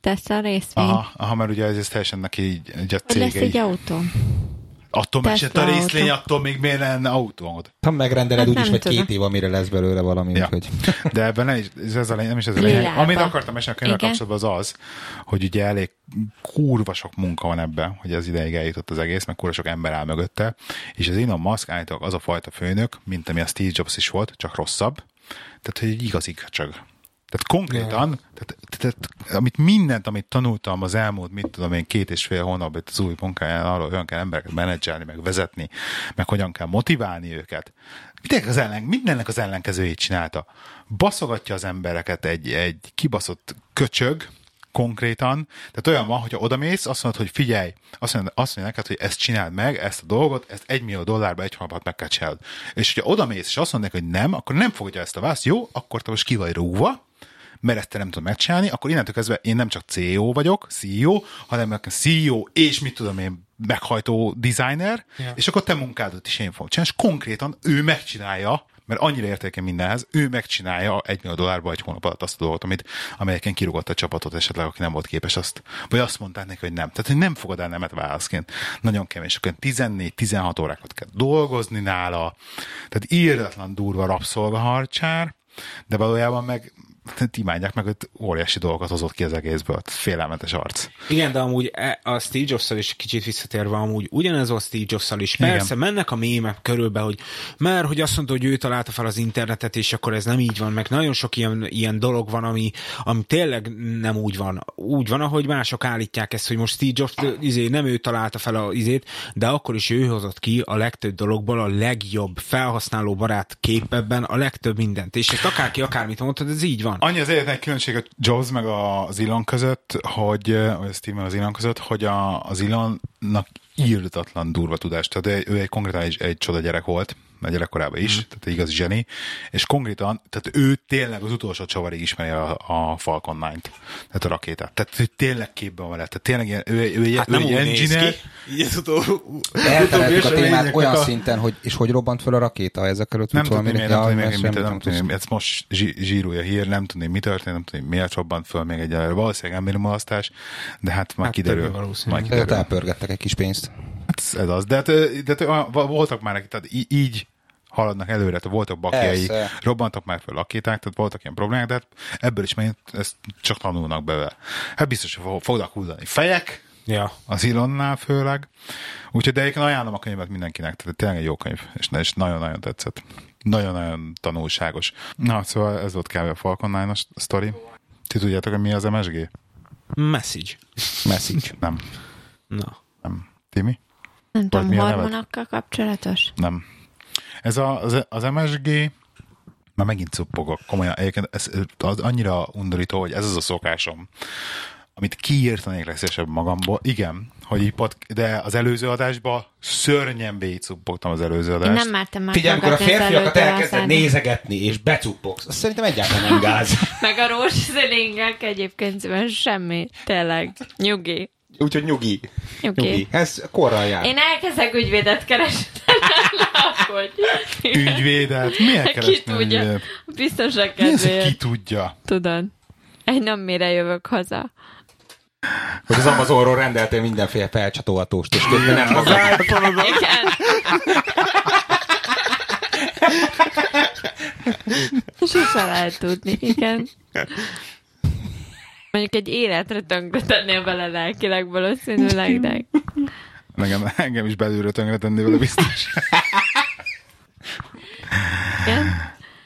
[SPEAKER 2] Tesz a részvény.
[SPEAKER 1] aha, aha, mert ugye ez, ez teljesen neki így, így a
[SPEAKER 2] Hogy lesz
[SPEAKER 1] cége.
[SPEAKER 2] egy
[SPEAKER 1] Így,
[SPEAKER 2] autó?
[SPEAKER 1] attól
[SPEAKER 2] Tesla
[SPEAKER 1] mesett a részlény,
[SPEAKER 2] autó.
[SPEAKER 1] attól még miért lenne autód?
[SPEAKER 5] Ha megrendeled
[SPEAKER 2] Hát
[SPEAKER 5] úgyis,
[SPEAKER 2] nem
[SPEAKER 5] vagy
[SPEAKER 2] tudom.
[SPEAKER 5] két év, amire lesz belőle valami,
[SPEAKER 1] Ja.
[SPEAKER 5] úgyhogy...
[SPEAKER 1] De ebben nem, is, ez az a lény, nem is ez a lényeg.
[SPEAKER 2] Lilába.
[SPEAKER 1] Amit akartam mesélni a könyvvel
[SPEAKER 2] Igen.
[SPEAKER 1] kapcsolatban az az, hogy ugye elég kurva sok munka van ebben, hogy ez ideig eljutott az egész, meg kurva sok ember áll mögötte, és az Elon Musk állítólag az a fajta főnök, mint ami a Steve Jobs is volt, csak rosszabb. Tehát, hogy egy igaz igazság. Tehát konkrétan, tehát, tehát, amit mindent, amit tanultam az elmúlt, mit tudom én, két és fél hónapban itt az új munkáján, arról hogyan kell embereket menedzselni, meg vezetni, meg hogyan kell motiválni őket. Mindenek az ellen, mindennek az ellenkezőjét csinálta. Baszogatja az embereket egy, egy kibaszott köcsög, konkrétan. Tehát olyan van, hogyha odamész, azt mondod, hogy figyelj, azt mondja, azt mondja neked, hogy ezt csináld meg, ezt a dolgot, ezt egy millió dollárba egy hónapot meg kell csinálod. És hogyha odamész, és azt mondod neki, hogy nem, akkor nem fogadja ezt a választ, jó, akkor te most ki vagy rúgva, mert ezt te nem tudod megcsinálni, akkor innentől kezdve én nem csak CEO vagyok, CEO, hanem nekem CEO és mit tudom én, meghajtó designer, ja. és akkor te munkádat is én fogom csinálni, és konkrétan ő megcsinálja, mert annyira értéke mindenhez, ő megcsinálja egy millió dollárba egy hónap alatt azt a dolgot, amit, amelyeken kirúgott a csapatot esetleg, aki nem volt képes azt, vagy azt mondták neki, hogy nem. Tehát, hogy nem fogad el nemet válaszként. Nagyon kemény, és akkor 14-16 órákat kell dolgozni nála, tehát írdatlan durva rabszolgaharcsár, de valójában meg tehát imádják meg, hogy óriási dolgokat hozott ki az egészből. Tehát Félelmetes arc.
[SPEAKER 4] Igen, de amúgy e- a Steve jobs is kicsit visszatérve, amúgy ugyanez volt Steve jobs is.
[SPEAKER 1] Igen.
[SPEAKER 4] Persze, mennek a mémek körülbe, hogy mert hogy azt mondta, hogy ő találta fel az internetet, és akkor ez nem így van, meg nagyon sok ilyen, ilyen dolog van, ami, ami tényleg nem úgy van. Úgy van, ahogy mások állítják ezt, hogy most Steve Jobs ö, izé, nem ő találta fel az izét, de akkor is ő hozott ki a legtöbb dologból a legjobb felhasználó barát képebben a legtöbb mindent. És ezt akárki akármit mondtad, ez így van.
[SPEAKER 1] Annyi az egyetlen különbség a Jobs meg a- az Elon között, hogy, vagy a Steve meg az Elon között, hogy a, az Elonnak írdatlan durva tudást. Tehát ő, ő egy konkrétan egy, egy csoda gyerek volt, a gyerekkorában is, mm.
[SPEAKER 4] Mhm.
[SPEAKER 1] tehát egy igazi zseni, és konkrétan, tehát ő tényleg az utolsó csavarig ismeri a, a Falcon 9-t, tehát a rakétát. Tehát ő tényleg képben van vele, tehát tényleg ilyen, ő, ő, ő,
[SPEAKER 4] Hát
[SPEAKER 1] ő
[SPEAKER 4] nem
[SPEAKER 1] egy
[SPEAKER 4] úgy néz ki.
[SPEAKER 1] engineer,
[SPEAKER 4] Így ez utó-
[SPEAKER 5] Eltereltük a
[SPEAKER 1] Utóbbi
[SPEAKER 5] témát
[SPEAKER 1] eseményeknek
[SPEAKER 5] olyan
[SPEAKER 1] a-
[SPEAKER 5] szinten, hogy és hogy robbant fel a rakéta ezek előtt?
[SPEAKER 1] Nem
[SPEAKER 5] tudsz
[SPEAKER 1] tudni, miért, nem
[SPEAKER 5] Ja,
[SPEAKER 1] tudni,
[SPEAKER 5] mert
[SPEAKER 1] miért, mit,
[SPEAKER 5] semmit
[SPEAKER 1] nem tudni,
[SPEAKER 5] tudsz.
[SPEAKER 1] ez most zsí- zsírulja a hír, nem tudni, mi történt, nem tudni, miért robbant föl még egyelőre. Valószínűleg embermulasztás, de hát már
[SPEAKER 4] Hát
[SPEAKER 1] kiderül.
[SPEAKER 4] többé valószínű.
[SPEAKER 1] Majd
[SPEAKER 5] Ezért
[SPEAKER 1] kiderül.
[SPEAKER 5] elpörgettek egy kis pénzt.
[SPEAKER 1] Hát ez az. De, hát, ö, de, de voltak már, neki, tehát í- így haladnak előre, tehát voltak bakjai,
[SPEAKER 5] Persze.
[SPEAKER 1] robbantak már fel lakéták, tehát voltak ilyen problémák, de hát ebből is megint ezt csak tanulnak bele. Hát biztos, hogy fo- fognak hullani fejek,
[SPEAKER 4] Ja.
[SPEAKER 1] az Ilonnál főleg. Úgyhogy de egyébként ajánlom a könyvet mindenkinek, tehát tényleg egy jó könyv, és, és nagyon-nagyon tetszett. Nagyon-nagyon tanulságos. Na, szóval ez volt kb. a Falcon 9 sztori. Ti tudjátok, hogy mi az MSG?
[SPEAKER 4] Message.
[SPEAKER 5] Message.
[SPEAKER 1] Nem.
[SPEAKER 4] Na.
[SPEAKER 1] Nem. Timi?
[SPEAKER 2] Nem
[SPEAKER 1] Vagy
[SPEAKER 2] tudom,
[SPEAKER 1] mi a neved?
[SPEAKER 2] hormonokkal kapcsolatos?
[SPEAKER 1] Nem. Ez a, az, az MSG Már megint cuppogok, komolyan. Egyébként ez az annyira undorító, hogy ez az a szokásom, amit kiírtanék legszívesebben magamból. Igen, hogy így pod, de az előző adásban szörnyen végigcuppogtam az előző
[SPEAKER 2] Én
[SPEAKER 1] adást.
[SPEAKER 2] nem mertem már
[SPEAKER 5] Figyelj, amikor a
[SPEAKER 2] hallgatni az
[SPEAKER 5] férfiakat
[SPEAKER 2] előtt
[SPEAKER 5] elkezded
[SPEAKER 2] elszállni.
[SPEAKER 5] nézegetni és becuppogsz, azt szerintem egyáltalán nem gáz.
[SPEAKER 2] Meg a rózsaszíningek egyébként szóval semmi, tényleg. Nyugi.
[SPEAKER 5] Úgyhogy nyugi.
[SPEAKER 2] Nyugi.
[SPEAKER 5] Nyugi. Ez korral jár.
[SPEAKER 6] Én elkezdek ügyvédet keresni, hogy
[SPEAKER 1] Ügyvédet? Miért
[SPEAKER 6] ki
[SPEAKER 1] keresni
[SPEAKER 6] tudja,
[SPEAKER 1] ügyvédet?
[SPEAKER 6] biztos a
[SPEAKER 1] Mi az, hogy
[SPEAKER 6] kedvéért.
[SPEAKER 1] ki tudja?
[SPEAKER 2] Tudod. Egy nap mire jövök haza.
[SPEAKER 5] Hogy az Amazonról rendeltél mindenféle felcsatolhatóst, és közben nem az
[SPEAKER 2] Igen. Sose lehet tudni, igen. Mondjuk egy életre tönkretennél vele lelkileg valószínűleg, de
[SPEAKER 1] Nekem, engem is belülről tönkre tenni vele biztos.
[SPEAKER 2] igen.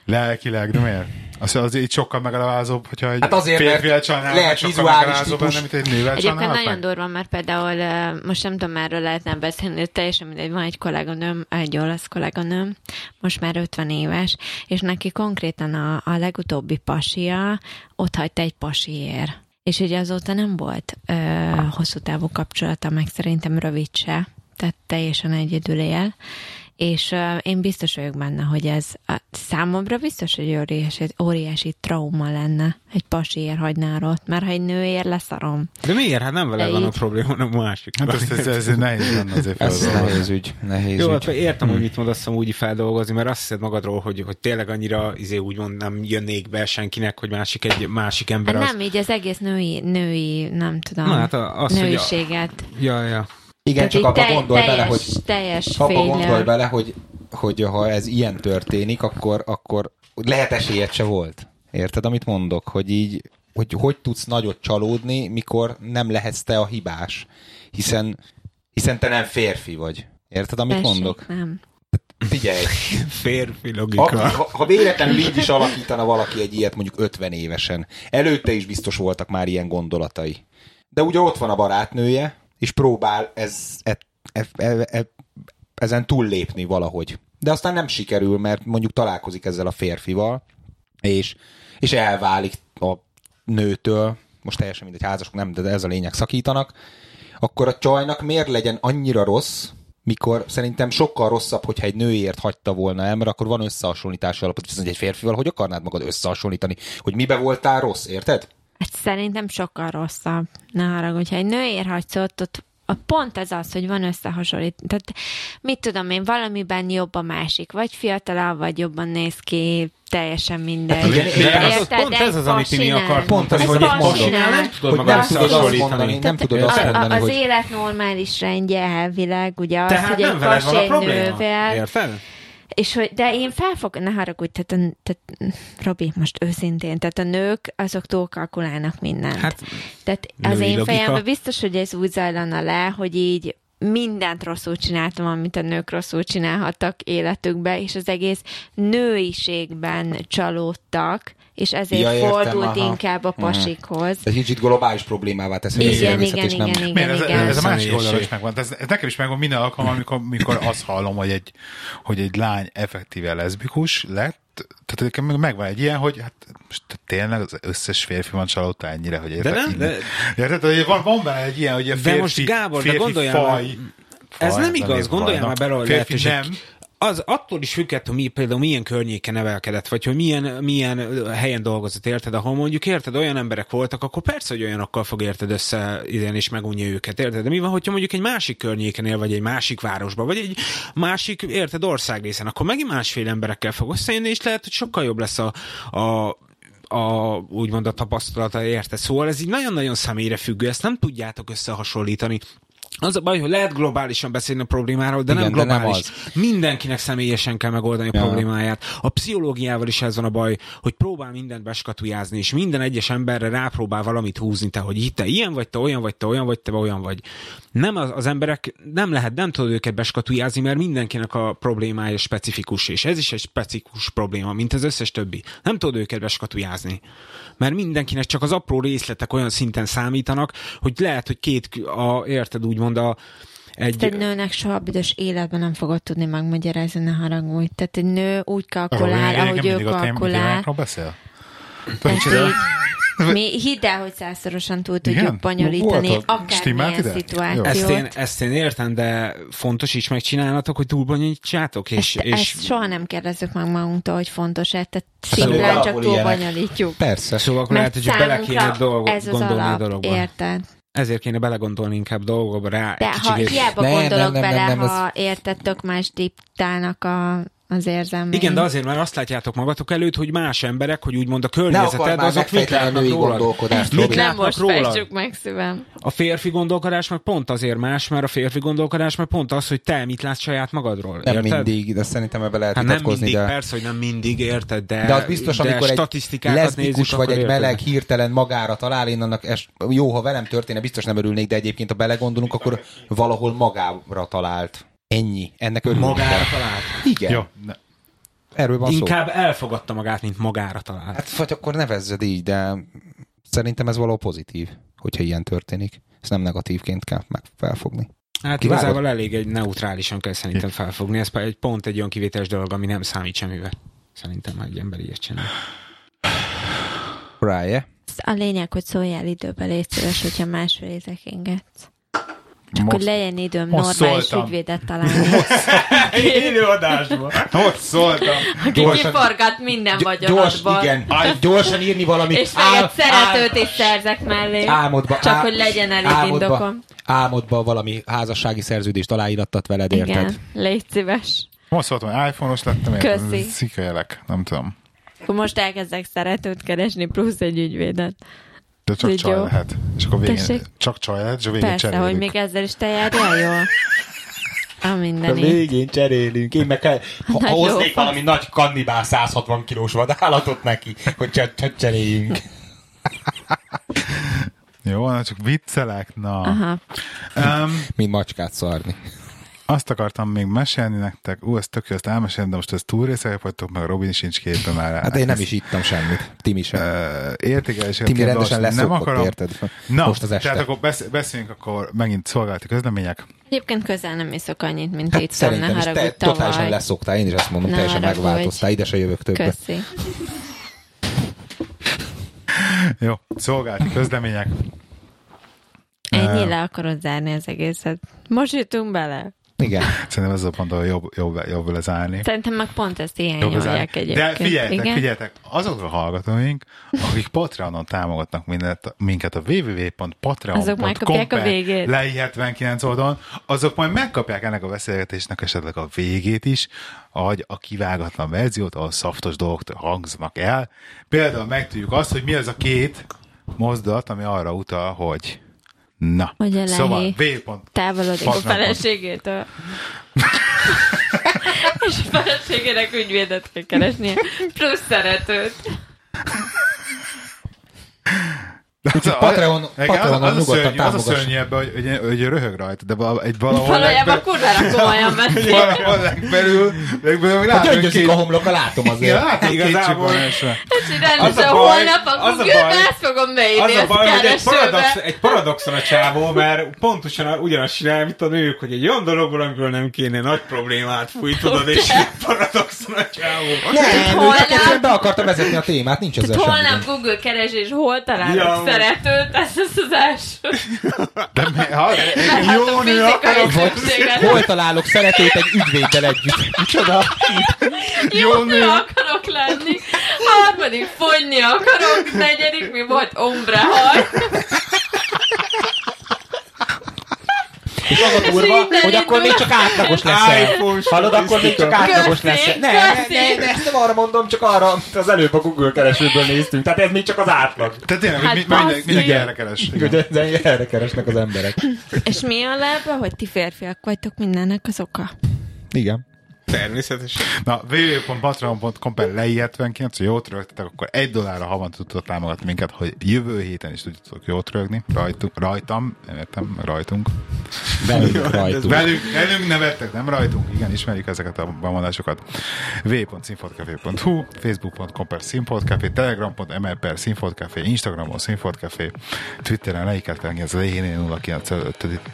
[SPEAKER 1] Lelkileg, de miért? Azt az így sokkal megalázóbb, hogyha egy
[SPEAKER 5] Hát azért, mert
[SPEAKER 1] férfivel csinálnál,
[SPEAKER 5] lehet
[SPEAKER 1] meg sokkal
[SPEAKER 5] vizuális
[SPEAKER 1] megalázóbb
[SPEAKER 5] típus.
[SPEAKER 1] lenne, mint egy nővel
[SPEAKER 2] Egyébként
[SPEAKER 1] csinálnál
[SPEAKER 2] nagyon
[SPEAKER 1] meg.
[SPEAKER 2] durva, mert például ö, most nem tudom, erről lehetne beszélni, de teljesen mindegy, van egy kolléganőm, egy olasz kolléganőm, most már 50 éves, és neki konkrétan a, a legutóbbi pasia ott hagyta egy pasiért. És ugye azóta nem volt ö, hosszú távú kapcsolata, meg szerintem rövid se, tehát teljesen egyedül él, és ö, én biztos vagyok benne, hogy ez a, számomra biztos, hogy óriási, óriási trauma lenne, egy pasiért hagyná ott, mert ha egy nőért leszarom.
[SPEAKER 4] De miért? Hát nem vele
[SPEAKER 2] De
[SPEAKER 4] van a
[SPEAKER 2] így.
[SPEAKER 4] probléma, hanem a másik.
[SPEAKER 1] Hát ez, ez, ez nehéz lenne azért
[SPEAKER 5] Ez
[SPEAKER 1] feldolgozni.
[SPEAKER 5] nehéz ügy. Nehéz
[SPEAKER 4] Jó,
[SPEAKER 5] ügy.
[SPEAKER 4] hát értem,
[SPEAKER 5] Hmm.
[SPEAKER 4] hogy mit mondasz amúgy feldolgozni, mert azt hiszed magadról, hogy, hogy tényleg annyira izé úgymond nem jönnék be senkinek, hogy másik egy másik ember
[SPEAKER 2] Hát
[SPEAKER 4] az.
[SPEAKER 2] nem, így az egész női, női nem tudom,
[SPEAKER 4] Na, hát a- az, hogy a-
[SPEAKER 2] nőiséget.
[SPEAKER 4] Ja, ja.
[SPEAKER 5] Igen,
[SPEAKER 2] Tehát
[SPEAKER 5] csak
[SPEAKER 2] így
[SPEAKER 5] abba
[SPEAKER 2] te-
[SPEAKER 5] gondolj bele,
[SPEAKER 2] teljes-
[SPEAKER 5] hogy
[SPEAKER 2] teljes
[SPEAKER 5] abba gondolj
[SPEAKER 2] félelem.
[SPEAKER 5] bele, hogy, hogy ha ez ilyen történik, akkor, akkor lehet esélyed se volt. Érted, amit mondok? Hogy így, hogy hogy tudsz nagyot csalódni, mikor nem lehetsz te a hibás. Hiszen, hiszen te nem férfi vagy. Érted, amit
[SPEAKER 2] Tessék,
[SPEAKER 5] mondok?
[SPEAKER 2] Nem.
[SPEAKER 5] Figyelj,
[SPEAKER 4] Férfi
[SPEAKER 5] Ak-
[SPEAKER 4] logika.
[SPEAKER 5] ha, ha véletlenül így is alakítana valaki egy ilyet mondjuk 50 évesen, előtte is biztos voltak már ilyen gondolatai. De ugye ott van a barátnője, és próbál ez, e, e, e, e, ezen túllépni valahogy. De aztán nem sikerül, mert mondjuk találkozik ezzel a férfival, és, és elválik a nőtől, most teljesen mindegy, házasok nem, de ez a lényeg, szakítanak, akkor a csajnak miért legyen annyira rossz, mikor szerintem sokkal rosszabb, hogyha egy nőért hagyta volna el, mert akkor van összehasonlítási alapod, viszont egy férfival hogy akarnád magad összehasonlítani, hogy mibe voltál rossz, érted?
[SPEAKER 2] Hát szerintem sokkal rosszabb. Ne haragudj, ha egy nőért hagysz ott, ott a pont ez az, hogy van összehasonlít. Tehát mit tudom én, valamiben jobb a másik, vagy fiatalabb, vagy jobban néz ki, teljesen mindegy.
[SPEAKER 5] Igen, igen,
[SPEAKER 4] Hát az-
[SPEAKER 2] Érted?
[SPEAKER 4] pont
[SPEAKER 2] De egy
[SPEAKER 4] ez az, amit Timi
[SPEAKER 2] pasinál.
[SPEAKER 4] akar.
[SPEAKER 5] Pont az,
[SPEAKER 2] Ez
[SPEAKER 5] hogy mit
[SPEAKER 2] pasinál.
[SPEAKER 5] mondok.
[SPEAKER 4] Nem tudod
[SPEAKER 5] Hogy
[SPEAKER 4] magad
[SPEAKER 5] nem tudod azt
[SPEAKER 4] összehasonlítani.
[SPEAKER 5] mondani, nem
[SPEAKER 2] Tehát
[SPEAKER 5] tudod
[SPEAKER 2] a-
[SPEAKER 5] azt
[SPEAKER 2] a-
[SPEAKER 5] mondani,
[SPEAKER 2] Az
[SPEAKER 5] hogy
[SPEAKER 2] élet normális rendje elvileg, ugye az,
[SPEAKER 4] Tehát
[SPEAKER 2] hogy
[SPEAKER 4] nem
[SPEAKER 2] egy
[SPEAKER 4] veled van a
[SPEAKER 2] pasi egy
[SPEAKER 4] probléma.
[SPEAKER 2] nővel,
[SPEAKER 4] Érted?
[SPEAKER 2] És hogy, de én felfog, ne haragudj, tehát, a, tehát Robi, most őszintén, tehát a nők azok túlkalkulálnak mindent.
[SPEAKER 4] Hát,
[SPEAKER 2] tehát az
[SPEAKER 4] női
[SPEAKER 2] én
[SPEAKER 4] logika.
[SPEAKER 2] fejemben biztos, hogy ez úgy zajlana le, hogy így mindent rosszul csináltam, amit a nők rosszul csinálhattak életükbe, és az egész nőiségben csalódtak, és ezért
[SPEAKER 5] Ja,
[SPEAKER 2] ja,
[SPEAKER 5] értem,
[SPEAKER 2] fordult
[SPEAKER 5] aha.
[SPEAKER 2] inkább a pasikhoz.
[SPEAKER 5] egy kicsit globális problémává teszi a
[SPEAKER 2] Igen,
[SPEAKER 5] szervezet,
[SPEAKER 2] igen,
[SPEAKER 5] és nem...
[SPEAKER 2] igen, igen,
[SPEAKER 1] Miért? Ez,
[SPEAKER 2] igen.
[SPEAKER 1] ez, a másik
[SPEAKER 4] Személyiség.
[SPEAKER 1] oldalról is megvan. Ez, ez nekem is megvan minden alkalom, amikor, amikor azt hallom, hogy egy, hogy egy lány effektíve leszbikus lett, tehát nekem meg- megvan egy ilyen, hogy hát most tényleg az összes férfi van csalódta ennyire, hogy érted?
[SPEAKER 4] De nem,
[SPEAKER 1] Így-
[SPEAKER 4] de-
[SPEAKER 1] Érted, hogy van, van benne egy ilyen, hogy a férfi,
[SPEAKER 4] De most Gábor, de
[SPEAKER 1] férfi
[SPEAKER 4] gondoljál
[SPEAKER 1] faj,
[SPEAKER 4] már-
[SPEAKER 1] faj,
[SPEAKER 4] Ez nem igaz,
[SPEAKER 1] ér
[SPEAKER 4] gondoljál már
[SPEAKER 1] bajnak.
[SPEAKER 4] bele, hogy
[SPEAKER 1] Férfi
[SPEAKER 4] lehetőség-
[SPEAKER 1] nem,
[SPEAKER 4] Az attól is függhet, hogy mi, például milyen környéken nevelkedett, vagy hogy milyen, milyen ö, helyen dolgozott, érted? Ahol mondjuk, érted, olyan emberek voltak, akkor persze, hogy olyanokkal fog érted össze idén és megunja őket, érted? De mi van, hogyha mondjuk egy másik környéken él, vagy egy másik városban, vagy egy másik, érted, országrészen, akkor megint másfél emberekkel fog összejönni, és lehet, hogy sokkal jobb lesz a, a a, úgymond a tapasztalata érte. Szóval ez így nagyon-nagyon személyre függő, ezt nem tudjátok összehasonlítani. Az a baj, hogy lehet globálisan beszélni a problémáról, de
[SPEAKER 5] Igen,
[SPEAKER 4] nem
[SPEAKER 5] de nem
[SPEAKER 4] globális.
[SPEAKER 5] az.
[SPEAKER 4] Mindenkinek személyesen kell megoldani a
[SPEAKER 5] Ja.
[SPEAKER 4] problémáját. A pszichológiával is ez van a baj, hogy próbál mindent beskatujázni, és minden egyes emberre rápróbál valamit húzni, te, hogy itt te ilyen vagy, te olyan vagy, te olyan vagy, te olyan vagy. Nem az, az emberek, nem lehet, nem tudod őket beskatujázni, mert mindenkinek a problémája specifikus, és ez is egy specifikus probléma, mint az összes többi. Nem tudod őket beskatujázni. Mert mindenkinek csak az apró részletek olyan szinten számítanak, hogy lehet, hogy két, a, érted úgymond a, egy...
[SPEAKER 2] Egy nőnek soha büdös életben nem fogod tudni megmagyarázni, ne haragudj. Tehát egy nő úgy
[SPEAKER 1] Arról
[SPEAKER 2] kalkulál,
[SPEAKER 1] régen
[SPEAKER 2] ahogy ő
[SPEAKER 1] mindig a
[SPEAKER 2] kalkulál.
[SPEAKER 1] témákról beszél?
[SPEAKER 2] Tehát
[SPEAKER 1] Nincs ez-
[SPEAKER 2] így- Mi hidd el, hogy százszorosan túl
[SPEAKER 1] Igen?
[SPEAKER 2] tudjuk bonyolítani
[SPEAKER 1] Volt a- stimmelt
[SPEAKER 2] akármilyen
[SPEAKER 1] ide?
[SPEAKER 4] Ezt én,
[SPEAKER 2] szituációt.
[SPEAKER 4] ezt én értem, de fontos is megcsinálnatok, hogy túlbonyolítsátok, és,
[SPEAKER 2] Ezt,
[SPEAKER 4] és Hát
[SPEAKER 2] ezt soha nem kérdezzük meg magunktól, hogy fontos-e, tehát
[SPEAKER 5] szóval
[SPEAKER 2] szimplán csak
[SPEAKER 5] alapul
[SPEAKER 2] túl
[SPEAKER 5] ilyenek.
[SPEAKER 2] bonyolítjuk.
[SPEAKER 5] Persze.
[SPEAKER 4] szóval akkor lehet, hogy bele kéne dolgo,
[SPEAKER 2] ez az
[SPEAKER 4] gondolni a
[SPEAKER 2] alap,
[SPEAKER 4] dologba.
[SPEAKER 2] érted?
[SPEAKER 4] Ezért kéne belegondolni inkább dolgokba rá. egy
[SPEAKER 2] De ha
[SPEAKER 4] kicsikét.
[SPEAKER 2] hiába
[SPEAKER 5] Ne,
[SPEAKER 2] gondolok
[SPEAKER 5] nem, nem,
[SPEAKER 2] bele,
[SPEAKER 5] nem, nem,
[SPEAKER 2] ha érted, tök más diptának a, az érzelmei.
[SPEAKER 4] Igen, de azért, mert azt látjátok magatok előtt, hogy más emberek, hogy úgymond a
[SPEAKER 5] Ne akar
[SPEAKER 4] környezeted,
[SPEAKER 5] már
[SPEAKER 4] azok mit
[SPEAKER 5] megfejteni a
[SPEAKER 4] látnak
[SPEAKER 5] női
[SPEAKER 4] rólad.
[SPEAKER 5] gondolkodást,
[SPEAKER 4] Mit
[SPEAKER 5] Robi.
[SPEAKER 4] lát-
[SPEAKER 2] nem
[SPEAKER 4] látnak
[SPEAKER 2] most
[SPEAKER 4] rólad.
[SPEAKER 2] festjük meg szívem.
[SPEAKER 4] A férfi gondolkodás meg pont azért más, mert a férfi gondolkodás meg pont az, hogy te mit látsz saját magadról.
[SPEAKER 5] Nem
[SPEAKER 4] érted?
[SPEAKER 5] mindig, de szerintem ebbe lehet
[SPEAKER 4] Hát nem mindig,
[SPEAKER 5] vitatkozni,
[SPEAKER 4] de...
[SPEAKER 5] de...
[SPEAKER 4] persze, hogy nem mindig, érted, de,
[SPEAKER 5] De az biztos,
[SPEAKER 4] E, de
[SPEAKER 5] amikor egy
[SPEAKER 4] statisztikákat
[SPEAKER 5] leszbikus
[SPEAKER 4] nézzük,
[SPEAKER 5] vagy
[SPEAKER 4] akkor
[SPEAKER 5] egy
[SPEAKER 4] érted.
[SPEAKER 5] meleg hirtelen magára talál, én annak es, jó, ha velem történne, biztos nem örülnék, de egyébként, ha belegondolunk, akkor valahol magára talált. Ennyi. Ennek örülünk.
[SPEAKER 4] Magára
[SPEAKER 5] kell.
[SPEAKER 4] talált.
[SPEAKER 5] Igen.
[SPEAKER 1] Jó,
[SPEAKER 5] Jó.
[SPEAKER 1] ne.
[SPEAKER 5] Erről van szó.
[SPEAKER 4] Inkább elfogadta magát, mint magára talált.
[SPEAKER 5] Hát vagy akkor nevezzed így, de szerintem ez valahol pozitív, hogyha ilyen történik. Ezt nem negatívként kell meg felfogni.
[SPEAKER 4] Hát
[SPEAKER 5] kivágod?
[SPEAKER 4] igazából elég egy neutrálisan kell szerintem felfogni. Ez pá- egy pont egy olyan kivételes dolog, ami nem számít semmivel. Szerintem már egy ember ilyet csinál.
[SPEAKER 5] Rye?
[SPEAKER 2] A lényeg, hogy szóljál időbe, légy szíves, hogyha másfél ézek ingetsz. Csak
[SPEAKER 1] Most-
[SPEAKER 2] hogy legyen időm
[SPEAKER 1] most
[SPEAKER 2] normális
[SPEAKER 1] szóltam.
[SPEAKER 2] ügyvédet találni.
[SPEAKER 4] Élőadásban!
[SPEAKER 1] Most szóltam.
[SPEAKER 6] Aki kiforgat minden
[SPEAKER 5] gyors,
[SPEAKER 6] vagyonodból.
[SPEAKER 5] igen. Á, gyorsan írni valamit.
[SPEAKER 6] És még egy szeretőt is szerzek mellé.
[SPEAKER 5] Álmodba,
[SPEAKER 2] Csak
[SPEAKER 5] ál-
[SPEAKER 2] hogy legyen elég
[SPEAKER 5] álmodba,
[SPEAKER 2] indokom.
[SPEAKER 5] Álmodba valami házassági szerződést aláírattat veled, érted?
[SPEAKER 2] Igen, légy szíves.
[SPEAKER 1] Most szóltam, hogy iPhone-os lettem,
[SPEAKER 2] Köszi.
[SPEAKER 1] érted? Szikajelek, nem tudom.
[SPEAKER 2] Akkor most elkezdek szeretőt keresni, plusz egy ügyvédet.
[SPEAKER 1] De csak
[SPEAKER 2] Így
[SPEAKER 1] csaj
[SPEAKER 2] jó.
[SPEAKER 1] lehet. És akkor végén,
[SPEAKER 2] Tessék?
[SPEAKER 1] csak csaj lehet, és a végén
[SPEAKER 2] Persze,
[SPEAKER 1] cserélik.
[SPEAKER 2] hogy még ezzel is te járjál jól. A mindenit.
[SPEAKER 5] Végén cserélünk. Én meg kell, ha,
[SPEAKER 2] Nagy
[SPEAKER 5] ha hoznék
[SPEAKER 2] jó.
[SPEAKER 5] valami nagy kannibál 160 kilós vadállatot neki, hogy cse- cse- cseréljünk.
[SPEAKER 1] Jó, na csak viccelek, na.
[SPEAKER 2] Aha,
[SPEAKER 1] Um,
[SPEAKER 5] Mint macskát szarni.
[SPEAKER 1] azt akartam még mesélni nektek. Ú, ez tök jó, ezt elmesélni, de most ez túl részek vagytok, meg Robin sincs képben már.
[SPEAKER 5] Hát én nem is ittam semmit. Timi sem.
[SPEAKER 1] Uh, értékelés.
[SPEAKER 5] Timi rendesen
[SPEAKER 1] nem
[SPEAKER 5] leszokott,
[SPEAKER 1] akarom.
[SPEAKER 5] érted?
[SPEAKER 1] Na,
[SPEAKER 5] Most az este.
[SPEAKER 1] tehát akkor besz- beszéljünk akkor megint szolgálati közlemények.
[SPEAKER 2] Egyébként közel nem iszok annyit, mint
[SPEAKER 5] Hát
[SPEAKER 2] itt van, ne
[SPEAKER 5] szerintem is
[SPEAKER 2] haragudj
[SPEAKER 5] te totálisan
[SPEAKER 2] tavaly.
[SPEAKER 5] leszoktál, én is azt mondom,
[SPEAKER 2] Ne
[SPEAKER 5] teljesen
[SPEAKER 2] haragudj.
[SPEAKER 5] megváltoztál, ide se jövök többet.
[SPEAKER 2] Köszi.
[SPEAKER 1] Jó, szolgálati közlemények.
[SPEAKER 2] Ennyi le akarod zárni az egészet. Most jutunk bele.
[SPEAKER 5] Igen.
[SPEAKER 1] Szerintem ez a pont, ahol jobb, jobb, jobb lezárni.
[SPEAKER 2] Szerintem meg pont ezt
[SPEAKER 1] Jobb
[SPEAKER 2] hiányolják
[SPEAKER 1] lezárni.
[SPEAKER 2] egyébként.
[SPEAKER 1] De figyeljetek,
[SPEAKER 2] Igen?
[SPEAKER 1] figyeljetek, azok a hallgatóink, akik Patreonon támogatnak mindet, minket a
[SPEAKER 2] Azok
[SPEAKER 1] www.patreon.com
[SPEAKER 2] megkapják a végét.
[SPEAKER 1] le 79 oldalon, azok majd megkapják ennek a beszélgetésnek esetleg a végét is, vagy a kivágatlan verziót, ahol szaftos dolgok hangzanak el. Például megtudjuk azt, hogy mi az a két mozdulat, ami arra utal, hogy Na,
[SPEAKER 2] Hogy a
[SPEAKER 1] szóval
[SPEAKER 2] lehé
[SPEAKER 1] v.
[SPEAKER 2] Távolodik a
[SPEAKER 1] Partner pont.
[SPEAKER 2] feleségétől. És a feleségének ügyvédet kell keresnie.
[SPEAKER 6] Plusz szeretőt.
[SPEAKER 1] Úgyhogy
[SPEAKER 5] Patreon- Patreonon nyugodtan
[SPEAKER 1] Szóval, Az a
[SPEAKER 5] támogass.
[SPEAKER 1] szörnyű ebbe, hogy, hogy, hogy röhög rajta, de val- egy valahol,
[SPEAKER 6] Valójában
[SPEAKER 1] legbe,
[SPEAKER 6] kurvára komolyan vették.
[SPEAKER 1] valahol legbelül, legbelül
[SPEAKER 5] Hát
[SPEAKER 1] rád, hogy
[SPEAKER 5] gyöngyözik
[SPEAKER 1] két,
[SPEAKER 5] a homloka, látom
[SPEAKER 1] igen,
[SPEAKER 5] azért.
[SPEAKER 1] látom,
[SPEAKER 4] Igazából-
[SPEAKER 1] igazából.
[SPEAKER 6] Csinálni,
[SPEAKER 4] Az a
[SPEAKER 6] a
[SPEAKER 4] baj-
[SPEAKER 6] holnap a
[SPEAKER 4] az a
[SPEAKER 6] Google-be
[SPEAKER 4] baj-
[SPEAKER 6] ezt fogom beírni
[SPEAKER 4] Az a
[SPEAKER 6] ezt
[SPEAKER 4] baj, hogy egy paradox,
[SPEAKER 6] keresőbe.
[SPEAKER 4] egy paradoxon a csávó, mert pontosan a- ugyanazt csinál, mint a nők, hogy egy olyan dologból, amiről nem kéne nagy problémát fúj, tudod, és paradoxon a csávó.
[SPEAKER 5] Nem,
[SPEAKER 6] Holnap-
[SPEAKER 5] őket egyszerűen be akartam vezetni a témát, nincs ezzel
[SPEAKER 6] Tehát
[SPEAKER 5] semmi
[SPEAKER 6] holnap
[SPEAKER 5] gond.
[SPEAKER 6] Google keres, és hol
[SPEAKER 4] Ja.
[SPEAKER 6] találok szeretőt, ez az az első.
[SPEAKER 1] De mi- ha,
[SPEAKER 6] Jó nő akarok. Vagy
[SPEAKER 5] Hol találok szeretőt egy ügyvéddel együtt? Micsoda?
[SPEAKER 6] jó nő akarok lenni. Harmadik fogyni akarok. Negyedik mi volt? Ombre haj.
[SPEAKER 5] És az a durva,
[SPEAKER 6] És így
[SPEAKER 5] hogy akkor még csak átlagos leszel.
[SPEAKER 4] iPhone
[SPEAKER 5] Hallod, akkor még csak átlagos leszel. Ne, ne, ne, ne, ezt nem arra mondom, csak arra, amit az előbb a Google keresőből néztünk. Tehát ez még csak az átlag.
[SPEAKER 1] tehát tényleg, hogy
[SPEAKER 6] Hát
[SPEAKER 1] mi- mindenki-
[SPEAKER 6] basszus.
[SPEAKER 1] mindenki erre keres. Igen.
[SPEAKER 5] Hogy ezzel erre keresnek az emberek.
[SPEAKER 2] És mi a lába, hogy ti férfiak vagytok mindennek az oka?
[SPEAKER 5] Igen.
[SPEAKER 7] Természetesen.
[SPEAKER 1] Na, www.patreon.com per lei79, ha jót rögtetek, akkor egy dollárra havonta tudtok támogatni minket, hogy jövő héten is tudtok jót rögni. Rajtunk, rajtam, nem értem, rajtunk.
[SPEAKER 5] Velünk rajtunk.
[SPEAKER 1] Velünk, velünk nevettek, nem rajtunk. Igen, ismerjük ezeket a bemondásokat. v.színfotkafé.hu, facebook.com per színfotkafé, telegram.ml per színfotkafé, instagramon színfotkafé, twitteren leiket fel, ez a én 09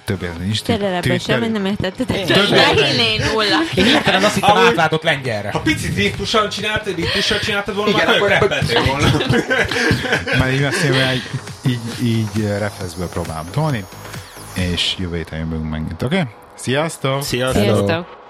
[SPEAKER 1] többet nincs.
[SPEAKER 2] Terelebben semmit nem értettetek.
[SPEAKER 6] De hinné nulla.
[SPEAKER 5] Én hirtelen azt hittem
[SPEAKER 7] Amúgy-
[SPEAKER 5] átváltott lengyelre.
[SPEAKER 7] Ha picit ritmusan csináltad, ritmusan csináltad volna,
[SPEAKER 5] Igen,
[SPEAKER 7] már
[SPEAKER 5] akkor-
[SPEAKER 7] akkor reppeltél volna.
[SPEAKER 1] Már így beszélve, így, így, így eh, refeszből próbálom tolni, és jövő héten jövünk megint, oké? Okay? Sziasztok!
[SPEAKER 7] Sziasztok!
[SPEAKER 2] Sziasztok!